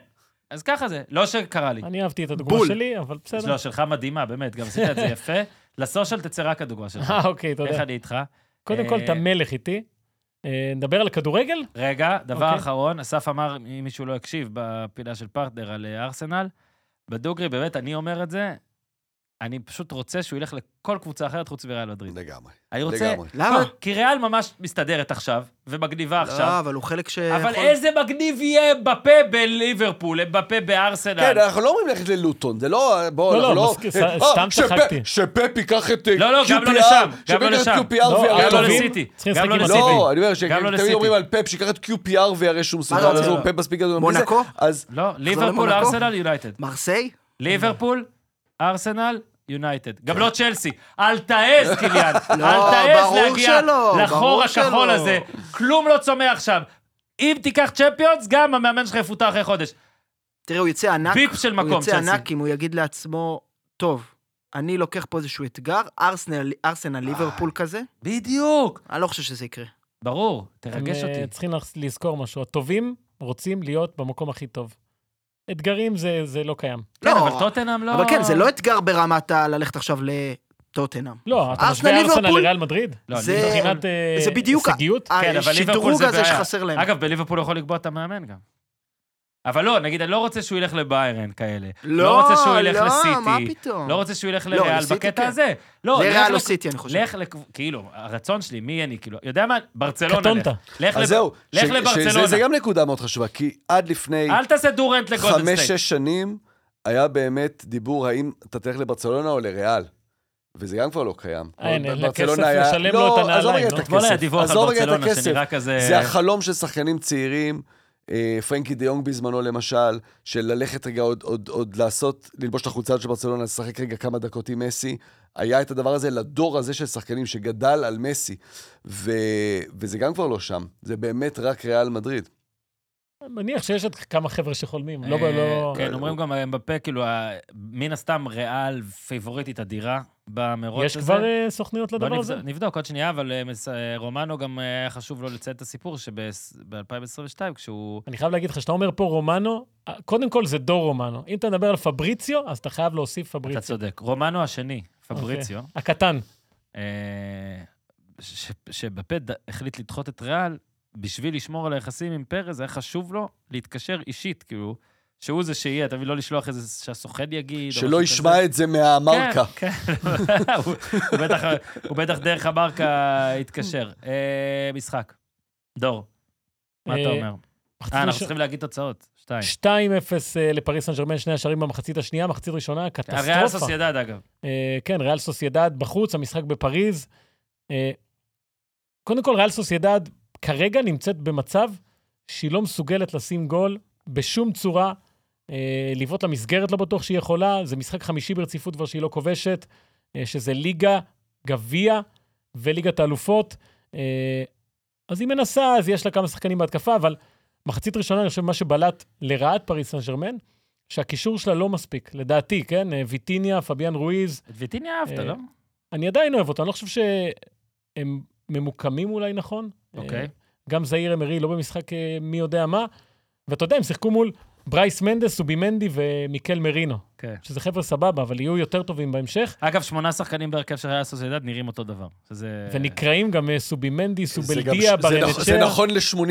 אז ככה זה, לא שקרה לי. אני אהבתי את הדוגמה בול. שלי, אבל אז בסדר. לא, שלך מדהימה, באמת, גם עשית את זה יפה. לסושיאל תצא רק הדוגמה שלך. אה, אוקיי, איך תודה. אני איתך? קודם כל, נכון. אה, אתה מלך איתי. אה, נדבר על כדורגל? רגע, דבר אוקיי. אחרון, אסף אמר, אם מישהו לא הקשיב, בפינה של פרטנר על אה, ארסנל, בדוגרי, באמת, אני אומר את זה, אני פשוט רוצה שהוא ילך לכל קבוצה אחרת חוץ מריאל מדריד. לגמרי. אני רוצה... לגמרי. למה? כי ריאל ממש מסתדרת עכשיו, ומגניבה לא, אה, עכשיו. אבל הוא חלק ש... אבל יכול- איזה מגניב יהיה בפה בליברפול, בפה בארסנל. כן, אנחנו לא אומרים ללכת ללוטון, זה לא... בואו, לא, אנחנו לא, לא... מסכים, ס- אה, סתם שפ- צחקתי. שפפ ייקח את אה, לא, לא, גם לא QPR, לשם, גם שפפ לא ייקח את לשם. QPR לא, ויראה גם לא טובים. לו- לסיטי. צריכים גם לשחק לא עם לסיטי. לא, אני אומר, גם לא שתמיד לסיטי. אומרים על פפ, שיקח את QPR ויראה שהוא מסוכן, לא, אז לא, הוא לא. פפ מספיק גדול. מונקו? מזה, אז לא, ליברפול, למונקו? ארסנל, יונייטד. מרסיי? ליברפול, ארסנל, יונייטד. גם לא צ'לסי. אל תעז, קיליאן. כן. לא, אל תעז ברור להגיע שלא, לחור ברור הכחול שלא. הזה. כלום לא צומח שם. אם תיקח צ'מפיונס, גם המאמן שלך יפוטר אחרי חודש. תראה, הוא יצא ענק. ביפ של הוא מקום, יצא צ'לסי. ענק אם הוא יגיד לעצמו, טוב, אני לוקח פה איזשהו אתגר, ארסנל, ארסנל ליברפול אה. כזה, בדיוק. אני לא חושב שזה יקרה. ברור, תרגש הם, אה, אותי. צריכים לח- לזכור משהו. הטובים רוצים להיות במקום הכי טוב. אתגרים זה זה לא קיים. כן, לא, אבל טוטנאם לא... אבל כן, זה לא אתגר ברמת ה... ללכת עכשיו לטוטנאם. לא, אתה ארסנל, משווה ארסנל ליברפול? לריאל מדריד? לא, זה- ליברפול- מבחינת אה, זה בדיוק ה- הישגיות? כן, אבל ליברפול השדרוג זה הזה בעיה. שחסר להם. אגב, בליברפול הוא יכול לקבוע את המאמן גם. אבל לא, נגיד, אני לא רוצה שהוא ילך לביירן כאלה. לא רוצה שהוא ילך לא, מה לסיטי. פתאום? לא רוצה שהוא ילך לא, לריאל לסיטי בקטע כן. הזה. לא, זה לך ריאל או לק- סיטי, אני חושב. לך, לקב- כאילו, הרצון שלי, מי אני, כאילו, יודע מה? ברצלונה. לך. קטונת. לך לב- אז זהו. לך ש- לברצלונה. שזה- זה גם נקודה מאוד חשובה, כי עד לפני אל תעשה דורנט לגולדן סטייט. חמש-שש שנים, היה באמת דיבור האם אתה תלך לברצלונה או לריאל. וזה גם כבר לא קיים. אין, אין לה ברצלונה כסף היה- לשלם לו את לא, עזוב הנעליים, נו. רגע את הכסף. אתמול היה דיווח על עזוב רגע את ברצלונה הכסף. שנראה כזה... זה החלום של שחקנים צעירים, אה, פרנקי דה יונג בזמנו למשל, של ללכת רגע עוד, עוד, עוד לעשות, ללבוש את החולצה של ברצלונה, לשחק רגע כמה דקות עם מסי. היה את הדבר הזה לדור הזה של שחקנים שגדל על מסי, ו, וזה גם כבר לא שם, זה באמת רק ריאל מדריד. מניח שיש עוד כמה חבר'ה שחולמים. לא, אה, לא... כן, אומרים גם אה, בפה, כאילו, ה- מן הסתם ריאל פייבוריטית אדירה במרוץ יש הזה. כבר אה, סוכניות בוא לדבר נבד- הזה? נבדוק עוד שנייה, אבל אה, מס- אה, רומנו גם אה, היה חשוב לו לציין את הסיפור שב-2022, כשהוא... אני חייב להגיד לך, שאתה אומר פה רומנו, אה, קודם כל זה דור רומנו. אם אתה מדבר על פבריציו, אז אתה חייב להוסיף אתה פבריציו. צודק. רומנו השני, אוקיי. פבריציו, הקטן. אה, ש- ש- שבפה ד- החליט לדחות את ריאל, בשביל לשמור על היחסים עם פרז, היה חשוב לו להתקשר אישית, כאילו, שהוא זה שיהיה, אתה מבין? לא לשלוח איזה, שהסוכן יגיד. או שלא כאילו, משהו כזה. ישמע את זה מהמרקה. כן, כן. הוא- הוא בטח- הוא בטח דרך המרקה התקשר. אה, משחק. דור, מה אתה אה, אומר? אה, אנחנו הראשונה- צריכים להגיד תוצאות. שתיים. 2-0 אה, לפריס סן ג'רמן, שני השערים במחצית השנייה, מחצית ראשונה, הריאל קטסטרופה. סוסיידד, אגב. אה, כן, ריאל סוסיידד בחוץ, המשחק בפריז. אה, קודם כל, ריאל סוסיידד כרגע נמצאת במצב שהיא לא מסוגלת לשים גול בשום צורה. אה, לבעוט למסגרת לא בטוח שהיא יכולה, זה משחק חמישי ברציפות כבר שהיא לא כובשת, אה, שזה ליגה, גביע וליגת האלופות. אה, אז היא מנסה, אז יש לה כמה שחקנים בהתקפה, אבל מחצית ראשונה, אני חושב, מה שבלט לרעת פריס סן ג'רמן, שהקישור שלה לא מספיק, לדעתי, כן? אה, ויטיניה, פביאן רואיז, את ויטיניה אהבת, אה, לא? אני עדיין אוהב אותם, אני לא חושב שהם ממוקמים אולי נכון. אוקיי. אה, גם זעיר אמרי לא במשחק אה, מי יודע מה. ואתה יודע, הם שיחקו מול ברייס מנדס, סובימנדי ומיקל מרינו, כן. שזה חבר'ה סבבה, אבל יהיו יותר טובים בהמשך, אגב, שמונה שחקנים בהרכב של ריאל סוסיידד נראים אותו דבר. שזה... ונקראים גם אה, סובימנדי, זה גם- זה סובלדיה, נכון- זה ברנצ'ר. נכון ל-80%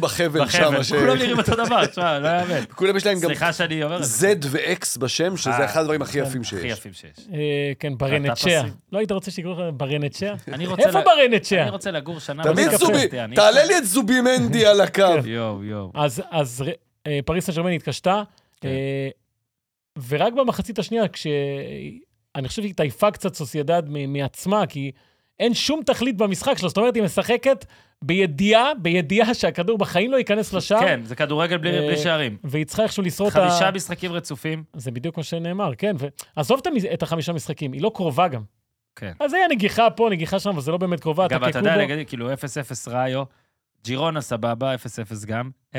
בחבל שם. בחבל. ש- כולם נראים אותו דבר, תשמע, לא יאמן. כולם יש להם גם סליחה שאני אומר את זה. Z ו-X בשם, שזה אה, אחד הדברים הכי יפים הכי שיש. יפים שיש. אה, כן, ברנצ'ר. פסים. לא היית רוצה שיקראו לך ברנצ'ר? אני רוצה... איפה ל- ברנצ'ר? אני רוצה לגור שנה... תמיד בקפריסטי, זובי, אני- כן, תעלה לי את זובימנדי על הקו. יואו, יואו. אז, אז אה, פריס סן ג'רמן התקשתה, כן. אה, ורק במחצית השנייה, כש... אני חושב שהיא התעייפה קצת סוסיידד מ- מעצמה, כי אין שום תכלית במשחק שלה, זאת אומרת, היא משחקת בידיעה, בידיעה שהכדור בחיים לא ייכנס לשער, כן, זה כדורגל בלי אה, בלי שערים. והיא צריכה איכשהו לשרוד את ה... חמישה משחקים רצופים. זה בדיוק מה שנאמר, כן. ו... עזוב את, המ... את החמישה משחקים, היא לא קרובה גם. כן. אז היה נגיחה פה, נגיחה שם, אבל זה לא באמת קרובה, אגב, אתה יודע, קקודו. נגיד, כאילו 0-0 ראיו, ג'ירונה סבבה, 0-0 גם, 0-0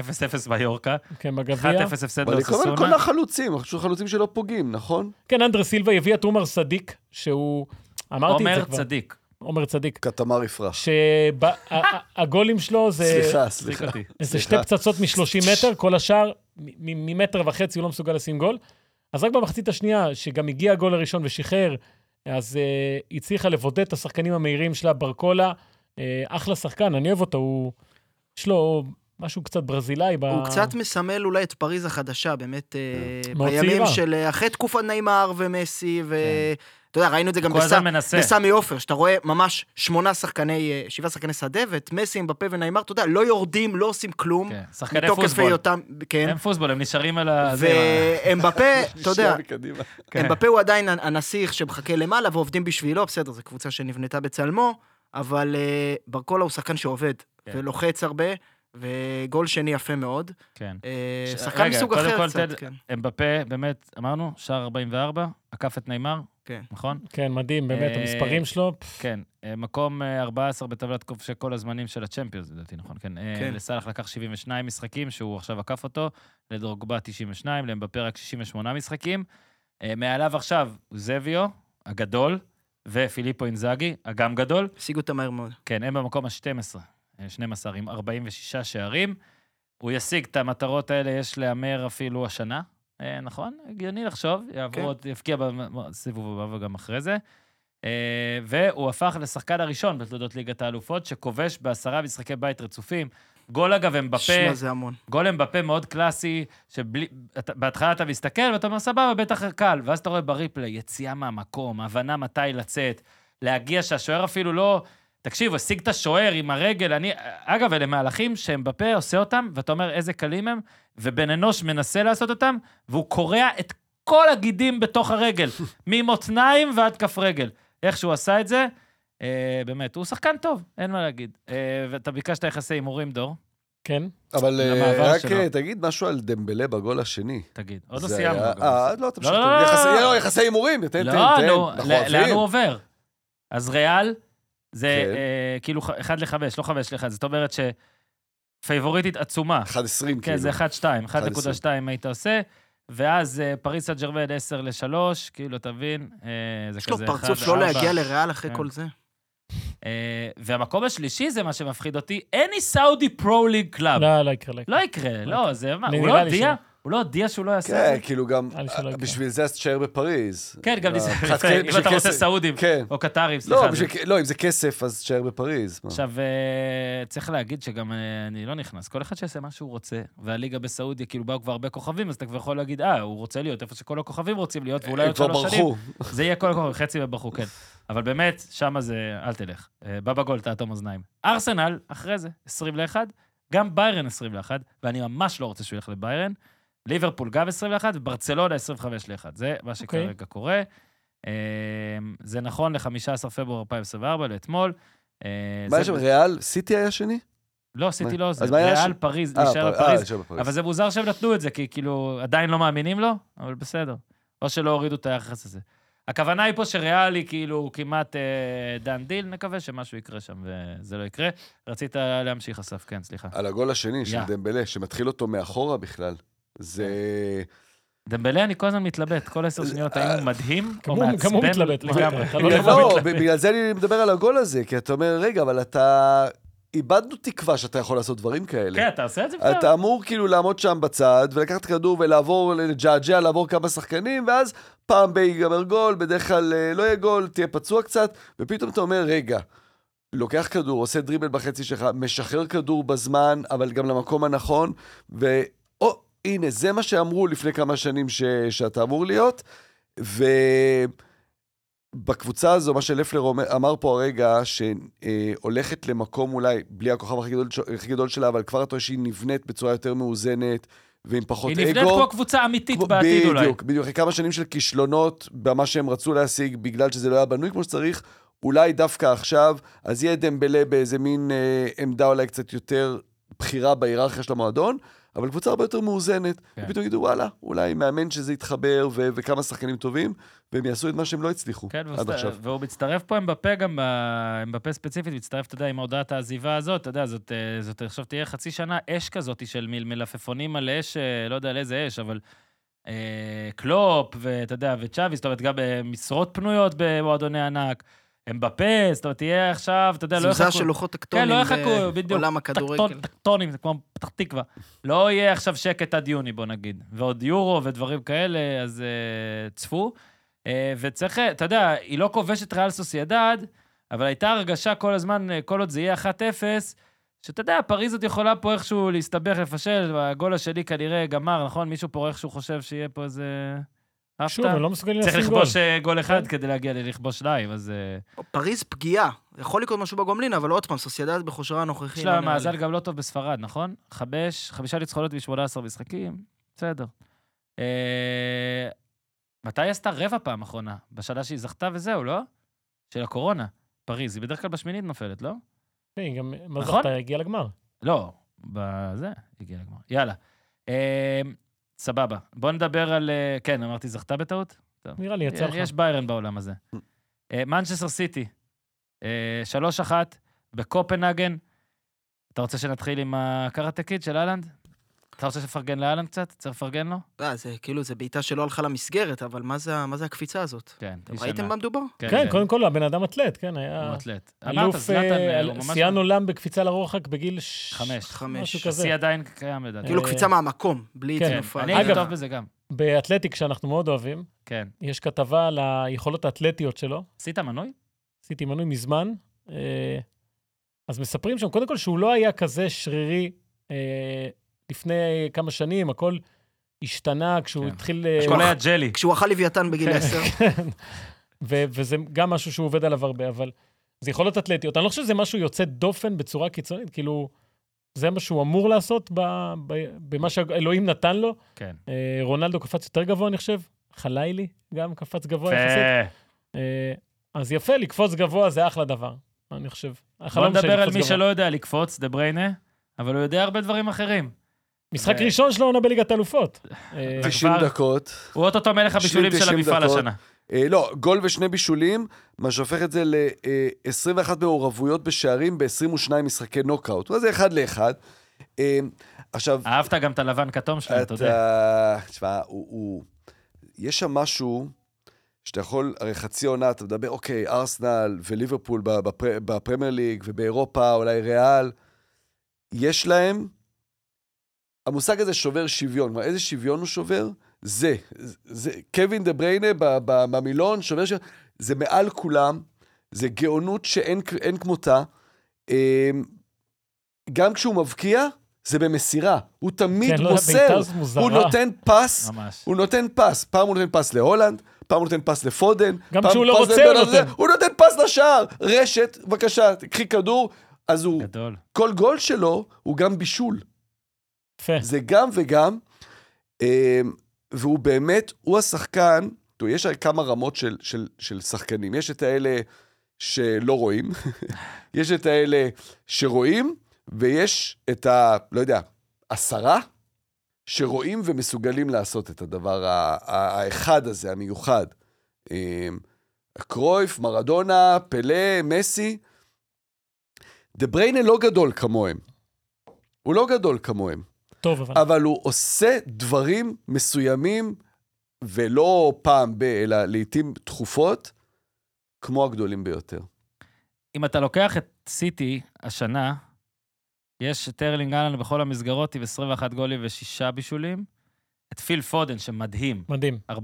מיורקה, 1-0 כן, בגביע. הפסד אבל כמובן לאוססונה. כל החלוצים, אנחנו חלוצים שלא פוגעים, נכון? כן, אנדרס סילבה הביא את עומר סדיק, שהוא... אמרתי את זה עומר כבר. צדיק. עומר צדיק. קטמר יפרח. שהגולים שלו זה סליחה, צדיק סליחה. אותי. איזה שתי סליחה. פצצות מ-30 מטר, כל השאר מ- ממטר וחצי הוא לא מסוגל לשים גול. אז רק במחצית השנייה, שגם הגיע הגול הראשון ושחרר, אז אה, היא הצליחה לבודד את השחקנים המהירים שלה, ברקולה, אה, אחלה שחקן, אני אוהב אותו, הוא... יש לו משהו קצת ברזילאי. לא- ב- הוא קצת מסמל אולי את פריז החדשה, באמת, כן. אה, מאוד בימים צעירה. של אה, אחרי תקופת נעימר ומסי, ו... אתה יודע, ראינו את זה גם כן. כל בסע- הזמן מנסה. בסמי עופר, שאתה רואה ממש שמונה שחקני, אה, שבעה שחקני שדה, ואת מסי, מבפה ונעימר, אתה יודע, לא יורדים, לא עושים כלום. כן, שחקני מתוקף פוסבול. היותם, כן. הם פוסבול, הם נשארים על ה... זה, ואמבפה, אתה יודע, שנייה מקדימה. כן. אמבפה הוא עדיין הנסיך שמחכה למעלה ועובדים בשבילו, בסדר, זו קבוצה שנבנתה בצלמו, אבל אה, ברקולה הוא שחקן שעובד כן. ולוחץ הרבה, וגול שני יפה מאוד. כן. אה, ש- שחקן רגע, מסוג קודם אחר כל קצת, תן- כן. אמבפה, באמת, אמרנו, שער 44, עקף את נאמר, כן. נכון? כן, מדהים, באמת, אה, המספרים שלו, פ, כן. אה, מקום אה, 14 בטבלת כובשי כל הזמנים של הצ'מפיונס, לדעתי, נכון? כן. אה, כן. לסאלח לקח 72 משחקים, שהוא עכשיו עקף אותו, לדרוגבה 92, לאמבפה רק 68 משחקים. אה, מעליו עכשיו, זביו, הגדול, ופיליפו אינזאגי, הגם גדול. השיגו אותה מהר מאוד. כן, הם במקום ה-12, 12 עם 46 שערים. הוא ישיג את המטרות האלה, יש להמר אפילו השנה, אה, נכון? הגיוני לחשוב, כן. יעבור, עוד- יפקיע בסיבוב הבא וגם אחרי זה. אה, והוא הפך לשחקן הראשון בתולדות ליגת האלופות, שכובש בעשרה משחקי בית רצופים. גול, אגב, אמבפה, שמע, זה המון. גול אמבפה מאוד קלאסי, שבהתחלה אתה מסתכל ואתה אומר, סבבה, בטח קל, ואז אתה רואה בריפלי, יציאה מהמקום, הבנה מתי לצאת, להגיע שהשוער אפילו לא... תקשיב, השיג את השוער עם הרגל, אני... אגב, אלה מהלכים שאמבפה עושה אותם, ואתה אומר איזה קלים הם, ובן אנוש מנסה לעשות אותם, והוא קורע את כל הגידים בתוך הרגל, ממותניים ועד כף רגל. איך שהוא עשה את זה, אה, באמת, הוא שחקן טוב, אין מה להגיד. אה, ואתה ביקשת יחסי הימורים, דור, כן. אבל אה, למעבר רק שלו. אה, תגיד משהו על דמבלה בגול השני. תגיד. עוד לא זה סיימנו. היה- גם. אה, לא, תמשיך. לא, לא, לא, יחסי- לא, לא. לא, יחסי הימורים, תן, תן, תן. לא, נו, אנחנו ל- לאן אוהבים. הוא עובר? אז ריאל זה כן. אה, כאילו 1 ל-5, לא 5 ל-1, זאת אומרת שפייבוריטית עצומה. 1.20 כאילו. כן, זה 1-2, 1.2 היית עושה, ואז אה, פריס סן ג'רמן 10 ל-3, כאילו, אתה מבין? אה, זה יש לו כזה פרצוף 1, לא 4. להגיע לריאל אחרי כן. כל זה. אה, והמקום השלישי זה מה שמפחיד אותי, any Saudi Pro League Club. לא, לא יקרה, לא יקרה. לא יקרה, לא, זה מה, לי הוא לא נראה לי הודיע? שלא. הוא לא הודיע שהוא לא יעשה כן, את זה? כאילו גם, נראה לי שלא יקרה. בשביל זה אז תשאר בפריז. כן, גם אה, ניסה- חד- כן, אם בשביל אתה רוצה כסף- סעודים, כן. או קטרים, סליחה. לא, זה- בשביל- לא, אם זה כסף, אז תשאר בפריז. מה? עכשיו, אה, צריך להגיד שגם אה, אני לא נכנס. כל אחד שיעשה מה שהוא רוצה, והליגה בסעודיה, כאילו, באו כבר הרבה כוכבים, אז אתה כבר יכול להגיד, אה, הוא רוצה להיות איפה שכל הכוכבים רוצים להיות, ואולי הם עוד כבר שלוש שנים. ברחו. זה יהיה כל הכוכבים, חצי מהם ברחו, כן. אבל באמת, שמה זה, אל תלך. אה, בא בגול, תאטום אוזניים. ארסנל, אחרי זה, 20 ל-1, גם ביירן 21, ואני ממש לא רוצה שהוא ילך לביירן. ליברפול גם 21, וברצלונה 25 ל-1. זה מה שכרגע קורה. אה, זה נכון ל-15 פברואר 2024, לאתמול. אה, מה זה- יש שם, ריאל? סיטי היה שני? לא, עשיתי מה? לו אז זה. מה היה ריאל שם? פריז, אה, להישאר פ- בפריז. אה, נשאר בפריז. אבל זה מוזר שהם נתנו את זה, כי כאילו עדיין לא מאמינים לו, אבל בסדר. או שלא הורידו את היחס הזה. הכוונה היא פה שריאל היא כאילו הוא כמעט אה, דן דיל, נקווה שמשהו יקרה שם וזה לא יקרה. רצית להמשיך, אסף, כן, סליחה. על הגול השני של יא. דמבלה, שמתחיל אותו מאחורה בכלל. זה... דמבלה, אני כל הזמן מתלבט, כל עשר שניות, האם הוא מדהים גם או הוא- מעצבן גם הוא מתלבט לגמרי. אתה לא לבד לא, מתלבט. בגלל זה אני מדבר על הגול הזה, כי אתה אומר, רגע, אבל אתה... איבדנו תקווה שאתה יכול לעשות דברים כאלה. כן, אתה עושה את זה כבר? אתה אמור כאילו לעמוד שם בצד, ולקחת כדור ולעבור, לג'עג'ע, לעבור כמה שחקנים, ואז פעם ב- ייגמר גול, בדרך כלל אה, לא יהיה גול, תהיה פצוע קצת, ופתאום אתה אומר, רגע, לוקח כדור, עושה דריבל בחצי שלך, משחרר כדור בזמן, אבל גם למקום הנכון, ו... או, הנה, זה מה שאמרו לפני כמה שנים ש... שאתה אמור להיות, ו... בקבוצה הזו, מה שלפלר אומר- אמר פה הרגע, שהולכת למקום אולי, בלי הכוכב הכי גדול, הכי גדול שלה, אבל כבר אתה רואה שהיא נבנית בצורה יותר מאוזנת, ועם פחות היא אגו. נבנית כמו קבוצה אמיתית בעתיד אולי. בדיוק, בדיוק. אחרי כמה שנים של כישלונות במה שהם רצו להשיג, בגלל שזה לא היה בנוי כמו שצריך, אולי דווקא עכשיו, אז יהיה דמבלה באיזה מין אה, עמדה אולי קצת יותר בחירה בהיררכיה של המועדון, אבל קבוצה הרבה יותר מאוזנת. כן. ופתאום יגידו, וואלה, אולי מאמן שזה יתחבר, ו- וכמה שחקנים טובים, והם יעשו את מה שהם לא הצליחו כן, עד והוא, עכשיו. סת- והוא מצטרף פה עם בפה גם, ב- עם בפה ספציפית, מצטרף, אתה יודע, עם הודעת העזיבה הזאת, אתה יודע, זאת, אה, זאת עכשיו תהיה חצי שנה אש כזאת של מל- מלפפונים על אש, אה, לא יודע על איזה אש, אבל אה, קלופ, ואתה יודע, וצ'אבי, זאת אומרת, גם אה, משרות פנויות במועדוני ענק, הם בפה, זאת אומרת, תהיה עכשיו, אתה יודע, לא זמזם של לוחות כן, לא טקטונים יחכו, בדיוק. טקטון- בעולם הכדורגל. טקטונים, זה כמו פתח תקווה. לא יהיה עכשיו שקט עד יוני, בוא נגיד. ועוד יורו ודברים כאלה, אז אה, צפו. אה, וצריך, אה, אתה יודע, היא לא כובשת ריאל סוסיידד, אבל הייתה הרגשה כל הזמן, אה, כל עוד זה יהיה 1-0, שאתה יודע, פריז עוד יכולה פה איכשהו להסתבך, לפשל, והגול השני כנראה גמר, נכון? מישהו פה איכשהו חושב שיהיה פה איזה... שוב, הפתעה? הם לא מסוגלים צריך לשים גול. כן. לכבוש אה, גול אחד כדי להגיע ללכבוש שניים, אז... אה, פריז פגיעה. יכול לקרות משהו בגומלין, אבל עוד פעם, סוסיידד בכושרה הנוכחי. יש לא לה נראה לי. מאזל גם לא טוב בספרד, נכון? חמש, חמישה ניצחונות מ-18 משחקים, בסדר. אה, מתי היא עשתה רבע פעם אחרונה? בשנה שהיא זכתה וזהו, לא? של הקורונה, פריז. היא בדרך כלל בשמינית נופלת, לא? היא כן, גם, מה נכון? זכתה? הגיעה לגמר. לא, בזה, הגיע לגמר. יאללה. אה, סבבה. בוא נדבר על... אה, כן, אמרתי זכתה בטעות? טוב. נראה לי, יצא לך. אה, יש ביירן בעולם הזה. אה, מנצ'סטר סיטי, אה, 3-1 בקופנהגן. אתה רוצה שנתחיל עם הקראטה קיד של אהלנד? אתה רוצה שנפרגן לאהלנד קצת? צריך לפרגן לו? אה, זה כאילו, זה בעיטה שלא הלכה למסגרת, אבל מה זה ה- מה זה הקפיצה הזאת? כן, אתם ראיתם מה מדובר? אה, כן, קודם כל, הבן אדם אתלט, כן, היה... הוא אתלט. אמרת, אלוף, זלאטן, אה, הוא ממש... לא- שיאן עולם בקפיצה לרוחק בגיל... ש- חמש. משהו חמש. כזה. השיא עדיין קיים לדעתי. כאילו אה, קפיצה מהמקום, בלי כן, תנופה. אני אגב- הייתי טוב בזה גם. באתלטיק, שאנחנו מאוד אוהבים, כן. יש כתבה על היכולות האתלטיות שלו. עשית מנוי? עשיתי מנוי מזמן. אה, אז מספרים שם, קודם כל, שהוא לא היה כזה שרירי אה, לפני כמה שנים, הכל השתנה כשהוא כן. התחיל... אה, הכל היה ג'לי. כשהוא אכל לוויתן בגיל כן, אה, עשר. כן. ו- וזה גם משהו שהוא עובד עליו הרבה, אבל זה יכולות אתלטיות. אני לא חושב שזה משהו יוצא דופן בצורה קיצונית, כאילו, זה מה שהוא אמור לעשות ב- ב- במה שאלוהים נתן לו. כן. אה, רונלדו קפץ יותר גבוה, אני חושב. חלילי גם קפץ גבוה יחסית. יפה. אה, אז יפה, לקפוץ גבוה זה אחלה דבר, אני חושב. בוא החלום שלי נדבר על לקפוץ מי גבוה. שלא יודע לקפוץ, דה בריינה, אבל הוא יודע הרבה דברים אחרים. משחק אה, ראשון שלו עונה בליגת האלופות. אה, 90 כבר- דקות. הוא אוטוטו מלך הבישולים של 90 המפעל דקות. השנה. אה, לא, גול ושני בישולים, מה שהופך את זה ל-21 מעורבויות בשערים ב-22 משחקי נוקאוט. מה זה אחד לאחד? אה, עכשיו, אהבת גם את הלבן כתום שלהם, אתה יודע. אתה... תשמע, הוא, הוא... יש שם משהו שאתה יכול, הרי חצי עונה, אתה מדבר, אוקיי, ארסנל וליברפול בפר... בפרמייר ליג ובאירופה, אולי ריאל, יש להם... המושג הזה שובר שוויון. כלומר, איזה שוויון הוא שובר? זה. זה קווין דה בריינה ב- ב- במילון שובר שוויון. זה מעל כולם, זה גאונות שאין אין כמותה. אמ, גם כשהוא מבקיע, זה במסירה. הוא תמיד כן, לא יודע, מוסר. בעיטה זו הוא מוזרה. נותן פס, ממש. הוא נותן פס. פעם הוא נותן פס להולנד, פעם הוא נותן פס לפודן. גם פעם כשהוא לא פס רוצה, לבן הוא הזה, נותן. הוא נותן פס לשער. רשת, בבקשה, קחי כדור. אז הוא, גדול. כל גול שלו הוא גם בישול. יפה. זה גם וגם, אה, והוא באמת, הוא השחקן, תראו, יש הרי כמה רמות של, של, של שחקנים. יש את האלה שלא רואים, יש את האלה שרואים, ויש את ה... לא יודע, עשרה שרואים ומסוגלים לעשות את הדבר ה- ה- האחד הזה, המיוחד. אה, קרויף, מרדונה, פלא, מסי. דה בריינה לא גדול כמוהם. הוא לא גדול כמוהם. טוב, אבל... אה, אבל הוא עושה דברים מסוימים, ולא פעם ב... אלא לעיתים תכופות, כמו הגדולים ביותר. אם אתה לוקח את סיטי השנה, יש את ארלינג אהלן בכל המסגרות עם 21 גולים ושישה בישולים, את פיל פודן, שמדהים, מדהים. 14-11,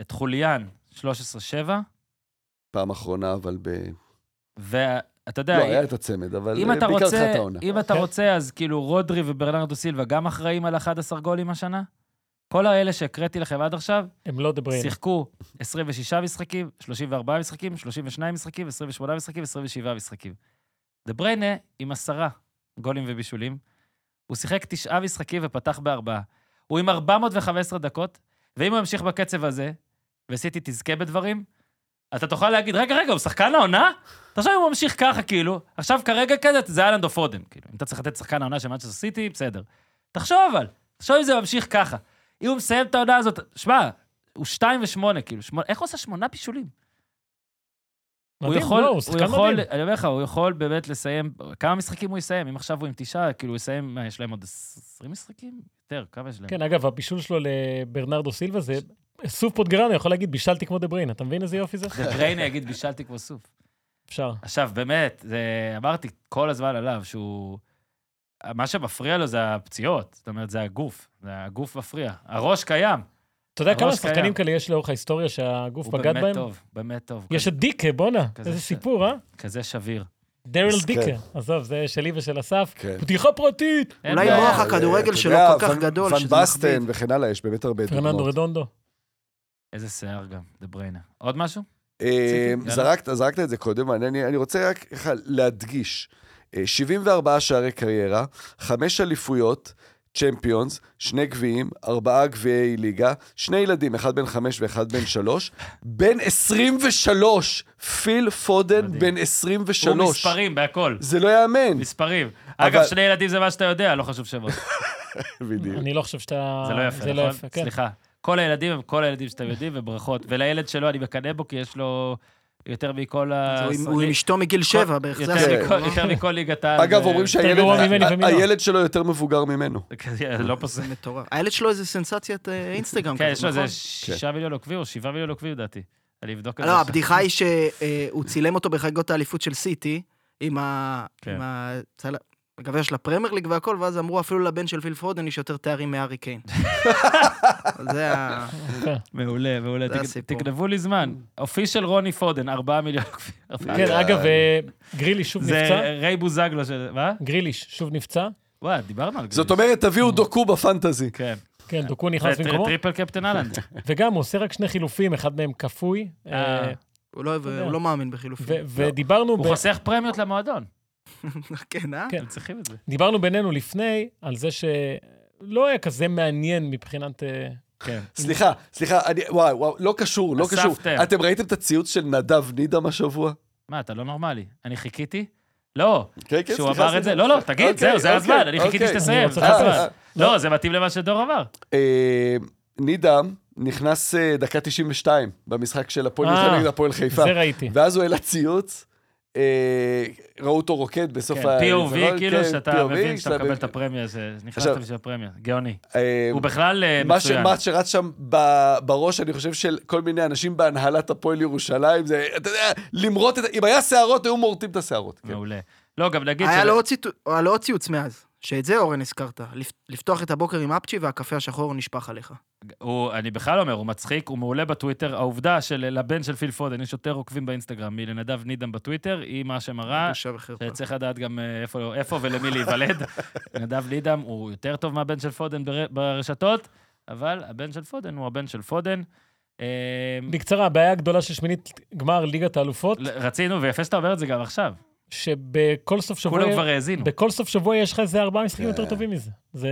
את חוליאן, 13-7, פעם אחרונה, אבל ב... ואתה לא, יודע, היה את הצמד, אבל אה, אם אתה בעיקר רוצה, חטא העונה. אם אתה אוקיי. רוצה, אז כאילו רודרי וברנרדו סילבה גם אחראים על 11 גולים השנה? כל האלה שהקראתי לכם עד עכשיו, הם לא דה בריינה. שיחקו 26 משחקים, 34 משחקים, 32 משחקים, 28 משחקים, 27 משחקים. דה בריינה עם עשרה גולים ובישולים. הוא שיחק תשעה משחקים ופתח בארבעה. הוא עם 415 דקות, ואם הוא ימשיך בקצב הזה, וסיטי תזכה בדברים, אתה תוכל להגיד, רגע, רגע, הוא שחקן העונה? תחשוב אם הוא ממשיך ככה, כאילו, עכשיו כרגע כזה, זה אהלנד או פודן, כאילו. אם אתה צריך לתת שחקן העונה של מנצ'סטר סיטי, בסדר. תחשוב אבל, תחשוב אם זה ממשיך ככה. אם הוא מסיים את העונה הזאת, שמע, הוא שתיים ושמונה, כאילו, שמונה, איך הוא עושה שמונה בישולים? מדהים, הוא יכול, לא, הוא שחקן יכול, מדהים. אני אומר לך, הוא יכול באמת לסיים, כמה משחקים הוא יסיים? אם עכשיו הוא עם תשעה, כאילו, הוא יסיים, מה, יש להם עוד 20 משחקים? יותר, כמה יש להם? כן, אגב, הבישול שלו לברנרדו סילבה זה... סוף פוטגרנו יכול להגיד, בישלתי כמו דה בריינה. אתה מבין איזה יופי זה? זה בריינה יגיד, בישלתי כמו סוף. אפשר. עכשיו, באמת, זה, אמרתי כל הזמן עליו שהוא... מה שמפריע לו זה הפציעות, זאת אומרת, זה הגוף, זה הגוף מפריע. הראש קיים, אתה יודע כמה הראש קיים. שחקנים כאלה יש לאורך ההיסטוריה שהגוף הוא בגד באמת בהם? טוב, באמת טוב. יש כזה, את דיקה, בואנה, כזה איזה ש- סיפור, אה? כזה שביר. דרל מסכן. דיקה. עזוב, זה שלי ושל אסף. כן. בדיחה פרטית! אין אולי בעיה. מוח אבל, הכדורגל אתה שלו יודע, כל כך ון- גדול, שזה ון בסטן מכביד. וכן הלאה, יש באמת הרבה פרננדו דוגמאות. רדונדו. איזה שיער גם, דה בריינה. עוד משהו? אה, ציפי, זרקת, זרקת את זה קודם, אני, אני, אני רוצה רק ככה להדגיש. אה, 74 שערי קריירה, חמש אליפויות, צ'מפיונס, שני גביעים, ארבעה גביעי ליגה, שני ילדים, אחד בן חמש ואחד בן שלוש, בן 23, פיל פודן מדהים. בן הוא 23. מספרים בהכל. זה לא יאמן. מספרים. אבל- אגב, שני ילדים זה מה שאתה יודע, לא חשוב שמות. אה, בדיוק. אני לא חושב שאתה... זה לא יפה, זה לא נכון? יפה, כן. סליחה. כל הילדים הם כל הילדים שאתם יודעים, וברכות. ולילד שלו, אני מקנא בו, כי יש לו יותר מכל ה... הוא עם- הוא עם אשתו מגיל שבע בערך, זה לא- יותר הסיפור. מכל- יותר מכל ליגת העל. אגב, אה, זה- אומרים גרוע ממני שהילד לא. ומנוע. הילד שלו יותר מבוגר ממנו. זה כזה, לא פוסק. זה מטורף. הילד שלו איזה סנסציית אה, אינסטגרם כן, כזאת, יש לו נכון? איזה שישה מיליון עוקבים, או שבעה מיליון עוקבים, לדעתי. אני אבדוק את זה. לא, עכשיו. הבדיחה היא שהוא צילם אותו בחגיגות האליפות של סיטי, עם ה- כן. עם הצל- הגביע של הפרמייר ליג והכל, ואז אמרו, אפילו לבן של פיל פרודן יש יותר תארים מהארי קיין. זה ה... מעולה, מעולה. זה תג- הסיפור. תגנבו לי זמן. אופישל Mm. רוני פודן, ארבעה מיליון עוקבים. כן, אה, אגב, אה, גריליש שוב זה נפצע. ריי בוזגלו של... מה? גריליש שוב נפצע. וואי, דיברנו על זה. זאת אומרת, תביאו דוקו בפנטזי. כן. כן, דוקו נכנס במקומו. טריפל קפטן אהלנד. וגם הוא עושה רק שני חילופים, אחד מהם כפוי. אה, אה. הוא לא- הוא לא מאמין בחילופים. ו- ודיברנו הוא ב- חוסך פרמיות למועדון. כן, אה? כן. הם צריכים את זה. דיברנו בינינו לפני על זה שלא היה כזה מעניין מבחינת... אה, כן. סליחה, סליחה, אני, וואי, וואי, לא קשור, לא קשור. אספתם. אתם ראיתם את הציוץ של נדב נידם השבוע? מה, אתה לא נורמלי. אני חיכיתי? לא, כן, כן, כשהוא סליחה, אמר את זה, סליחה. לא, לא, תגיד, אוקיי, זהו, זה אוקיי, הזמן, אני חיכיתי אוקיי. שתסיים, אני זה רוצה אה, הזמן. אה. לא, זה מתאים למה שדור אמר. אה, נידם נכנס אה, דקה 92 במשחק של הפועל אה, ירושלים נגד הפועל חיפה. זה ראיתי. ואז הוא העלה ציוץ, אה, ראו אותו רוקד בסוף כן, ה... POV, כאילו, כן, שאתה POV, מבין שאתה מקבל את מבין. הפרמיה, זה- נכנסת עכשיו- בשביל הפרמיה, גאוני. אה, הוא בכלל אה, מה ש- מצוין. מה שרץ שם ב- בראש, אני חושב, של כל מיני אנשים בהנהלת הפועל ירושלים, זה, אתה יודע, למרוט את ה... אם היה שערות, היו מורטים את השערות. כן. מעולה. לא, גם נגיד היה ש- לו עוד ציטו- היה לו עוד ציוץ מאז, שאת זה אורן הזכרת, לפ- לפתוח את הבוקר עם אפצ'י והקפה השחור נשפך עליך. הוא- אני בכלל אומר, הוא מצחיק, הוא מעולה בטוויטר. העובדה שלבן של פיל פודן יש יותר עוקבים באינסטגרם מלנדב נידם בטוויטר, היא מה שמראה בושה וחרפה. שצריך לדעת גם אה, איפה, איפה ולמי להיוולד. נדב לידם הוא יותר טוב מהבן של פודן בר, ברשתות, אבל הבן של פודן הוא הבן של פודן. אה, בקצרה, הבעיה הגדולה של שמינית גמר ליגת האלופות, ל- רצינו, ויפה שאתה אומר את זה גם עכשיו. שבכל סוף שבוע... כולם כבר האזינו. בכל סוף שבוע יש לך איזה ארבעה משחקים נכון. כן. יותר טובים מזה. זה...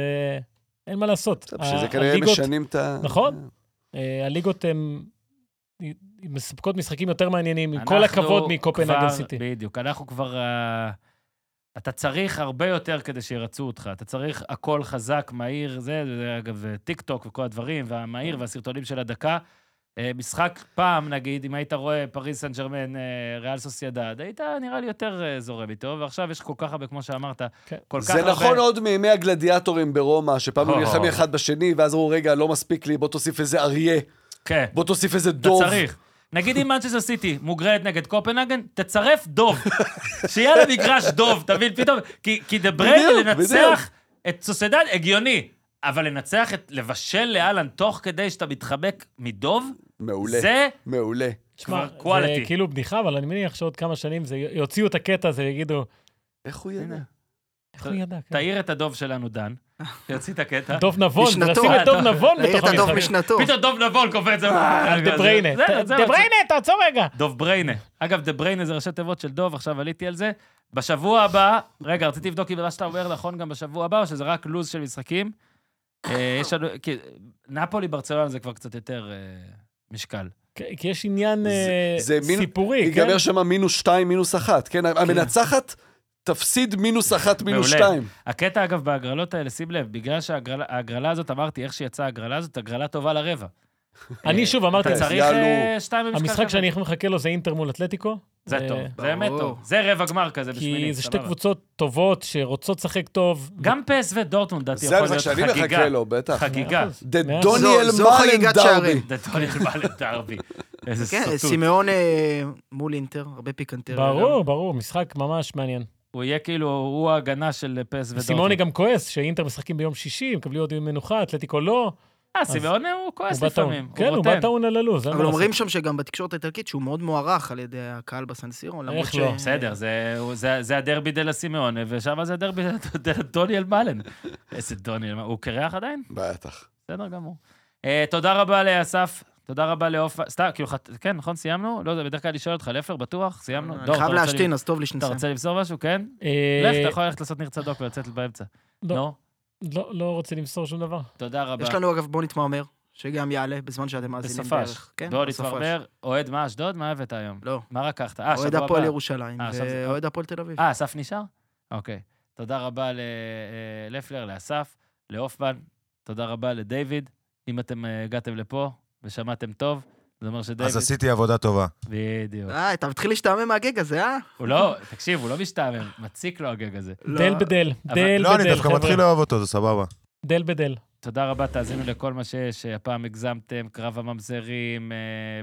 אין מה לעשות. בסדר, אה, בשביל זה ה- כנראה הליגות- משנים את ה... נכון. אה, הליגות הן... מספקות משחקים יותר מעניינים, עם כל אנחנו הכבוד כבר- מקופנהגן סיטי. בדיוק, אנחנו כבר... אה, אתה צריך הרבה יותר כדי שירצו אותך. אתה צריך הכל חזק, מהיר, זה, זה אגב טיק טוק וכל הדברים, והמהיר והסרטונים של הדקה. אה, משחק פעם, נגיד, אם היית רואה פריס סן ג'רמן, אה, ריאל סוסיידד, היית נראה לי יותר אה, זורם איתו, ועכשיו יש כל כך הרבה, כמו שאמרת, כן. כל כך זה הרבה... נכון עוד מימי הגלדיאטורים ברומא, שפעם הם או. נלחמים אחד בשני, ואז אמרו, רגע, לא מספיק לי, בוא תוסיף איזה אריה, כן. בוא תוסיף איזה אתה דוב. צריך. נגיד אם מנצ'סטר סיטי מוגרלת נגד קופנהגן, תצרף דוב. שיהיה על המגרש דוב, תבין, פתאום, כי, כי דה ברייל בדיוק, לנצח את סוסדד, הגיוני. אבל לנצח, את, לבשל לאלן תוך כדי שאתה מתחבק מדוב, מעולה, זה מעולה. תשמע, כבר quality. זה כאילו בדיחה, אבל אני מניח שעוד כמה שנים זה יוציאו את הקטע הזה ויגידו, איך הוא ידע? איך הוא ידע? כן?" תעיר את הדוב שלנו, דן. תוציא את הקטע. דוב נבון, משנתו. לשים את דוב נבון ראית בתוך את הדוב המשחק. משנתו. פתאום דוב נבון קופץ. אה, על דה בריינה. זה- זה- ת- זה- דה בריינה, תעצור רגע. דוב בריינה. אגב, דה בריינה זה ראשי תיבות של דוב, עכשיו עליתי על זה. בשבוע הבא, רגע, רציתי לבדוק אם מה שאתה אומר נכון גם בשבוע הבא, או שזה רק לו"ז של משחקים. אה, יש לנו, כי נפולי ברצלונה זה כבר קצת יותר אה, משקל. כי כי יש עניין זה- אה, זה מין- סיפורי, כן? ייגמר שם מינוס שתיים, מינוס אחת, כן? המנצחת תפסיד מינוס אחת, מינוס מעולה. שתיים. הקטע, אגב, בהגרלות האלה, שים לב, בגלל שההגרלה הזאת, אמרתי, איך שיצאה ההגרלה הזאת, הגרלה טובה לרבע. אני שוב אמרתי, אתה כן, צריך יעלו. אה, שתיים במשקל. המשחק שווה. שאני הכי מחכה לו זה אינטר מול אתלטיקו. זה אה, טוב, ברור. זה אמת טוב. זה רבע גמר כזה בשמינית, כי זה שתי סבבה. קבוצות טובות שרוצות לשחק טוב. גם פס ודורטמונד, לדעתי, זה יכול המשחק להיות שאני חגיגה. מחכה לו, בטח. חגיגה. מאה אחוז. דה מאה אחוז. דוניאל זו- זו מלן חגיגת דרבי. שערים. דתוני בא לדרבי. איזה כן, סוטוט. סימאון אה, מול אינטר, הרבה אה, פיקנטריה. ברור, ברור, משחק ממש מעניין. הוא יהיה כאילו, הוא ההגנה של פס ודורטמונד. סימוני גם כועס שאינטר משחקים ביום שישי, מקבלים עוד יום מנוחה, אתלטיקו לא. אה, סימאוני הוא כועס הוא בא טעון. לפעמים. הוא כן, הוא רוטן. בא טעון על הלו"ז. אין מה אבל לא אומרים לעשות. שם שגם בתקשורת האיטלקית שהוא מאוד מוערך על ידי הקהל בסנסירו, למרות איך ש... לא? בסדר, זה- הוא- זה- זה הדרבי דלה סימאונה, ושם זה הדרבי דלה דוניאל מלן. איזה דוניאל, מלן. הוא קרח עדיין? בטח. בסדר גמור. אה, תודה רבה לאסף. תודה רבה לעופר, סתם, כאילו, חת- כן, נכון, סיימנו? לא יודע, בדרך כלל אני שואל אותך, לפר, בטוח? סיימנו? דור, אני לא, אתה אה, חייב רוצה להשתין, לי- אז טוב לי אתה שנסיים. רוצה למסור משהו, כן? אה, לך, אתה יכול ללכת לעשות ניר צדוק ולצאת באמצע. לא. נו, לא- לא רוצה למסור שום דבר. תודה רבה. יש לנו אגב בוא נתמרמר, שגם יעלה בזמן שאתם מאזינים בסופש. בערך. כן, בוא בסופש. נתמרמר, אוהד מה אשדוד? מה הבאת היום? לא. מה לקחת? אה, אוהד שבוע הפועל הבא. ירושלים, אה, עכשיו זה- ואוהד הפועל תל אביב. אה, אסף נשאר? אוקיי. תודה רבה ללפלר, לאסף, להופמן, תודה רבה לדיוויד. אם אתם אה, הגעתם לפה ושמעתם טוב, זה אומר שדיוויד... אז עשיתי עבודה טובה. בדיוק. אה, אתה מתחיל להשתעמם מהגג הזה, אה? הוא לא, תקשיב, הוא לא משתעמם, מציק לו הגג הזה. לא. דל בדל, אבל- דל לא, אני בדל, דווקא מתחיל חבר'ה. לאהוב אותו, זה סבבה. דל בדל. תודה רבה, תאזינו לכל מה שיש. אה, הפעם הגזמתם, קרב הממזרים, אה,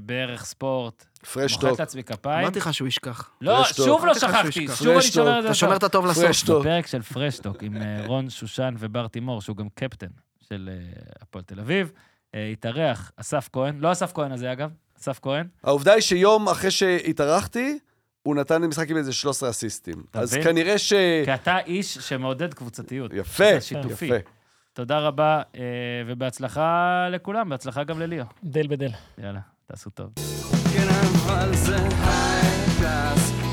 בערך ספורט. פרש מוחאת טוק. לעצמי כפיים. אמרתי לך שהוא ישכח. לא, פרש טוק. שוב לא אמרתי לך שהוא שכחתי, ישכח. שוב אני פרש טוק. שומר את זה. אתה שומר לסוף. את הטוב לסוף. פרש טוק. בפרק של פרשטוק עם אה, רון שושן ובר תימור, שהוא גם קפטן של אה, הפועל תל אביב. אה, התארח אסף כהן, לא אסף כהן הזה אגב, אסף כהן. העובדה היא שיום אחרי שהתארחתי, הוא נתן לי משחק עם איזה 13 אסיסטים. אתה אז מבין? כנראה ש... כי אתה איש שמעודד קבוצתיות. אה. יפה, אתה שיתופי. יפה. תודה רבה, אה, ובהצלחה לכולם, בהצלחה גם לליאו. דל בדל. יאללה, תעשו טוב. כן, אבל זה היי קלאס. כן,